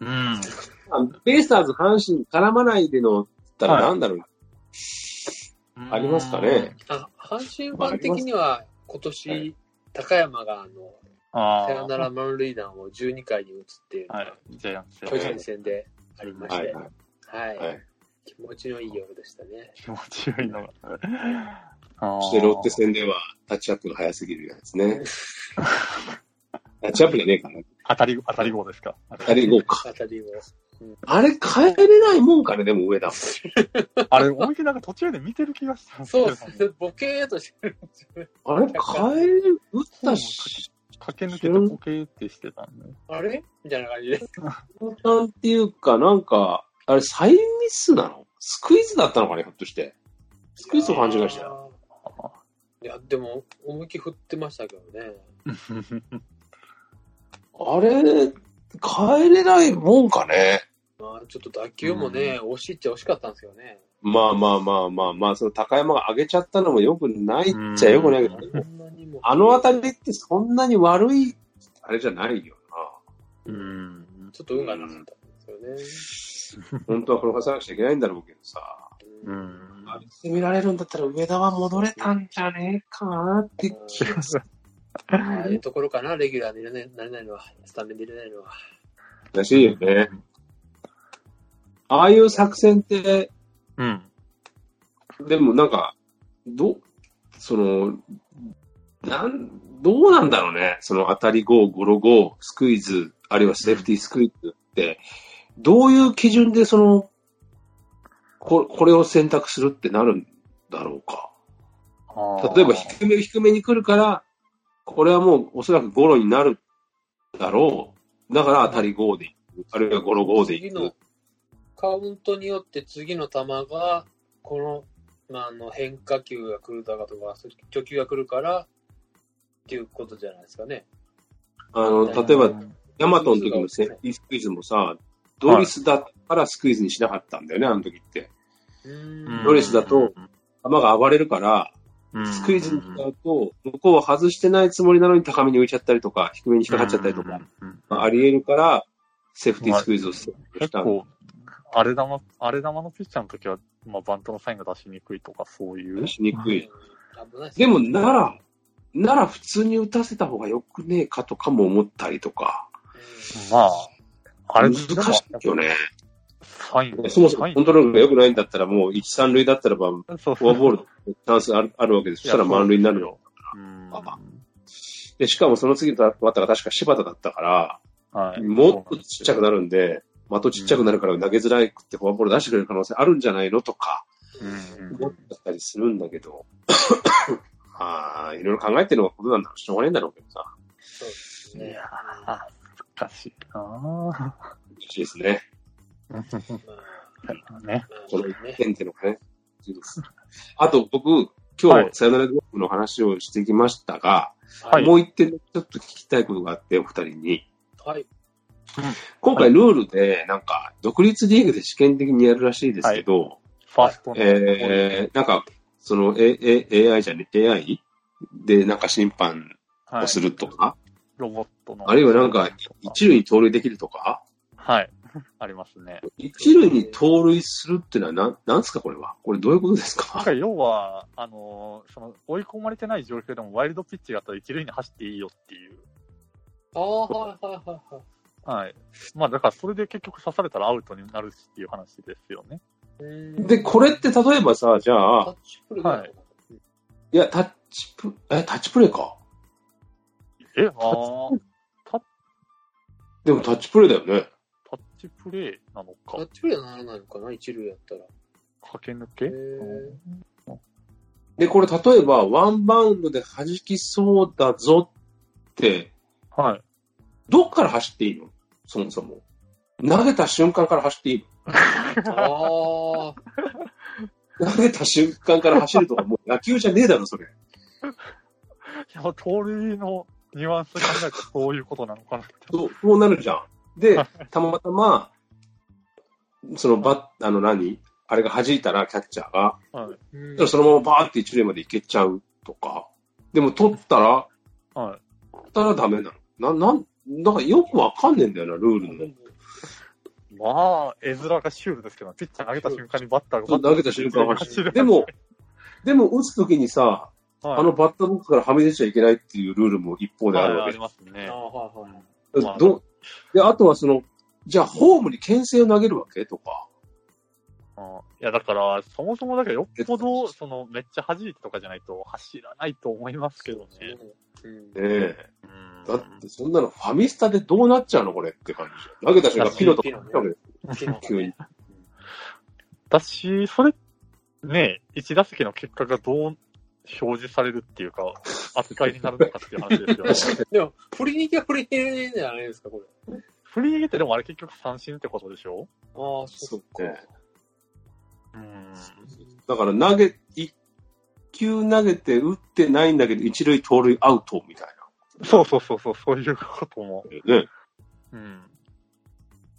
D: うん。
B: あベイスターズ、阪神絡まないでのったらなんだろう、ありますかね。
C: あ阪神ファン的には、今年、高山があの
D: あ
C: サヨナ
D: あ。
C: ラ満塁弾を12回に打つっていうのが、
D: はい。ジャイアンツ
C: 巨
D: 戦。
C: 人戦でありまし
B: は
C: て
B: い、はい
C: はい、
B: はい。
C: 気持ちのいい夜でしたね。
D: 気持ちよいのが。ああ。
B: そしてロッテ戦ではタッチアップが早すぎるやつね。タッチアップじゃねえかな。
D: 当たり、当たり号ですか。
B: あれ行こう
C: <laughs>
B: か。
C: 当たりを。
B: あれ変えれないもんかね、でも上田も。
D: あれ、思いっきりなんか途中で見てる気がしたんですけ
C: そう <laughs>
D: ど。
C: ですね、ボケーとしてるんですよね。
B: あれ変える、打ったし、
D: 駆け抜けてボケーってしてたんで。
C: あれみたいな感じで。
B: 簡単っていうか、なんか、あれサインミスなのスクイズだったのかね、ひょっとして。スクイズの感じがしたよ。
D: あ
C: いや、でも、思いっきり振ってましたけどね。
D: ー
B: あれ、変えれないもんかね。
C: まあ、ちょっと打球もね、惜しいっちゃ惜しかったんですよね。
B: まあまあまあまあまあ、その高山が上げちゃったのもよくないっちゃよくないけど、
C: そんなにも
B: あの辺りってそんなに悪い、あれじゃないよ
D: うん。
C: ちょっと運がなかったんです
B: な。本当は転がさなくちゃいけないんだろうけどさ。
C: よね。
D: うん。
B: あれで見られるんだったら上田は戻れたんじゃねえかなって気がする。
C: ああいうところかな、レギュラーになれないのは、スタメンで入れないのは。
B: らしいよね。ああいう作戦って、
D: うん。
B: でもなんか、ど、その、なん、どうなんだろうね。その当たり5、ゴロ5、スクイズ、あるいはセーフティースクイズって、どういう基準でその、ここれを選択するってなるんだろうか。例えば低め低めに来るから、これはもうおそらくゴロになるだろう。だから当たり5でいく。あるいはゴロ5でい
C: 次
B: く
C: の。カウントによって次の球が、この、まあ、あの変化球が来るだかとか、巨球が来るからっていうことじゃないですかね。
B: あの、例えば、ヤマトの時のセーフティースクイズもさ、ドリスだからスクイズにしなかったんだよね、あの時って。
C: うー
D: うん
C: ん
B: ドレスだと、球が暴れるから、
D: うん
B: スクイズに使うと、向こうは外してないつもりなのに高めに浮いちゃったりとか、低めに引っかかっちゃったりとか、。
D: うん
B: まああり得るから、セーフティースクイズをする
D: 結
B: した。
D: 構、荒れ玉、荒れ玉のピッチャーの時は、まあ、バントのサインが出しにくいとか、そういう。
B: しにくい。
C: 危ないす
B: で
C: ね
B: も、なら、なら普通に打たせた方がよくねえかとかも思ったりとか、
D: まあ、あれ
B: 難しいよ。ね。
D: サイン。
B: そもそ
D: サ
B: も
D: イン
B: コントロールが良くないんだったら、もう1、3塁だったらば、フ
D: そう
B: ォアボール、チャンスあるあるわけです。そしたら満塁になるの。
D: うん
B: で、しかもその次のバッターが確か柴田だったから、
D: はい。
B: もっとちっちゃくなるんで、的ちっちゃくなるから投げづらくってフォアボール出してくれる可能性あるんじゃないのとか、
D: うんうん
B: 思ったりするんだけど、 <coughs> まあ、いろいろ考えてるのがことなんだろうしょうがないんだろうけどさ、
C: そうです
D: い
C: ね
D: やー、難しいな
B: 嬉しいですね。
D: ぁ。
C: まあ
D: ね。
C: まあ
B: この
C: ね
B: 1点っていうのがね。 <laughs> あと僕、今
D: はい
B: 日、さよならドームの話をしてきましたが、
D: はい
B: もう一点ちょっと聞きたいことがあって、お二人に。
C: はい。
B: 今回ルールで、なんか、独立リーグで試験的にやるらしいですけど、
D: ファーストの。
B: えー、なんか、その、A、A、AI じゃね、AI? で、なんか審判
D: は
B: を
D: い
B: するとか、
D: ロボットの。
B: あるいはなんか、一塁に盗塁できるとか、
D: はい。ありますね。
B: 一塁に盗塁するっていうのはなん、なんですかこれは。これどういうことです
D: な
B: か
D: んか要は、あのーその追い込まれてない状況でもワイルドピッチがあったら一塁に走っていいよっていう。
C: ああ、はいはいはいは
D: はい。まあだからそれで結局刺されたらアウトになるしっていう話ですよね。
C: い。うん
B: で、これって例えばさ、じゃ
C: タ
B: あ、
C: ッチプルーなのか
B: いや、タッチプ、え、タッチプレイか。
D: え、あー
B: でもタッチプレイだよね。
D: タッチプレイなの
C: タッ
D: か。
C: チプルーはならないのかな、一塁やったら。
D: 駆け抜け
C: へー
B: で、これ例えば、ワンバウンドで弾きそうだぞって、
D: はい。
B: どっから走っていいのそもそも。投げた瞬間から走っていいの
C: ああ、
B: 投げた瞬間から走るとか、もう野 <laughs> 球じゃねえだろ、それ。
D: いや、盗塁のニュアンス考えるとそういうことなのかなって。
B: そう、こうなるじゃん。で、
D: <laughs>
B: たまたま、そのバッ、あの何あれが弾いたら、キャッチャーが、
D: はい。
C: うん
B: そしたらそのままバーって一塁まで行けちゃうとか。でも取ったら、
D: はい。
B: 取ったらダメなの。な、なん、なんかよくわかんねえんだよな、ルールの。
D: まあ、絵面がシュールですけど、ピッチャー投げた瞬間にバッターが <laughs>
B: そう投げた瞬間走る。でも、でも打つときにさ、
D: はい
B: あのバッターボックスからはみ出ちゃいけないっていうルールも一方である
D: はい
B: わ
D: あ
B: けで
D: りますね
C: あ。あ、はいはい。
D: ります
B: どうで、あとはその、じゃあホームに牽制を投げるわけとか。
D: うんいや、だから、そもそもだけど、よっぽど、その、めっちゃ弾いてとかじゃないと走らないと思いますけどね。
C: うん
B: ねえ
D: うん
B: だってそんなのファミスタでどうなっちゃうのこれって感じじゃん。投げた瞬間ピロとか来たわけです
C: 昨日
B: 急に。
D: 私、それ、ねえ、1打席の結果がどう表示されるっていうか、
B: <laughs>
D: 扱いになるのかっていう話ですよね。
C: でも、振り逃げは振り逃げじゃないですか、これ。
D: 振り逃げってでもあれ結局三振ってことでしょ
C: ああ、そっか。
B: ね
D: うん。
B: だから投げ、一球投げて打ってないんだけど、一塁盗塁アウトみたい
D: そうそうそうそう、そういうことも。
B: な。ね。
D: うん。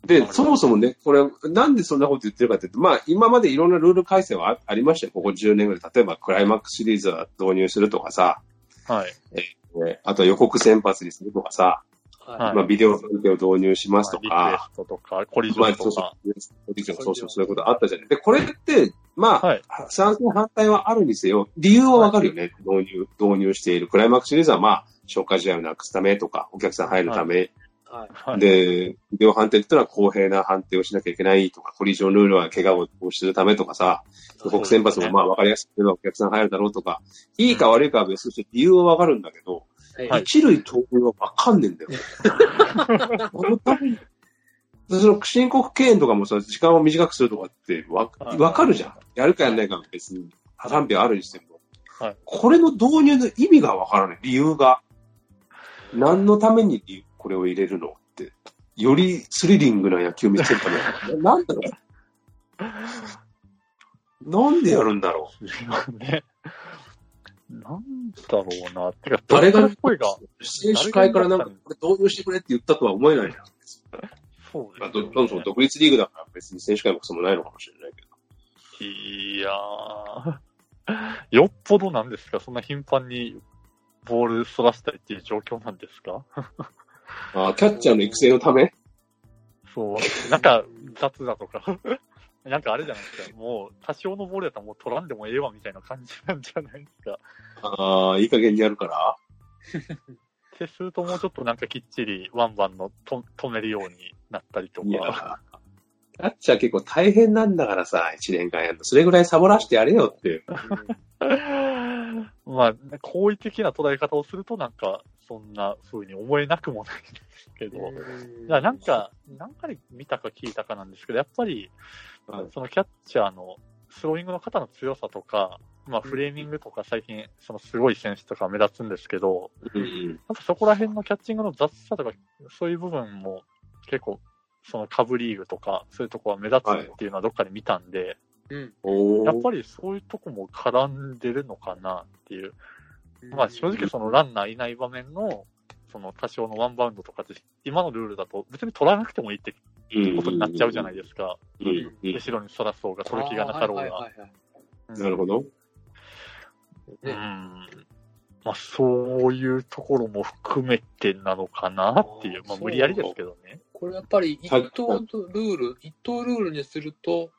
B: で、そもそもね、これ、なんでそんなこと言ってるかっていうと、まあ、今までいろんなルール改正はあありましたよ。ここ10年ぐらい。例えば、クライマックスシリーズは導入するとかさ、
D: はい。
B: ねあとは予告先発にするとかさ、
C: は
B: まあ、ビデオ判定を導入しますと
D: リ
B: か、
D: クエストとか、コリジ
B: ま
D: ョ
B: あ、
D: ン
B: そう
D: と
B: そ
D: か。
B: う、そうそう、そういうことあったじゃない。で、これって、まあ、
D: はい
B: 賛成反対はあるにせよ、理由はわかるよね、導入、導入している。クライマックスシリーズは、まあ、消化試合をなくすためとか、お客さん入るため、
C: い。はい。
D: はい、
B: で、ビデオ判定ってのは公平な判定をしなきゃいけないとか、コリジョンルールは怪我を防止するためとかさ、国選抜もまあわかりやすくお客さん入るだろうとか、いいか悪いかは別として理由はわかるんだけど、
C: はい。
B: 一塁盗塁はわかんねえんだよ。
D: <laughs>
B: このためにその申告敬遠とかもさ、時間を短くするとかってわ
D: はい
B: わかるじゃん。やるかやらないかは別に賛否あるにしても。
D: はい
B: これの導入の意味がわからない。理由が。何のために理由これを入れるのって。よりスリリングな野球見せるため
D: <laughs>
B: に。ななんだろう。なんでやるんだろう。
D: ね。なんだろうな。てか、
B: 誰が
D: どっちの声が、
B: 選手会からなんか、これ導入してくれって言ったとは思えないじゃん。
D: そう
B: まあ、
D: で
B: ど
D: す
B: どう
D: よ
B: ぞ
D: ね。
B: 独立リーグだから別に選手会もクソもないのかもしれないけど。
D: いやー。よっぽどなんですかそんな頻繁にボールそらしたりっていう状況なんですか
B: あーキャッチャーの育成のため
D: そう。なんか、雑だとか。 <laughs> なんかあれじゃないですか。もう、多少のボールやったらもう取らんでもええわみたいな感じなんじゃないですか。
B: ああ、いい加減にやるから。
D: ってするともうちょっとなんかきっちりワンバンのと止めるようになったりと
B: いや
D: か。、
B: キャッチャー結構大変なんだからさ、1年間やるの。それぐらいサボらしてやれよって。
D: <laughs> まあ、好意的な捉え方をするとなんか、そんな風に思えなくもないんですけど。だからなんか、なんかで見たか聞いたかなんですけど、やっぱり、
B: はい
D: そのキャッチャーのスローイングの肩の強さとか、まあフレーミングとか最近、そのすごい選手とか目立つんですけど、
B: うん
D: なんかそこら辺のキャッチングの雑さとか、そういう部分も結構、そのカブリーグとか、そういうとこは目立つっていうのはどっかで見たんで、
B: お
D: やっ
B: ー
D: ぱりそういうとこも絡んでるのかなっていう。まあ正直そのランナーいない場面の、その多少のワンバウンドとかって、今のルールだと別に取らなくてもいいってことになっちゃうじゃないですか。
B: うんうん
D: 後ろにそらそうが、取る気がなかろう
C: あーはい
D: が。
C: はいはいはい
B: うんなるほど。
D: うん。まあそういうところも含めてなのかなってい
C: あ
D: う。
C: ー
D: まあ
C: そう
D: 無理やりですけどね。
C: これやっぱり一
B: はい
C: 等とルール、一等ルールにすると、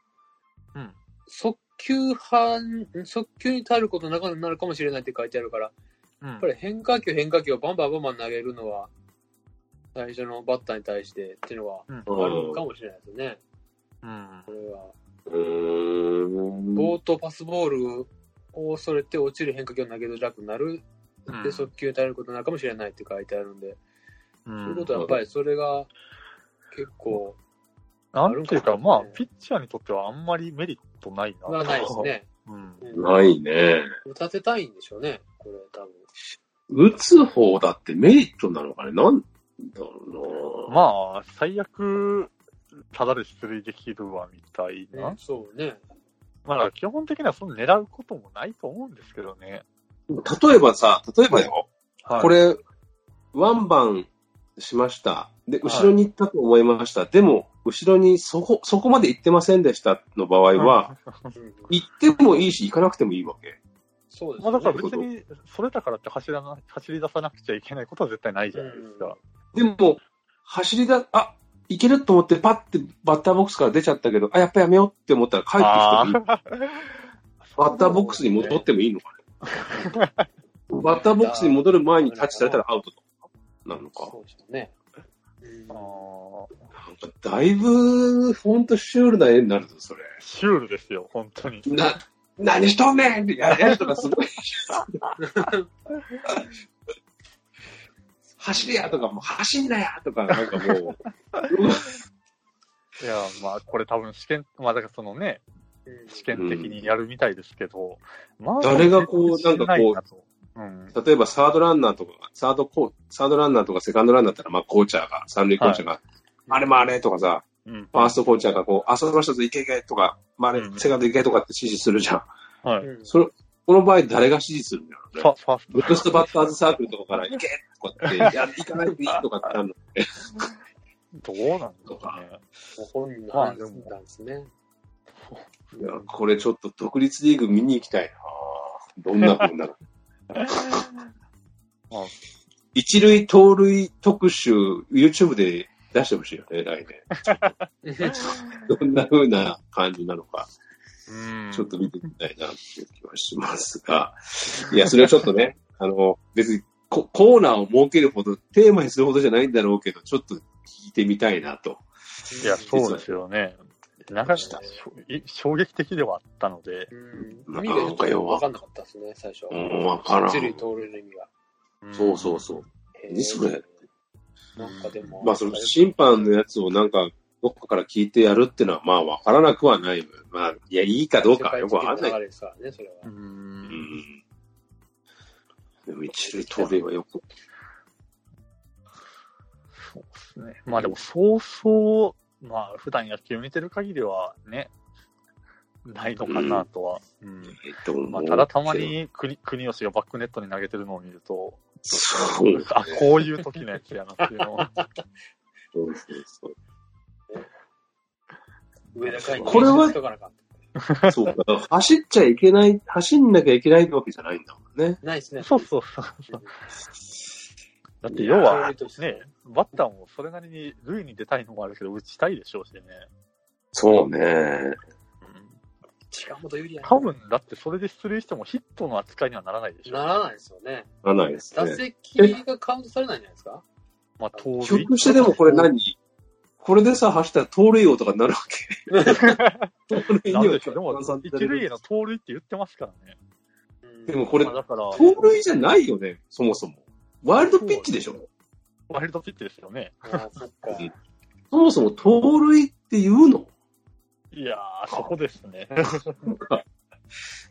D: うん
C: 速球派に、速球に耐えることなくなるかもしれないって書いてあるから、
D: うん。
C: やっぱり変化球、変化球をバンバンバンバン投げるのは、最初のバッターに対してっていうのは
D: うん
C: あるかもしれないですね。
D: うん
C: こ。れは。
B: うーん
C: ボートパスボールを恐れて落ちる変化球を投げづらくなる。
D: うん
C: で、速球に耐えることになるかもしれないって書いてあるんで、
D: う
C: というんことはやっぱりそれが結構、
D: なんていう
C: あ
D: か、
C: るかもね
D: まあ、ピッチャーにとってはあんまりメリットないな。
C: はないです。ね。
D: うん。
C: うん
B: ないね。
C: 打たせたいんでしょうね、これ多分。
B: 打つ方だってメリットなのかねなんだろうな。
D: まあ、最悪、ただで出塁できるわ、みたいな。
C: そうね。
D: まあ、基本的にはその狙うこともないと思うんですけどね。
B: 例えばさ、例えばよ、
D: はい、
B: こ、れ、ワンバンしました。で、後ろに行ったと思いました。でも、後ろにそこ、そこまで行ってませんでしたの場合は、
C: うん
B: 行ってもいいし、行かなくてもいいわけ。
C: そうです
D: まあ、
C: ね。
D: だから別に、それだからって走らな走り出さなくちゃいけないことは絶対ないじゃないですか。
B: でも、走りだ、あ、行けると思って、パッてバッターボックスから出ちゃった
D: <laughs>
B: けど、あ、やっぱやめようって思ったら帰ってきてもいい。
D: あー
B: バッターボックスに戻ってもいいのかね。バッターボックスに戻る前にタッチされたらアウトとかなのか。
C: そうでしょうね。
D: あー
B: なんかだいぶ、ほんとシュールな絵になるぞ、それ。
D: シュールですよ、本当に。
B: な、何しとんねんってやるやつとか
D: <laughs>
B: すごい。走れやとか、もう走んなやとか、なんかも
D: いや、まあ、これ多分試験、まあ、だからそのね、試験的にやるみたいですけど、まあ、
B: 誰がこうなんかこう
D: う、うん、
B: う、例えばサードランナーとかが、サードコー、サードランナーとかセカンドランナーだったら、まあ、コーチャーが、三塁コーチャーが、あれもあれとかさ、
D: うん、
B: ファーストコーチャーがこう、あ、その人といけいけとか、まあ、あれ
D: う、ん
B: セカンドいけとかって指示するじゃん。
D: はい。
C: うん
B: それ、この場合誰が指示するんだろう
D: フ
B: ね
D: ァファース
B: ブックストバッターズサークルとかから、行けとかって、いや、行かないといいとかってなるの。
D: ト、どうなんですかね。
C: ご本人の判断ですね。
B: いや、これちょっと独立リーグ見に行きたいなどんな風になる
D: <laughs> あ
B: 一塁盗塁特集、YouTube で出してほしいよね、来
D: <laughs>
B: 年。どんな風な感じなのか、
D: うん。
B: ちょっと見てみたいなっていう気はしますが、いや、それはちょっとね、 <laughs> あの、別にココーナーを設けるほど、テーマにするほどじゃないんだろうけど、ちょっと聞いてみたいなと。
D: いや、そうですよね。なんか、しょい衝撃的ではあったので、
C: うん。意味がよく分かんなかったですね、最初。
B: うん、わからん
C: 一。塁盗塁の意味が。
D: うん
B: そうそうそう。
C: へー
B: 何それ。
C: なんかでも。
B: まあその審判のやつをなんか、どっかから聞いてやるってのは、まあわからなくはない。まあ、いや、いいかどうかよくわかんな
C: 世界的流
B: い。
C: れですからね、それは。
D: う。
B: うんん。でも一塁盗塁はよく。
D: そうですね。まあでも、そうそう、まあ、普段野球見てる限りはね、ないのかなとは。うん。
B: えっと、
D: まあ、ただたま。に国、国吉がバックネットに投げてるのを見ると、
B: そうそう
D: あ、こういう時のやつやなっていうの <laughs> を。
B: そう
D: <laughs>
B: そう。
C: 上田海
B: これは
C: とかなかっ
B: そうか。だから走っちゃいけない、走んなきゃいけないわけじゃないんだもんね。
C: たないですね。
D: そうそうそうそう。だって要は、
C: いや
D: ね、バッターもそれなりに塁に出たいのもあるけど、打ちたいでしょうしね。
B: そうね。
D: うん、
C: 近本有利やな
D: 多分、だってそれで出塁してもヒットの扱いにはならないでしょ。
C: ならないですよね。
B: ならないです
C: 打
B: ね。
C: 席がカウントされないんじゃないですか
D: まあ、盗
B: ひょっ
D: 塁。
B: としてでもこれ何これでさ、走ったら盗塁王とかになるわ
D: <laughs>
B: け。盗塁
D: なん
B: に
D: でしょうでも、
B: は
D: 一塁への盗塁って言ってますからね。
B: でもこれ
D: まあだから、
B: 盗塁じゃないよね、そもそも。ワイルドピッチでしょ。
D: ワイルドピッチですよね。
C: ああ、そっか。
B: そもそも盗塁って言うの
D: いやー、そこですね。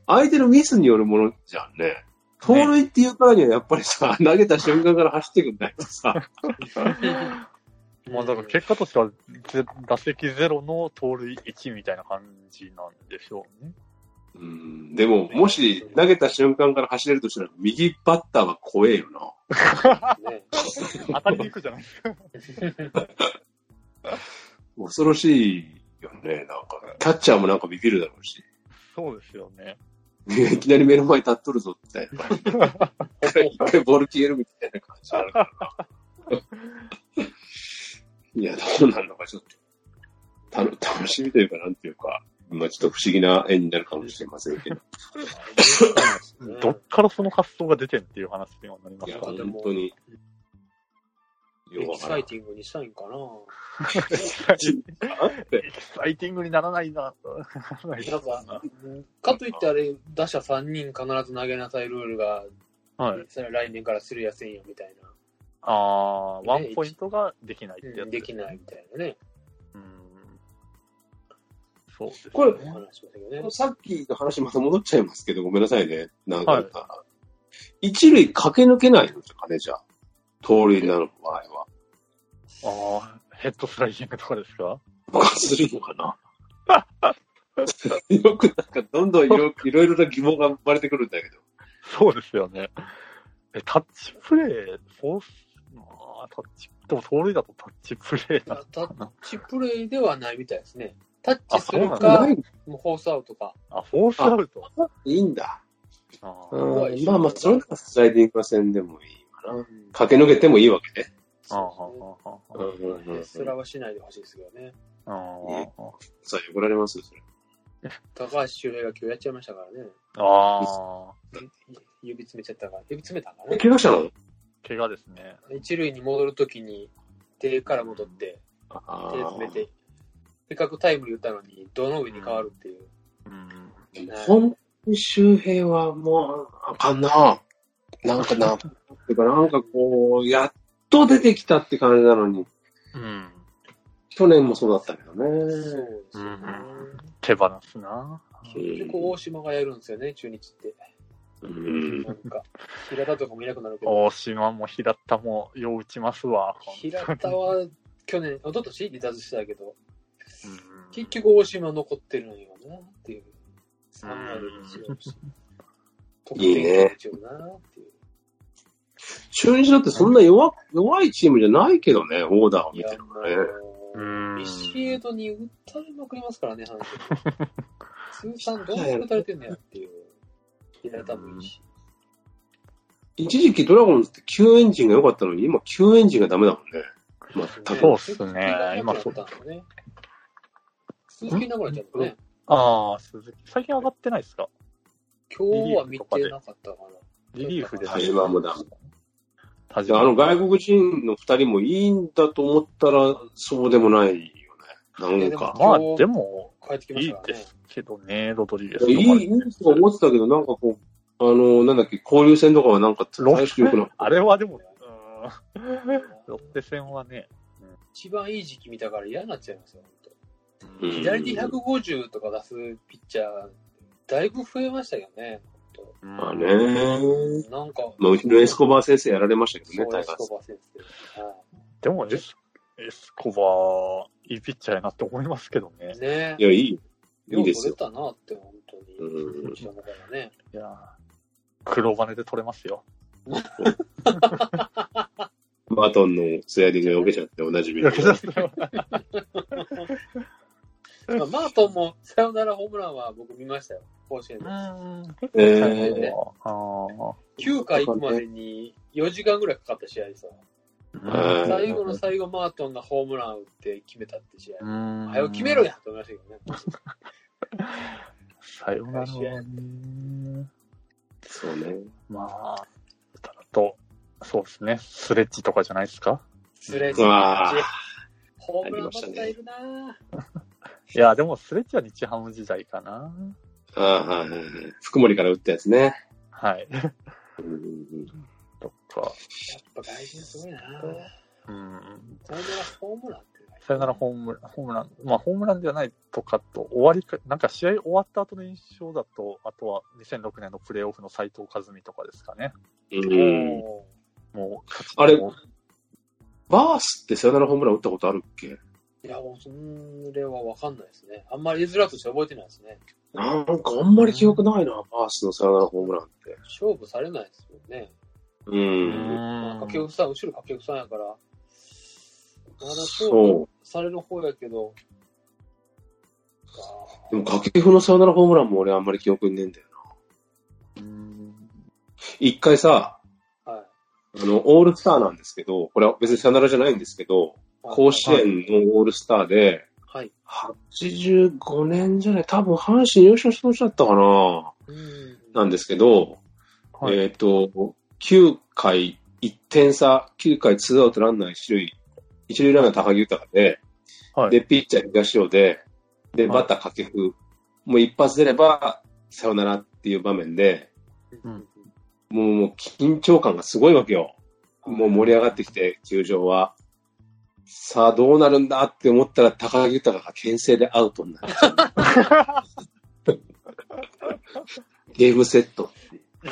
B: 相手のミスによるものじゃんね。盗塁っていうからにはやっぱりさ、 <laughs> 投げた瞬間から走ってくんないとさ、
D: <laughs> まあ、だから結果としては、ぜ打席ゼロの盗塁1みたいな感じなんでしょうね。
B: うん、でも、もし投げた瞬間から走れるとしたら、右バッターは怖えよな。
C: ね
D: 当たりに行
B: <laughs>
D: くじゃないですか。
B: 恐ろしいよね、なんか。キャッチャーもなんかビビるだろうし。
D: そうですよね。
B: <laughs> いきなり目の前に立っとるぞ、みたいな。 <laughs> 一回ボール消えるみたいな感じあるから <laughs> な。いや、どうなるのか、ちょっと。たの楽しみというか、なんていうか、まあちょっと不思議な絵になるかもしれませんけど。
C: うん
D: どっからその発想が出てんっていう話にはなりま
B: い
D: す
B: や、
D: か
B: 本
D: ら
C: で
D: ね。
C: も
B: 当に。
C: エ
B: よ
C: キ
B: くわ
C: サ
B: からん
C: イティングにしたいんかな。
D: エキサイティングにならないな、ならない
C: なんか、かといってあれ、打者3人必ず投げなさいルールが、
D: はい。
C: それは来年からするやせんよみたい
D: あー、ワンポイントができないって
C: な。
D: や
C: うん
D: つ。
C: できないみたいなね。
D: うん。そうですね。
B: これ
C: お話しましたけどね。
B: さっきの話また戻っちゃいますけど、ごめんなさいね。なんか、一塁駆け抜けないのですかね、じゃあ。盗塁になる場合は。
D: あー、ヘッドスライディングとかですか
B: とかするのかな <laughs> よくなんか、どんどんいろいろいろな疑問が生まれてくるんだけど。
D: そうですよね。え、タッチプレイ、そうっす、まあ、タッチ、でも盗塁だとタッチプレイな。
C: タッチプレイではないみたいですね。タッ
D: あ
C: チする
D: そうな
C: か、もうフォースアウトか。
D: あ、フォースアウト。
B: いいんだ。
D: あー
B: うんまあまあ、それならスライディングはせんでもいいか
C: う
B: な。
C: ん
B: 駆け抜けてもいいわけね。
D: あーあーあー
B: ん
C: それはしないでほしいですけどね。
D: あーあー
B: さあ、怒られますよそれ。
C: 高橋周平が今日やっちゃいましたからね。
D: ああ、
C: 指詰めちゃったから。指詰めたんか
B: え、
C: ね。
B: 怪我したの
D: 怪我ですね。
C: 一塁に戻るときに、手から戻って、
B: あ
C: 手詰めて、せっかくタイムリー打ったのに、どの上に変わるっていう。
D: うん。
B: ー本当に周平はもう、あかんな。なんかな、てかなんかこう、やっと出てきたって感じなのに、
D: うん。
B: 去年もそうだったけどね。
C: そうですよね。
D: 手放すな。
C: 結局、大島がやるんですよね、中日って。
B: うん
C: なんか、平田とかもいなくなるけど、
D: 大島も平田もよう打ちますわ。
C: 平田は去年、一昨年離脱したけど、
D: うん
C: 結局大島残ってるのよなっていう。3割強いし。得
B: いいね
C: 点強いなっていう。
B: 中日だってそんな弱、弱いチームじゃないけどね、オーダーを
C: い
B: 見
C: や
B: てる
C: も
B: からね。
C: う
D: うん
C: ビシエドに打たれまくります
D: <laughs>
C: からね、阪神。通算どんだけ打たれてんねやっていう。平田もいいし。
B: 一時期ドラゴンズって救援陣が良かったのに、今救援陣がダメだもんね。全く。
D: そうっすね
C: 今そうだったんだね。続きなくなっちゃったね。
D: ああ、鈴木。最近上がってないですか
C: 今日は見てなかったか
D: リリーフで。
B: 田島もだ。
D: 田
B: で
D: 島
B: あの外国人の二人もいいんだと思ったら、そうでもないよね。なんか。
D: まあ、でも、
C: な。帰ってきま
D: い
C: し
D: い
C: たか
D: で
C: らね。
D: すけどね、ロドリゲス
B: いい、いいと思ってたけど、なんかこう、あの、なんだっけ、交流戦とかはなんか、
D: ロ
B: 最初良くな
D: あれはでも、ロッテ戦はね、
C: 一番いい時期見たから嫌になっちゃいますよ、本当
B: うん
C: 左で150とか出すピッチャー、だいぶ増えましたよね。
B: まあね。
C: なんか。
B: まあ、うちのエスコバー先生やられましたけどね、
C: そう
B: タ
C: エ
B: イガ
C: ス
B: ー
C: コ
B: ス。
C: バー先生。は
D: でもエス、エスコバー、いいピッチャーやなって思いますけどね
C: い。ね
B: いや、いい。いいで
C: よ
B: すよ
C: 取れ。たなって、本当に。
B: うん
C: ちの子がね。
D: いやー黒羽で取れますよ。
B: バトンのスライディングで受けちゃって、おなじみの。
D: <laughs>
C: まあ、マートンもサヨナラホームランは僕見ましたよ、甲子園で。
B: え
C: はい
B: ー、
D: あー
C: 9回行くまでに4時間ぐらいかかった試合ですよ。
B: はい
C: 最後の最後、マートンがホームラン打って決めたって試合
D: う。ん
C: 早く決めろやと思いましたけどね。
D: さよならはね。
B: そうね。
D: まあ、ただと、そうですね、スレッジとかじゃないですか。
C: スレッジ
B: うわー。
C: ホームランバッターいるなぁ。
D: いや、でもスレッジは日ハム時代かな。
B: ああ、はいはいはい。福森から打ったやつね。
D: はい。
B: うんうんうん
D: とか、
C: やっぱ外人すごいなぁ。
D: うん。
C: サヨナラホームランって。
D: さよならホームラン、ホームラン、まあホームランじゃないとかと、終わりか、なんか試合終わった後の印象だと、あとは2006年のプレーオフの斎藤和美とかですかね。
B: うん
C: お
D: もう勝ち、
B: あれ
D: もう
B: バースってサヨナラホームラン打ったことあるっけ
C: ーいや、もうそれはわかんないですね。あんまり絵面として覚えてないですね。
B: なんかあんまり記憶ないな、バースのサヨナラホームランって。
C: 勝負されないですもんね。
B: う。
D: うん
C: まあ、
D: ん
C: 掛布さん、後ろ掛布さんやから、まだ勝負
B: そう。
C: される方やけど、
B: でも、掛布のサヨナラホームランも俺あんまり記憶にねえんだよな。
D: うん
B: 一回さ、
C: はい
B: あの、オールスターなんですけど、これは別にサヨナラじゃないんですけど、甲子園のオールスターで、
C: はい。
B: 85年じゃない、多分阪神優勝しそうだったかな、
C: うん。
B: なんですけど、
D: はい
B: えっ、と、9回1点差、9回2アウトランナー一塁、一塁ランナー高木豊で、
D: はい
B: で、ピッチャー東尾で、で、
D: はい
B: バッター掛布、もう一発出れば、さよならっていう場面で、
D: うん
B: もうもう緊張感がすごいわけよ。もう盛り上がってきて、球場は。さあ、どうなるんだって思ったら、高木豊が牽制でアウトになる。
D: <laughs>
B: ゲームセットっていう。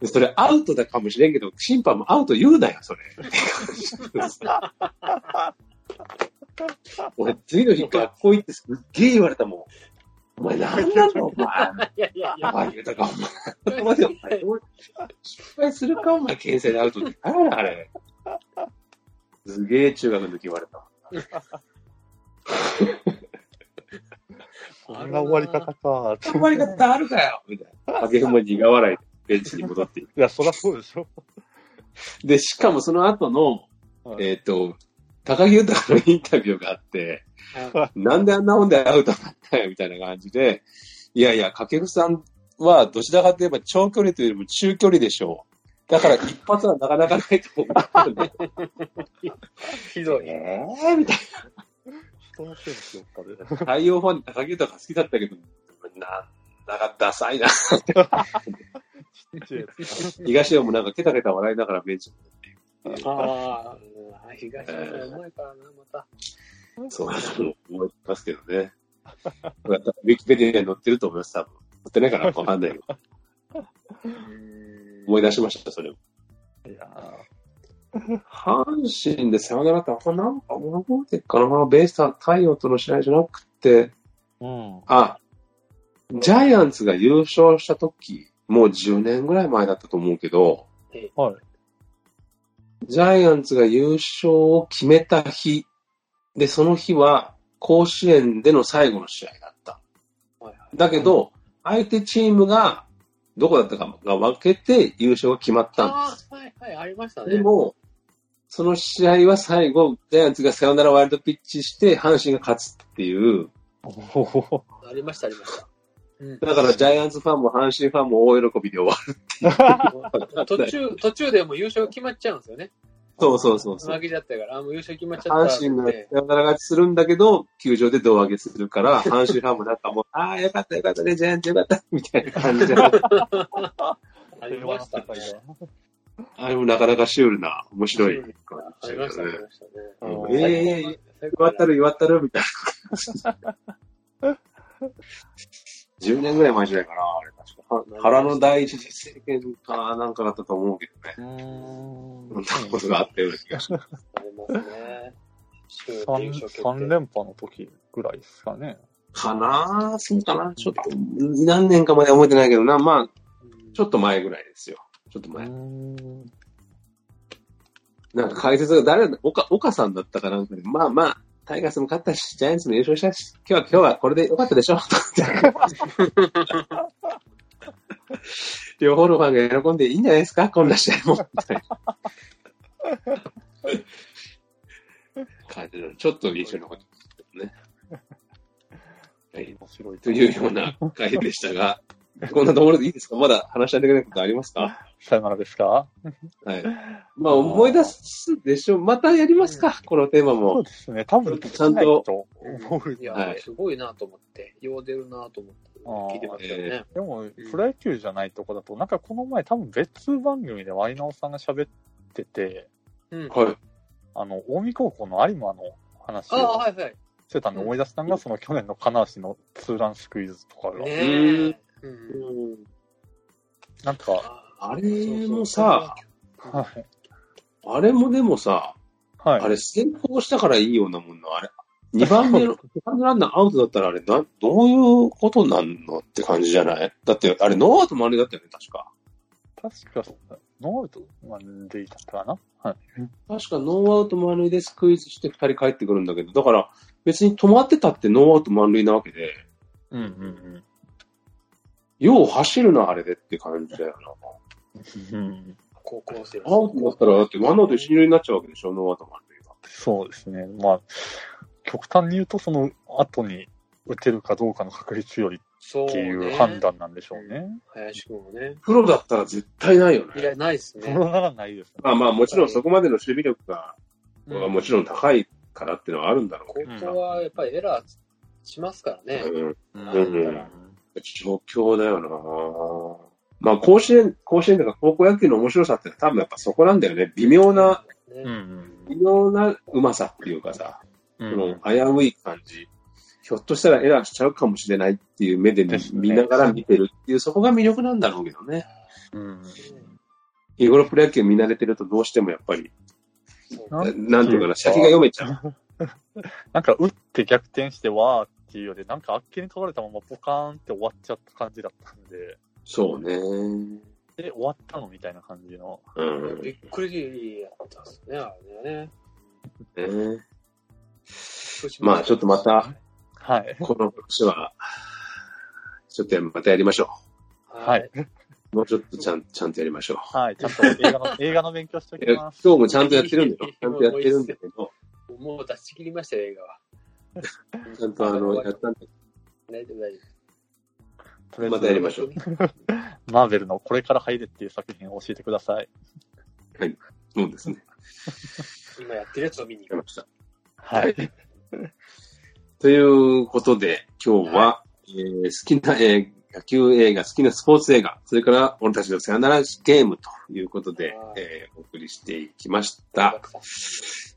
B: でそれアウトだかもしれんけど、審判もアウト言うなよ、それ。 <laughs> 俺、次の日学校行ってすっげえ言われたもん。お前、なんなの、お前。
C: いやいやいや、
B: 高木豊、お前。お前でもお前どう失敗するか、お前、牽制でアウトって。あれあれ。すげえ中学の時言われた。
D: こんな終わり方かって。
B: 頑張り方あるかよみたいな。掛布も苦笑いでベンチに戻っていく。
D: いや、そりゃそうでしょ。
B: で、しかもその後の、
D: はい
B: えっ、と、高木豊のインタビューがあって、なんであんなもんでアウトだったよみたいな感じで、いやいや、かけるさんはどちらかといえば長距離というよりも中距離でしょう。だから一発はなかなかないと思うんだけ
C: ひど
B: ど。
C: い。
B: えーみたい
D: 人のせいにしようかで。
B: な。太陽ファンで高木豊好きだったけど、なんだかダサいな。東山もなんかケタケタ笑いながらベンチ。
C: ああ、東山さん重いからな、また。
B: そうだと思いますけどね。ウィキペディアに載ってると思います、多分。載ってないからわかんないけど。思い出しました、それを。
D: いや
B: 阪神でサヨナラって、あんまなんか覚えてるかなベイスターズ太陽との試合じゃなくて、
D: うん。
B: あ、ジャイアンツが優勝した時、もう10年ぐらい前だったと思うけど、
D: はい。
B: ジャイアンツが優勝を決めた日、で、その日は甲子園での最後の試合だった
C: はい。
B: だけど、相手チームが、どこだったかが分けて優勝が決まったんです。
C: ああ、はいはい、ありました
B: で
C: ね。
B: も、その試合は最後、ジャイアンツがサヨナラワイルドピッチして、阪神が勝つっていう、
D: おお。
C: ありました、ありました。
B: だからジャイアンツファンも阪神ファンも大喜びで終わ
C: <laughs>
B: る。
C: 途中、途中でもう優勝が決まっちゃうんですよね。
B: そうそうそうそう。
C: 負けちゃったから、あもう優勝決まっちゃった
B: 阪
C: っ
B: 神が
C: て
B: サ。ヨナラ勝ちするんだけど、球場で胴上げするから、阪神ファンもなんかもう、 <laughs> ああ、よかったよかったね、ジャイアンツよかった、みたいな感
C: <laughs>
B: じで、
C: ありましたね。
B: あれもなかなかシュールな、面白い。
C: ありました、ありましたね。
B: うん
D: え
B: ええ祝ったる祝ったるみたいな。10年ぐらい前じゃないかな、あれ確か。原の第一次政権かなんかだったと思うけどね。
D: うん
B: そんなことがあったような気がします。
C: ありますね。
D: 三三連覇の時ぐらいですかね。
B: かなぁそうかなちょっと、何年かまで覚えてないけどな。まあ、ちょっと前ぐらいですよ。ちょっと
D: う
B: 前。
D: ん。
B: なんか解説が誰だ、岡、岡さんだったかなんかで、まあまあ、タイガースも勝ったし、ジャイアンツも優勝したし、今日は今日はこれで良かったでしょと <laughs> か言って両方のファンが喜んでいいんじゃないですかこんな試合も。みたいな感じの、ちょっと印象に残ってますね。はい。
D: 面白い。
B: というよう。な回でしたが、こんなところでいいですかまだ話し合ってくれないことありますか
D: さよならですか
B: はい。まあ思い出すでしょう。またやりますかこのテーマ
D: そう
B: も。
D: ですね。多分、ちゃんと思う
C: いや、すごいなと思って、よう出るなと思って、聞いてましたよね。
D: でも、プロ野球じゃないとこだと、なんかこの前多分別番組でワイナオさんが喋ってて、
B: はい。
D: あの、近江高校の有馬の話
C: ああ、
D: を
C: はいはい。
D: してたんで思い出したのが、その去年の金足のツーランスクイズとかが、
C: ねえ。
D: なんか、
C: あ
B: あれもさ、
D: はい。
B: あれもでもさ、
D: はい。
B: あれ先行したからいいようなもんな、あれ。2番目の、2番目のランナーアウトだったらあれな、どういうことなんのって感じじゃないだって、あれノーアウト満塁だったよね、確か。
D: 確か、ノーアウトなんでいたかなはい。
B: 確かノーアウト満塁でスクイズして2人帰ってくるんだけど、だから別に止まってたってノーアウト満塁なわけで、
D: うんうん
B: よう走るな、あれでって感じだよな。
D: うんうん。
C: 高校生。
B: アウトだったら、だってワンアウト一塁になっちゃうわけでしょ、ノーアウト満塁が。
D: そうですね。まあ、極端に言うと、その後に打てるかどうかの確率より
C: そう
D: っていう判。断なんでしょうね。
C: 林君もね。
B: プロだったら絶対ないよ
C: い
B: ね。
C: や、ないっす
D: それ
C: ね。
D: ならないですね。
B: まあまあ、もちろんそこまでの守備力が、
C: うん
B: もちろん高いからっていうのはあるんだろうけど。
C: 高校はやっぱりエラーしますからね。
B: うん
D: うん
B: うん状況だよなまあ、甲子園、甲子園とか高校野球の面白さって多分やっぱそこなんだよね。微妙な、
D: う
C: ね
D: ん
B: 微妙なうまさっていうかさ、
D: う
B: そ
D: ん。
B: の危うい感じ。ひょっとしたらエラーしちゃうかもしれないっていう目で見
D: ですね
B: 見ながら見てるっていう、そこが魅力なんだろうけどね。
D: うん
B: 日頃プロ野球見慣れてるとどうしてもやっぱり、
D: な
B: ななんていうかな、先が読めちゃう。
D: なんか打って逆転してわーっていうより、なんかあっけに取られたままポカーンって終わっちゃった感じだったんで、
B: そうね。うん。
D: で、終わったのみたいな感じの。
C: びっくりやったっすね、あれね。
B: ねまあ、ちょっとまた、
D: はい。
B: <laughs> この話は、ちょっとまたやりましょ
D: はい。。
B: う。もうちょっとちゃん、ちゃんとやりましょう。
D: <laughs> はい。ちゃんと映画の、映画の勉強してお
B: い
D: き
B: や
D: ます。
B: 今日もちゃんとやってるんだよ。ちゃんとやってるんだけど、
C: うもう出し切りましたよ、映画は。
B: ちゃんとあの、やったんで、
C: 大丈夫、大丈
D: とりあえず
B: またやりましょう。
D: マーベルのこれから入れっていう作品を教えてください。
B: そうですね。
C: 夫。今やってるやつを見に
B: や
C: 行
B: り
C: く。
B: ました。
D: はい。
B: ということで、今日は、えー好きな、えー野球映画、好きなスポーツ映画、それから俺たちのさよならゲームということで
C: はい、
B: えーお送りしていきました。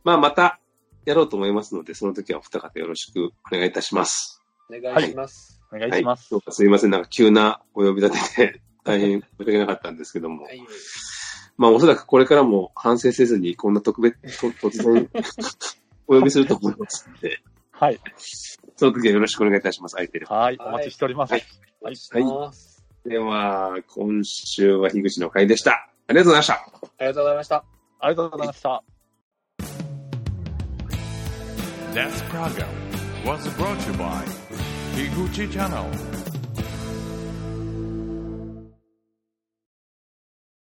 B: まあ、またやろうと思いますので、その時はお二方よろしくお願いいたします。
C: お願いします。
D: お願いします。
B: はい、すいません、なんか急なお呼び立てで <laughs> 大変申し訳なかったんですけども、
C: はい。
B: まあ、おそらくこれからも反省せずに、こんな特別、と突然 <laughs> お呼びすると思いますので、
D: はい。
B: その時はよろしくお願いいたします、相手で。
D: はい。お待ちしております。
B: はい
C: お願いします。
B: では、今週は樋口の会でした。ありがとうございました。
C: ありがとうございました。
D: ありがとうございました。
A: This program was brought to you by Higuchi Channel.